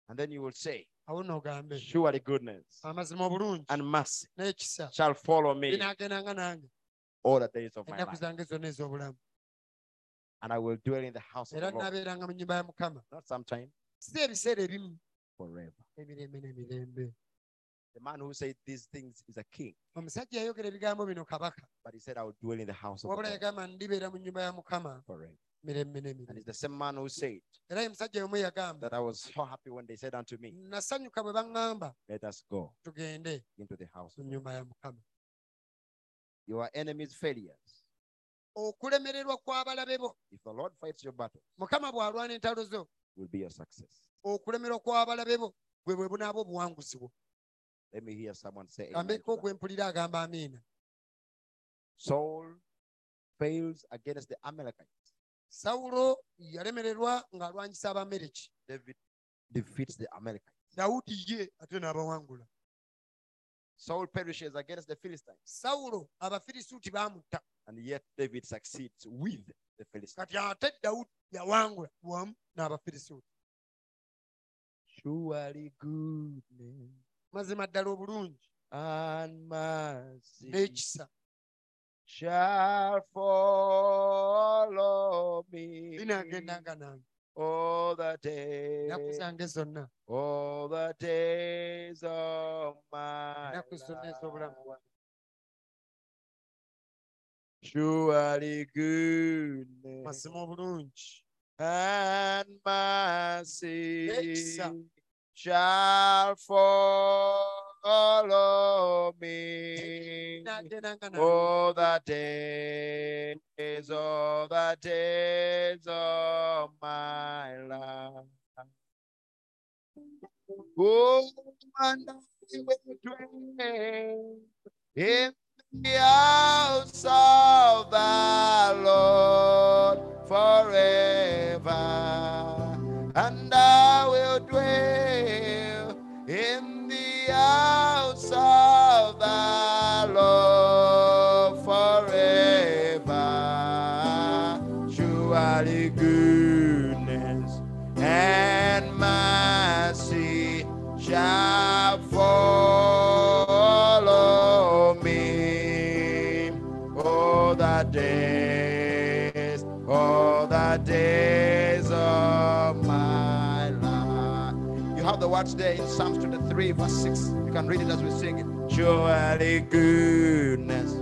[SPEAKER 1] And then you will say,
[SPEAKER 2] awo noogambe
[SPEAKER 1] Surely goodness
[SPEAKER 2] amazima obulungi
[SPEAKER 1] and mercy
[SPEAKER 2] n'ekisa
[SPEAKER 1] shall follow me
[SPEAKER 2] binaagendanga nange
[SPEAKER 1] all the days of my
[SPEAKER 2] ennaku
[SPEAKER 1] life.
[SPEAKER 2] zange zonna ez'obulamu
[SPEAKER 1] And I will dwell in the house of
[SPEAKER 2] era
[SPEAKER 1] the Lord,
[SPEAKER 2] naabeeranga mu nnyumba ya mukama
[SPEAKER 1] not sometime,
[SPEAKER 2] si ebiseera ebimu
[SPEAKER 1] forever.
[SPEAKER 2] emirembe n'emirembe
[SPEAKER 1] The man who said these things is a king,
[SPEAKER 2] omusajja yayogera ebigambo bino kabaka
[SPEAKER 1] but he said, I will dwell in the house of the
[SPEAKER 2] wabula
[SPEAKER 1] Lord
[SPEAKER 2] yagamba ndibeera mu nyumba ya mukama
[SPEAKER 1] forever.
[SPEAKER 2] mirembe
[SPEAKER 1] And it's
[SPEAKER 2] n'emirembe
[SPEAKER 1] the same man who said
[SPEAKER 2] era ye musajja yomu yagamba
[SPEAKER 1] that I was so happy when they said unto me,
[SPEAKER 2] nasanyuka bwe baŋŋamba
[SPEAKER 1] Let us go
[SPEAKER 2] tugende
[SPEAKER 1] into the house.
[SPEAKER 2] mu nyumba ya mukama
[SPEAKER 1] Your enemy's failures.
[SPEAKER 2] okulemererwa kw'abalabe bo
[SPEAKER 1] If the Lord fights your battle,
[SPEAKER 2] mukama bw'alwana entalo zo
[SPEAKER 1] will be your success.
[SPEAKER 2] okulemerwa kw'abalabe bo bwe bwe bunaaba obuwanguzi bwo
[SPEAKER 1] Let me hear someone say, amen
[SPEAKER 2] kambeko
[SPEAKER 1] to that.
[SPEAKER 2] gwe mpulira agamba amiina
[SPEAKER 1] Saul fails against the Amalekites.
[SPEAKER 2] sawulo yalemererwa ng'alwanyisa abamereki
[SPEAKER 1] David defeats the Amalekites.
[SPEAKER 2] dawudi ye ate n'abawangula
[SPEAKER 1] Saul perishes against the Philistines,
[SPEAKER 2] sawulo abafirisuuti baamutta
[SPEAKER 1] and yet David succeeds with the Philistines.
[SPEAKER 2] kati ate dawudi yawangula wamu n'abafirisuuti
[SPEAKER 1] Surely goodness
[SPEAKER 2] mazima ddala obulungi
[SPEAKER 1] and mercy
[SPEAKER 2] n'ekisa
[SPEAKER 1] shall follow me
[SPEAKER 2] binaagendanga nange
[SPEAKER 1] all the days,
[SPEAKER 2] ennaku zange zonna
[SPEAKER 1] all the days of my
[SPEAKER 2] Ennaku zonna
[SPEAKER 1] life.
[SPEAKER 2] ez'obulamu
[SPEAKER 1] Surely goodness
[SPEAKER 2] mazima obulungi
[SPEAKER 1] and mercy
[SPEAKER 2] Ekisa.
[SPEAKER 1] shall follow me
[SPEAKER 2] binaagendanga nange
[SPEAKER 1] all the days, all the days of my life. Oh, and I will dwell in the house of the Lord forever, and I will dwell in the house of the Lord forever. Surely goodness and mercy shall follow me all the days, all the days of my life. You have the words there in Psalms 23, verse 6. You can read it as we sing it. Surely goodness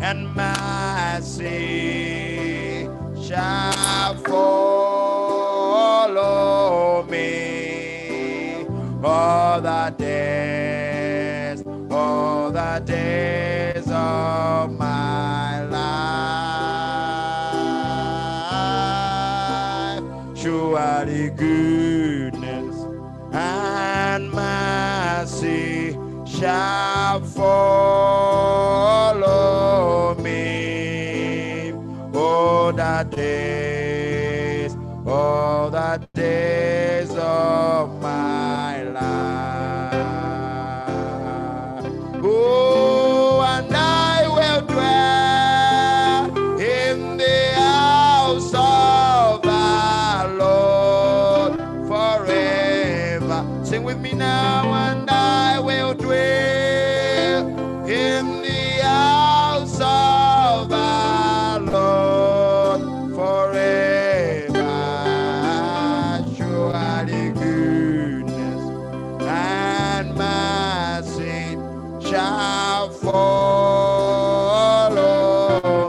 [SPEAKER 1] and mercy shall follow me all the days, all the days of my life. Surely goodness and mercy shall follow me all the days, all the days of my life. Oh, Oh,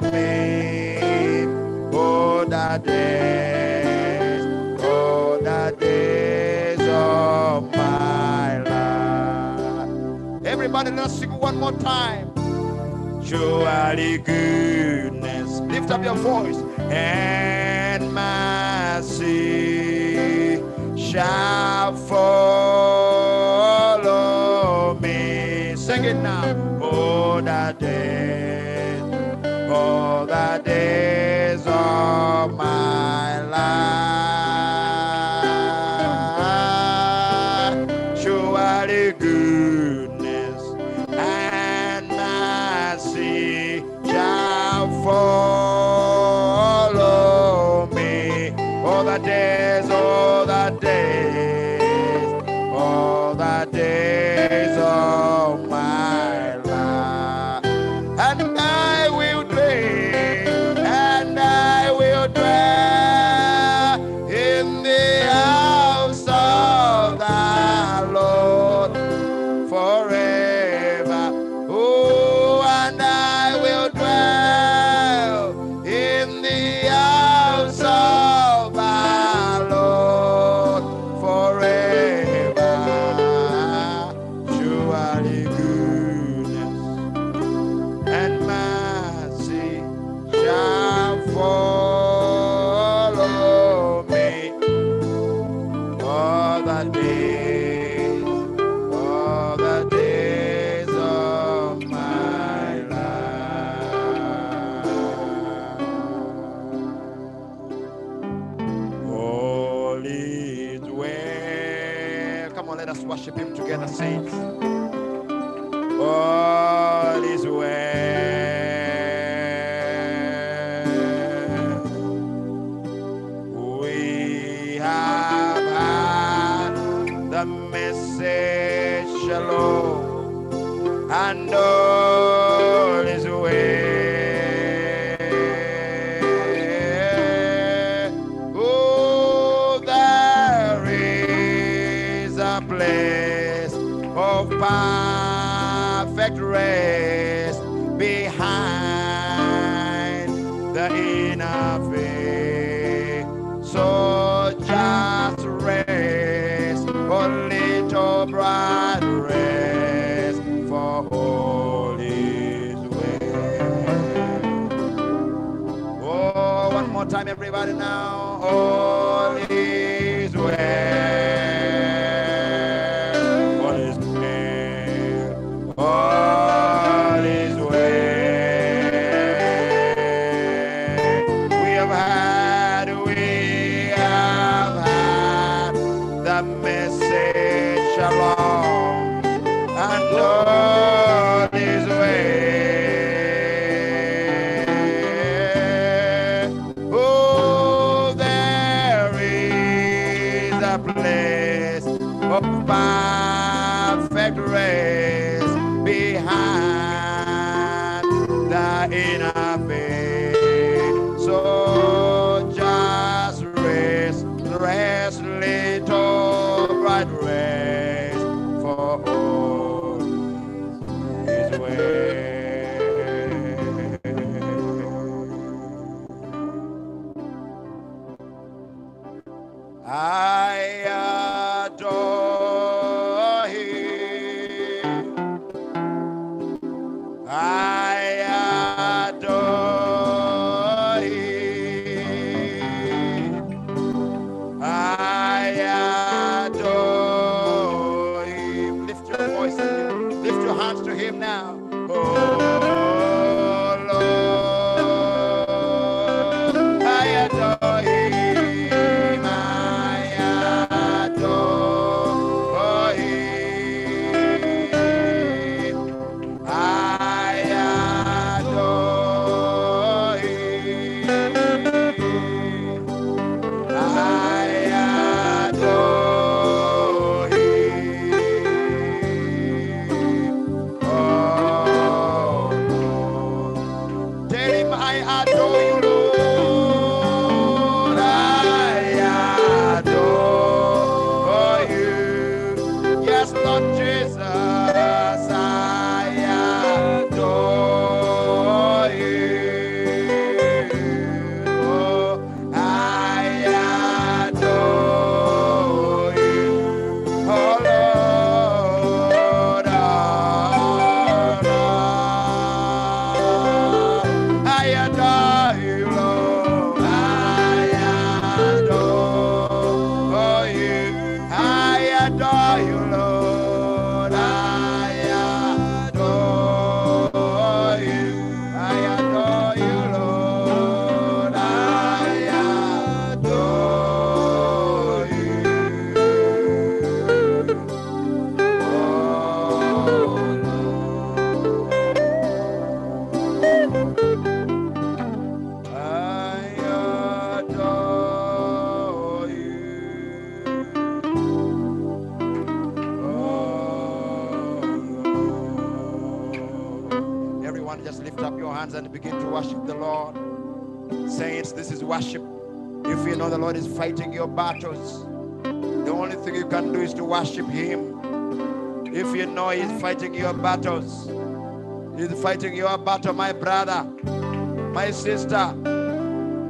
[SPEAKER 1] the days, all the days of my life. Everybody, let's sing one more time. Surely goodness, lift up your voice, and mercy shall follow me. Sing it now, all the days all the days of my life. Surely goodness and mercy shall follow me all the days, all the days, all the days of my life and I will dwell, and I will dwell in the house of the Lord forever. Oh, and I will dwell in the house of the Lord forever. Surely goodness and mercy shall follow me all the days, all the days of my life. Holy dwell. Come on, let us worship Him together, saints. All is well. We have had the message, shalom, and all is well. Oh, there is a place of perfect rest behind the inner veil. So just rest, oh little bright rest, for all is well. Oh, one more time, everybody now. All is well. All is well. All is well. We have had, we have had the message shalom and all is well. Oh, there is a place of perfect rest behind the inner veil. So just rest, rest, little bright rest for all is well. I adore him. I adore him. I adore him. Lift your voice. Lift your hands to him now. Oh Lord, I adore him. I adore him. I adore him. I adore him. Oh, Lord. Tell him I adore you, Lord. I adore you. Yes, Lord Jesus. I adore you. Oh, I hands and begin to worship the Lord. Saints, this is worship. If you know the Lord is fighting your battles, the only thing you can do is to worship Him. If you know He's fighting your battles, He's fighting your battle, my brother, my sister.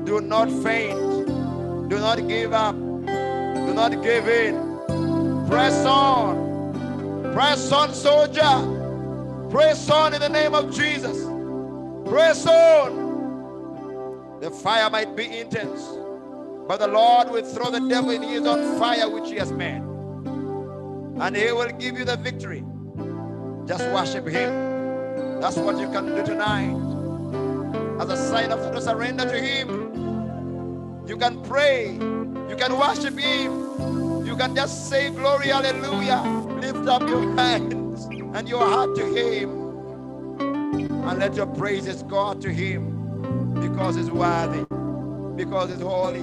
[SPEAKER 1] Do not faint. Do not give up. Do not give in. Press on. Press on, soldier. Press on in the name of Jesus. Press on. The fire might be intense, but the Lord will throw the devil in his own fire which he has made. And he will give you the victory. Just worship him. That's what you can do tonight. As a sign of total surrender to him. You can pray. You can worship him. You can just say glory, hallelujah. Lift up your hands and your heart to him. And let your praises go out to him because he's worthy, because he's holy.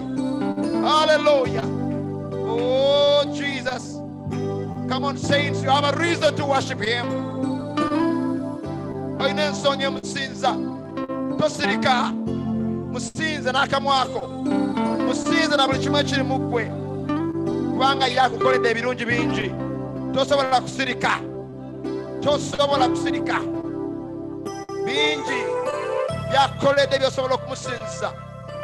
[SPEAKER 1] Hallelujah. Oh, Jesus. Come on, saints, you have a reason to worship him. Olina ensonyi emusinza. Tosirika. Musinze n'akamwa ako. Musinze na buli kimu ekiri mu ggwe. Kubanga ye akukoledde ebirungi bingi. Tosobola kusirika. Tosobola kusirika. Bingi. byakukoledde byosobola okumusinza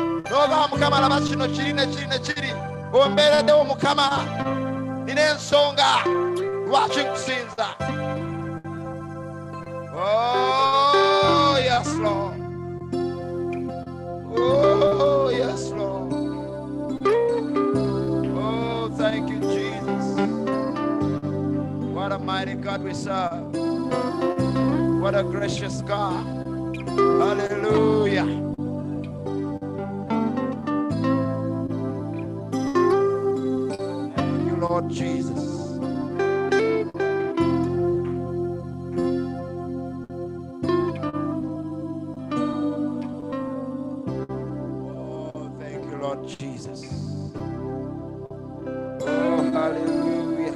[SPEAKER 1] n'oba mukama laba kino kiri ne kiri ne kiri ombeereddewo mukama nina ensonga lwaki nkusinza Oh, yes, Lord. Oh, yes, Lord. Oh, thank you, Jesus. What a mighty God we serve. What a gracious God. Hallelujah. Thank you, Lord Jesus. Oh, thank you, Lord Jesus. Oh, hallelujah.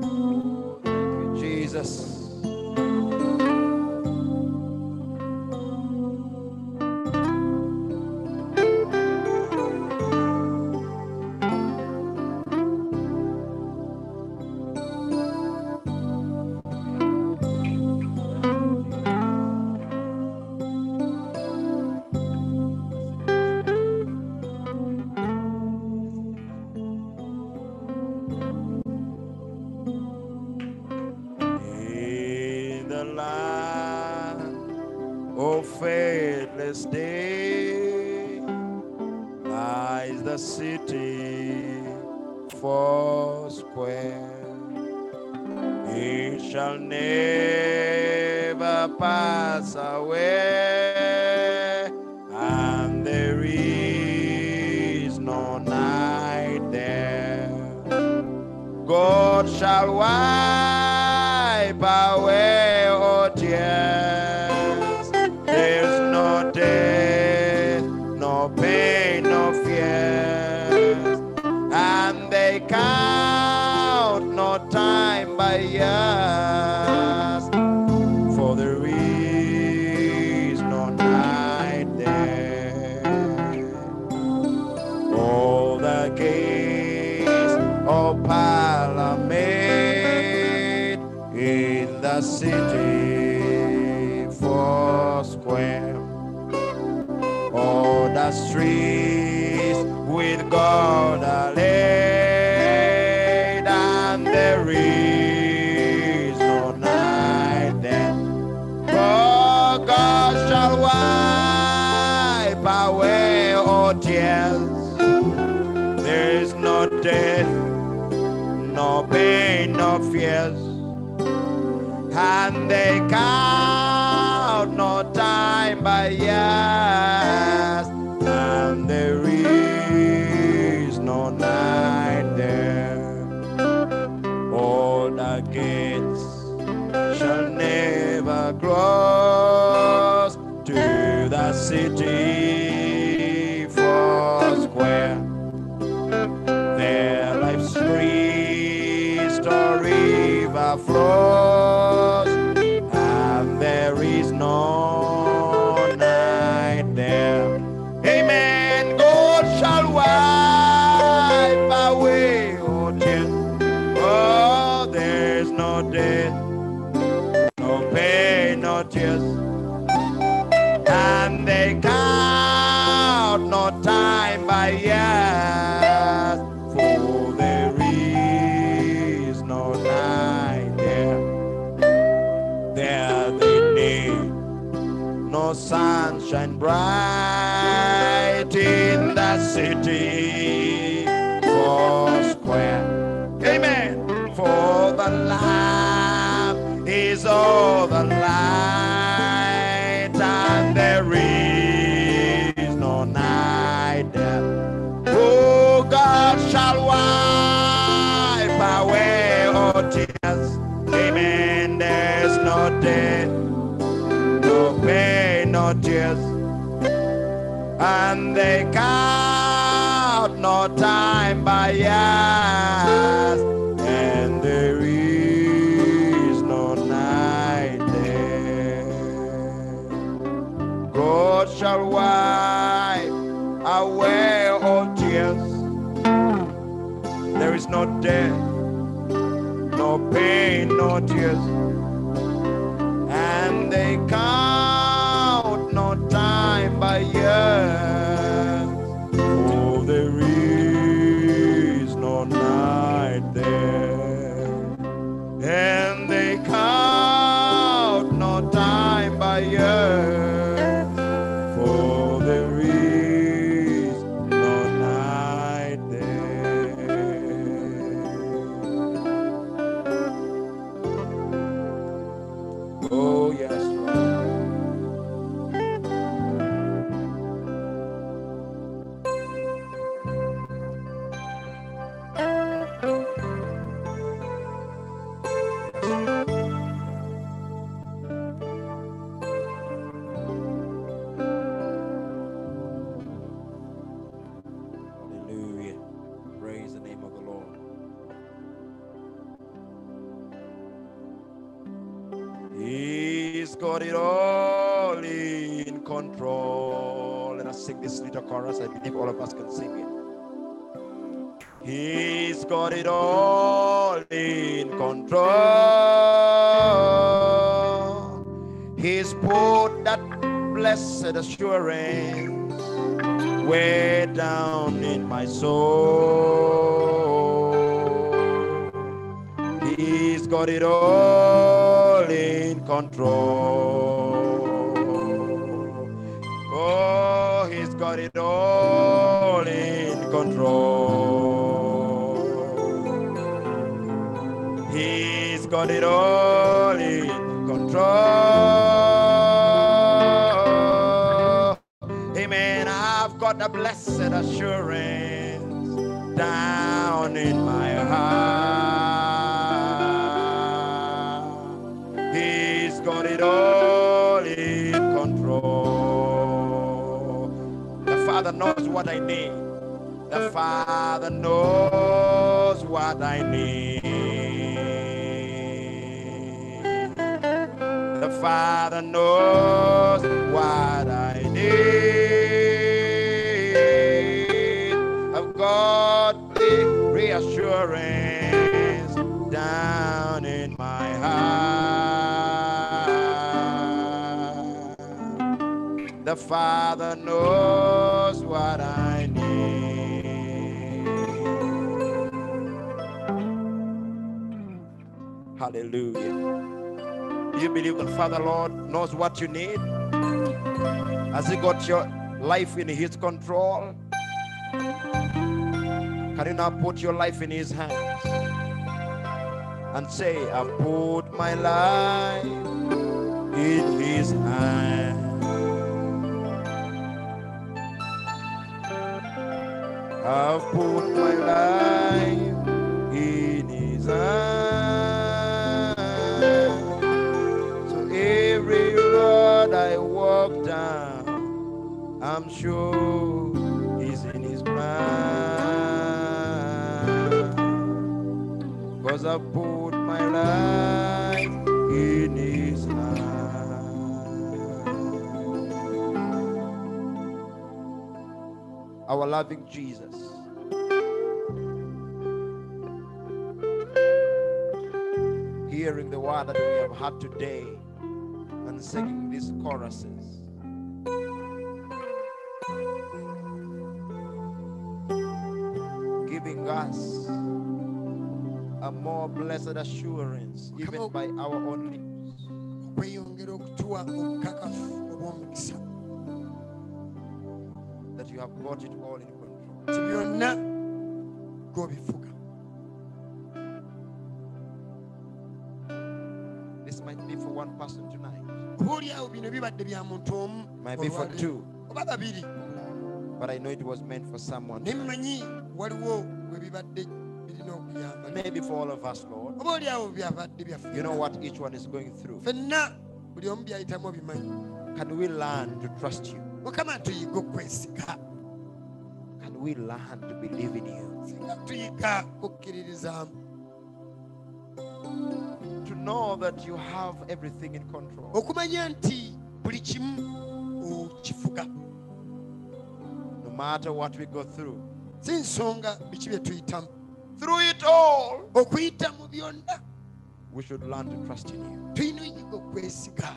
[SPEAKER 1] Thank you, Jesus. In the land of faithless day lies the city four square. It shall never pass away, and there is no night there. God shall wipe away all tears. There's no death, no pain, no fear. And they count no time by years. For there is no night there. All the gates of Parliament in the city four square. All the streets with God are laid, and there is no night there. For God shall wipe away all tears. There is no death, no pain, no fears. And they count no time by years. And there is no night there. All the gates shall never cross to the city four square. Their life stream Oh, tears. And they count no time by years, for there is no night there. There they need no sunshine bright in the city. For square, amen. For the lamb is all the light, and there is no night. Oh, God shall wipe away all tears. Amen. There's no death no pain, no tears. And they count no time by years. And there is no night there. God shall wipe away all tears. There is no death, no pain, no tears and they count no time by years. For there is no night there, and they count no time by years. For there is no night there. Oh, yes. Lord. Hallelujah. Praise the name of the Lord. He's got it all in control. Let us sing this little chorus. I believe all of us can sing it. He's got it all in control. He's put that blessed assurance way down in my soul. He's got it all in control. Oh, he's got it all in control. He's got it all in control. Amen. I've got the blessed assurance down in my heart. He's got it all in control. The Father knows what I need. The Father knows what I need. The Father knows what I need. I've got the reassurance down in my heart. The Father knows what I need. Hallelujah. Do you believe that Father Lord knows what you need? Has He got your life in His control? Can you now put your life in His hands and say, I've put my life in His hands? I've put my life in His hands. So every road I walk down, I'm sure is in his plan. Cause I put my life in his hand. Our loving Jesus. Hearing the word that we have had today, than singing these choruses. Giving us a more blessed assurance, even
[SPEAKER 2] Come
[SPEAKER 1] by our own lips.
[SPEAKER 2] okweyongera okutuwa obukakafu obw'omukisa
[SPEAKER 1] that you have got it all in control.
[SPEAKER 2] ti byonna gwobifuga
[SPEAKER 1] This might be for one person tonight,
[SPEAKER 2] obaoliawo bino bibadde bya muntu omu
[SPEAKER 1] might be for
[SPEAKER 2] olwaleero,
[SPEAKER 1] two,
[SPEAKER 2] oba babiri
[SPEAKER 1] but I know it was meant for someone,
[SPEAKER 2] naye mmanyi waliwo bwe bibadde birina okuyamba
[SPEAKER 1] maybe for all of us, Lord.
[SPEAKER 2] oba oliawo byabadde byaffe
[SPEAKER 1] You know what each one is going through.
[SPEAKER 2] ffenna buli omu byayitamu obimanyi
[SPEAKER 1] Can we learn to trust you?
[SPEAKER 2] mukama tuyiga okwesiga
[SPEAKER 1] Can we learn to believe in you?
[SPEAKER 2] singa tuyiga okukkiririzaamu
[SPEAKER 1] To know that you have everything in control,
[SPEAKER 2] okumanya nti buli kimu okifuga
[SPEAKER 1] no matter what we go through.
[SPEAKER 2] si nsonga biki bye tuyitamu
[SPEAKER 1] Through it all,
[SPEAKER 2] okuyita mu byonna
[SPEAKER 1] we should learn to trust in you.
[SPEAKER 2] tulina oyiga okwesiga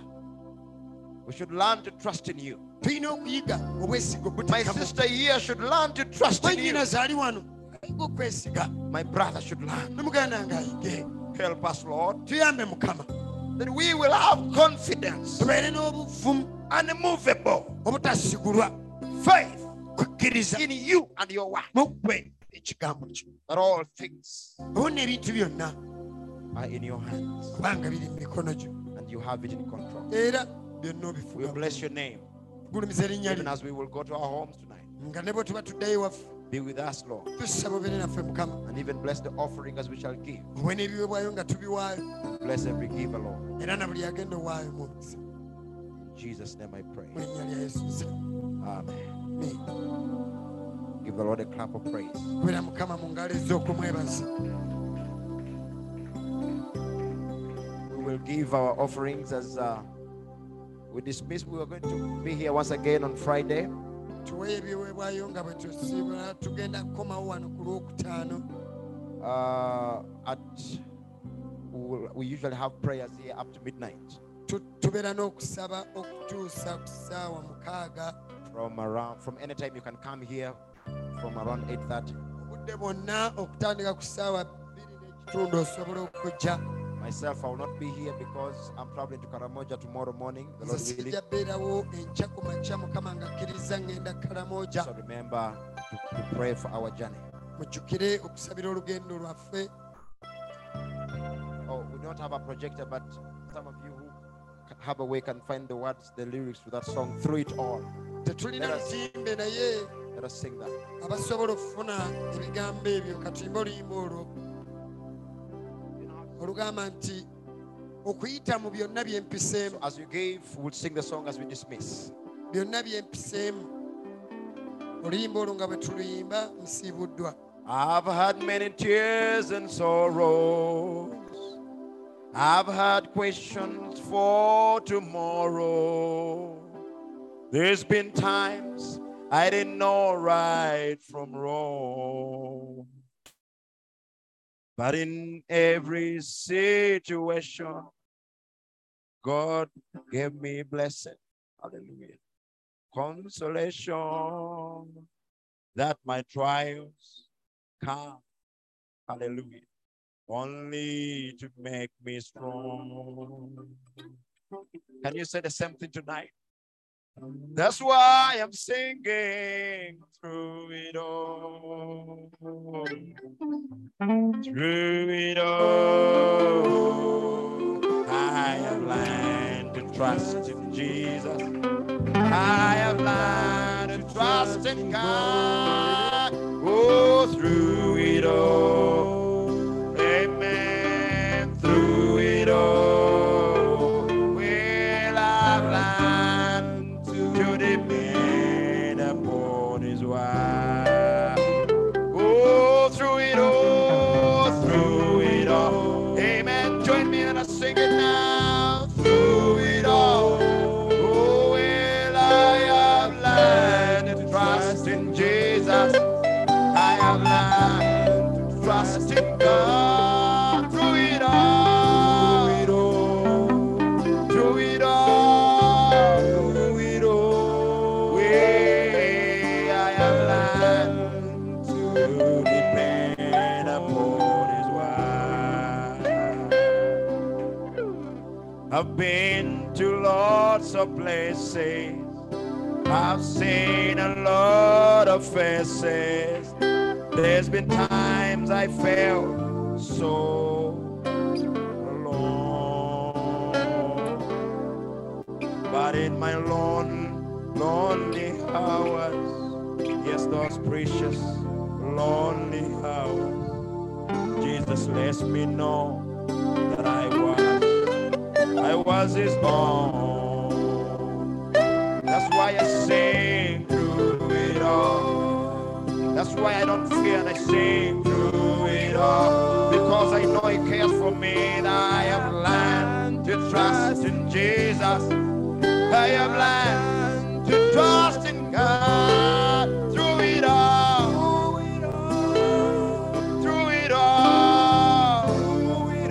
[SPEAKER 1] We should learn to trust in you.
[SPEAKER 2] tulina okuyiga obwesiga
[SPEAKER 1] My
[SPEAKER 2] obuteekamu
[SPEAKER 1] sister here should learn to trust in you.
[SPEAKER 2] mwenyina zaali wano ayiga okwesiga
[SPEAKER 1] My brother should learn.
[SPEAKER 2] nomuganda nga ayige
[SPEAKER 1] Help us, Lord,
[SPEAKER 2] tuyambe mukama
[SPEAKER 1] that we will have confidence.
[SPEAKER 2] tubeere n'obuvumu
[SPEAKER 1] unmovable
[SPEAKER 2] obutasigulwa
[SPEAKER 1] faith
[SPEAKER 2] kukkiriza
[SPEAKER 1] in you and your work.
[SPEAKER 2] mu ggwe ekigambo kyo
[SPEAKER 1] That all things
[SPEAKER 2] obona ebintu byonna
[SPEAKER 1] are in your hands
[SPEAKER 2] kubanga biri mu mikono gyo
[SPEAKER 1] and you have it in control.
[SPEAKER 2] era byonna
[SPEAKER 1] We
[SPEAKER 2] obifuga
[SPEAKER 1] bless your name.
[SPEAKER 2] gulumiza erinnya
[SPEAKER 1] Even
[SPEAKER 2] lyo
[SPEAKER 1] as we will go to our homes tonight,
[SPEAKER 2] nga ne bwe tuba tuddayo waffe
[SPEAKER 1] be with us, Lord,
[SPEAKER 2] tusaba obeere naffe mukama
[SPEAKER 1] and even bless the offering as we shall give.
[SPEAKER 2] owe n'ebiweebwayo nga tubiwaayo
[SPEAKER 1] Bless every giver, Lord.
[SPEAKER 2] era na buli agenda owaayo mukisa
[SPEAKER 1] In Jesus' name I pray.
[SPEAKER 2] mu linnya lya yesu nze
[SPEAKER 1] Amen.
[SPEAKER 2] Amen.
[SPEAKER 1] Give the Lord a clap of praise.
[SPEAKER 2] kwera mukama mu ngalo ez'okumwebaza
[SPEAKER 1] We will give our offerings as uh, we dismiss. We are going to be here once again on Friday.
[SPEAKER 2] tuweeyo ebiweebwayo nga bwe tusiibula tugenda kukomawo wano ku lwokutaano
[SPEAKER 1] Uh, at we'll- we usually have prayers here up to midnight.
[SPEAKER 2] Tu- tubeera n'okusaba okutuusa ku ssaawa mukaaga
[SPEAKER 1] from around from any time you can come here from around 8:30
[SPEAKER 2] obudde bwonna okutandika ku ssaawa bbiri n'ekitundu osobola okujja
[SPEAKER 1] myself i will not be here because i'm traveling to karamoja tomorrow morning the
[SPEAKER 2] nze
[SPEAKER 1] lord willing
[SPEAKER 2] sijja beerawo enkya ku makya mukama nga kkiriza ngenda kalamooja
[SPEAKER 1] so remember to, to pray for our journey
[SPEAKER 2] mujjukire okusabira olugendo lwaffe
[SPEAKER 1] oh we don't have a projector but some of you who ca- have a way can find the words the lyrics to that song through it all
[SPEAKER 2] tetulina
[SPEAKER 1] Let us-
[SPEAKER 2] lutimbe naye
[SPEAKER 1] let us sing that
[SPEAKER 2] abasobola okufuna ebigambo ebyo katuyimba oluyimba olwo olugamba nti okuyita mu byonna byempiseemu
[SPEAKER 1] so as you give we'll sing the song as we dismiss
[SPEAKER 2] byonna byempiseemu oluyimba olwo nga bwe tuluyimba nsiibuddwa
[SPEAKER 1] I've had many tears and sorrows. I've had questions for tomorrow. There's been times I didn't know right from wrong. But in every situation, God gave me blessing. Hallelujah. Consolation that my trials come. Hallelujah. Only to make me strong. Can you say the same thing tonight? That's why I'm singing through it all. Through it all, I have learned to trust in Jesus. I have learned to trust in God. Oh, through it all. Amen. Through it all. Will I learn to depend upon His word? Oh, through it all. Through it all. Amen. Join me and I sing it now. Through it all. Oh, will I have learned to trust in Jesus. I have learned to trust in I've been to lots of places. I've seen a lot of faces. There's been times I felt so alone. But in my lon- lonely hours, yes, those precious lonely hours, Jesus lets me know that I was, I was His own. That's why I sing through it all. That's why I don't fear and I sing through it all. Because I know He cares for me and I have learned to trust in Jesus. I have learned to trust in God through it all. Through it all. Through it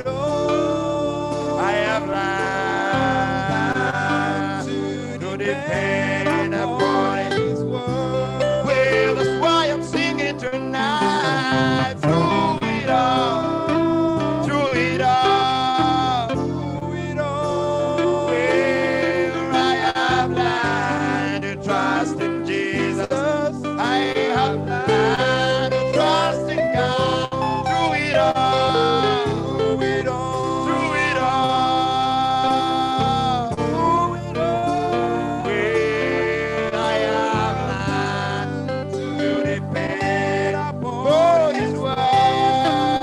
[SPEAKER 1] all. I have learned to depend upon His word. Well, that's why I'm singing tonight. Through it all. Through it all. Through it all. Well, I have learned to trust in Jesus. I have learned to trust in God. Through it all. Through it all. Through it all. Through it all. Well, I have learned to depend upon His word.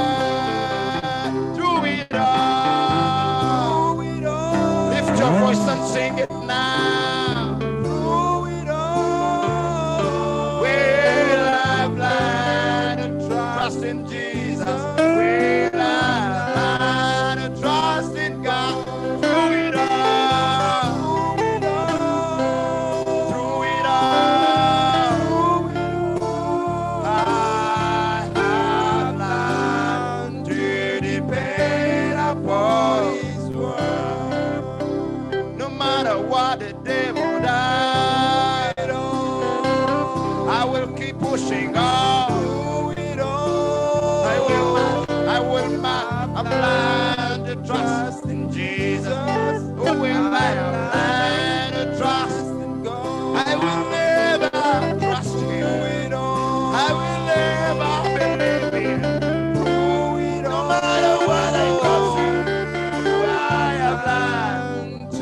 [SPEAKER 1] Through it all. Through it all. Lift your voice and sing it now. Through it all. Will I blind and trust in Jesus? Will I blind and trust in God? Through it all. Through it all. Through it all. I have learned to depend upon His word. No matter what the devil died on, I will keep pushing on. I will, I will, I'm blind to trust in Jesus. Oh, will I am blind to trust in God? I will never trust Him. I will never believe Him. No matter what I go through. I have learned to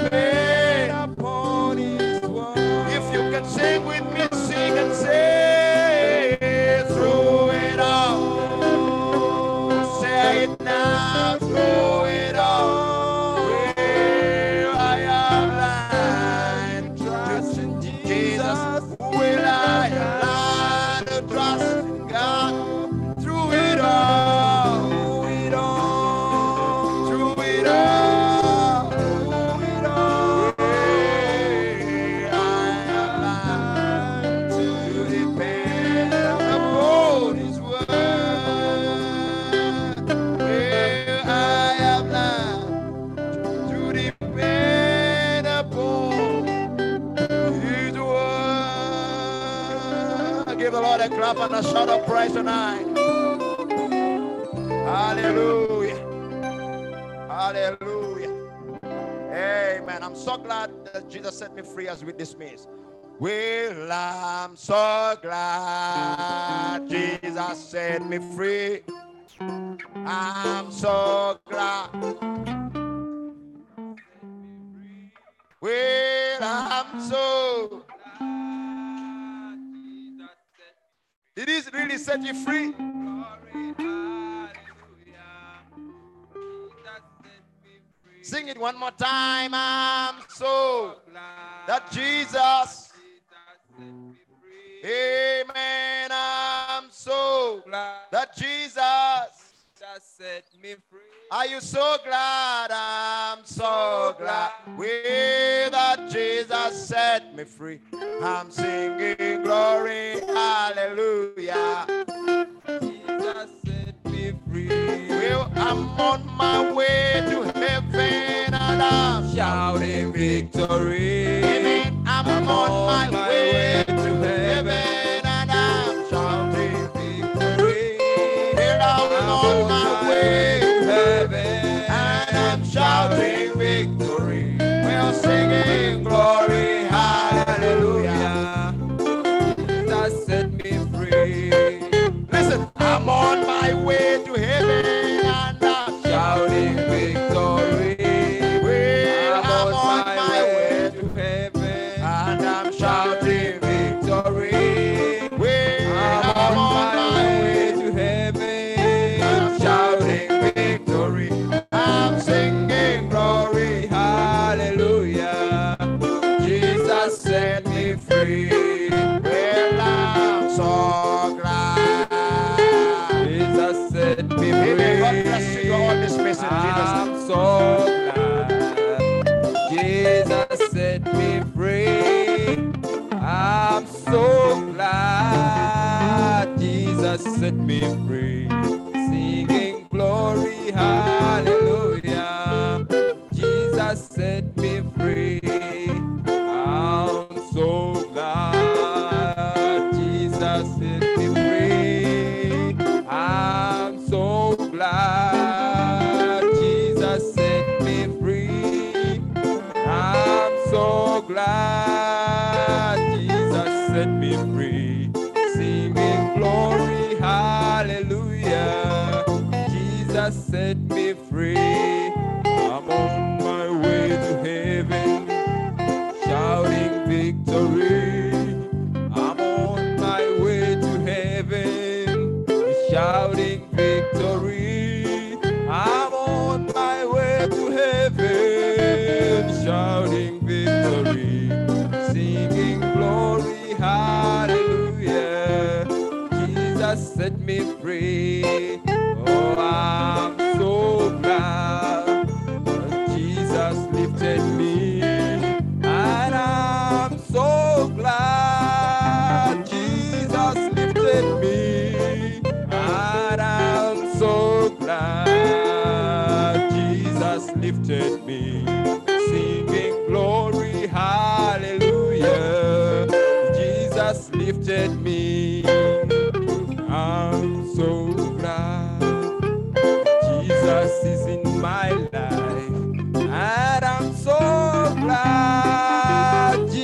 [SPEAKER 1] depend upon His word. If you can sing with me, sing and say through it all. Say it now, through it all. Will I have learned to trust in Jesus? Will I have learned to trust in God? Through it all. Through it all through it all. Through it all. I am to depend upon His word. Yeah, I am to depend upon His word. Give the Lord a clap and a shout of praise tonight. Hallelujah. Hallelujah. Amen. I'm so glad that Jesus set me free as we dismiss. Well, I'm so glad Jesus set me free. I'm so glad. Well, I'm so. Did he really set you free? Sing it one more time. I'm so that Jesus. Amen. I'm so that Jesus.
[SPEAKER 8] set me free.
[SPEAKER 1] Are you so glad? I'm so glad. With that Jesus set me free. I'm singing glory, hallelujah.
[SPEAKER 8] Jesus set me free.
[SPEAKER 1] Well, I'm on my way to heaven and I'm
[SPEAKER 8] Shouting victory.
[SPEAKER 1] Amen. I'm on my way to heaven and I'm shouting.
[SPEAKER 8] Victory.
[SPEAKER 1] Well, I'm on my way
[SPEAKER 8] Heaven.
[SPEAKER 1] and I'm shouting. Ah.
[SPEAKER 8] set me free. I'm so glad Jesus set me free. Singing glory, hallelujah. Jesus set me free. I'm so glad Jesus set me free. I'm so glad Jesus set me free. I'm so glad Jesus set me free. Singing glory, hallelujah. Jesus set me free. I'm on my way to heaven, shouting victory. I'm on my way to heaven, shouting victory. I'm on my way to heaven, shouting victory, singing glory, hallelujah. Jesus set me free. Oh, I'm so glad that Jesus lifted me, and I'm so glad Jesus lifted me, and I'm so glad Jesus lifted me. Singing glory, hallelujah. Jesus lifted me.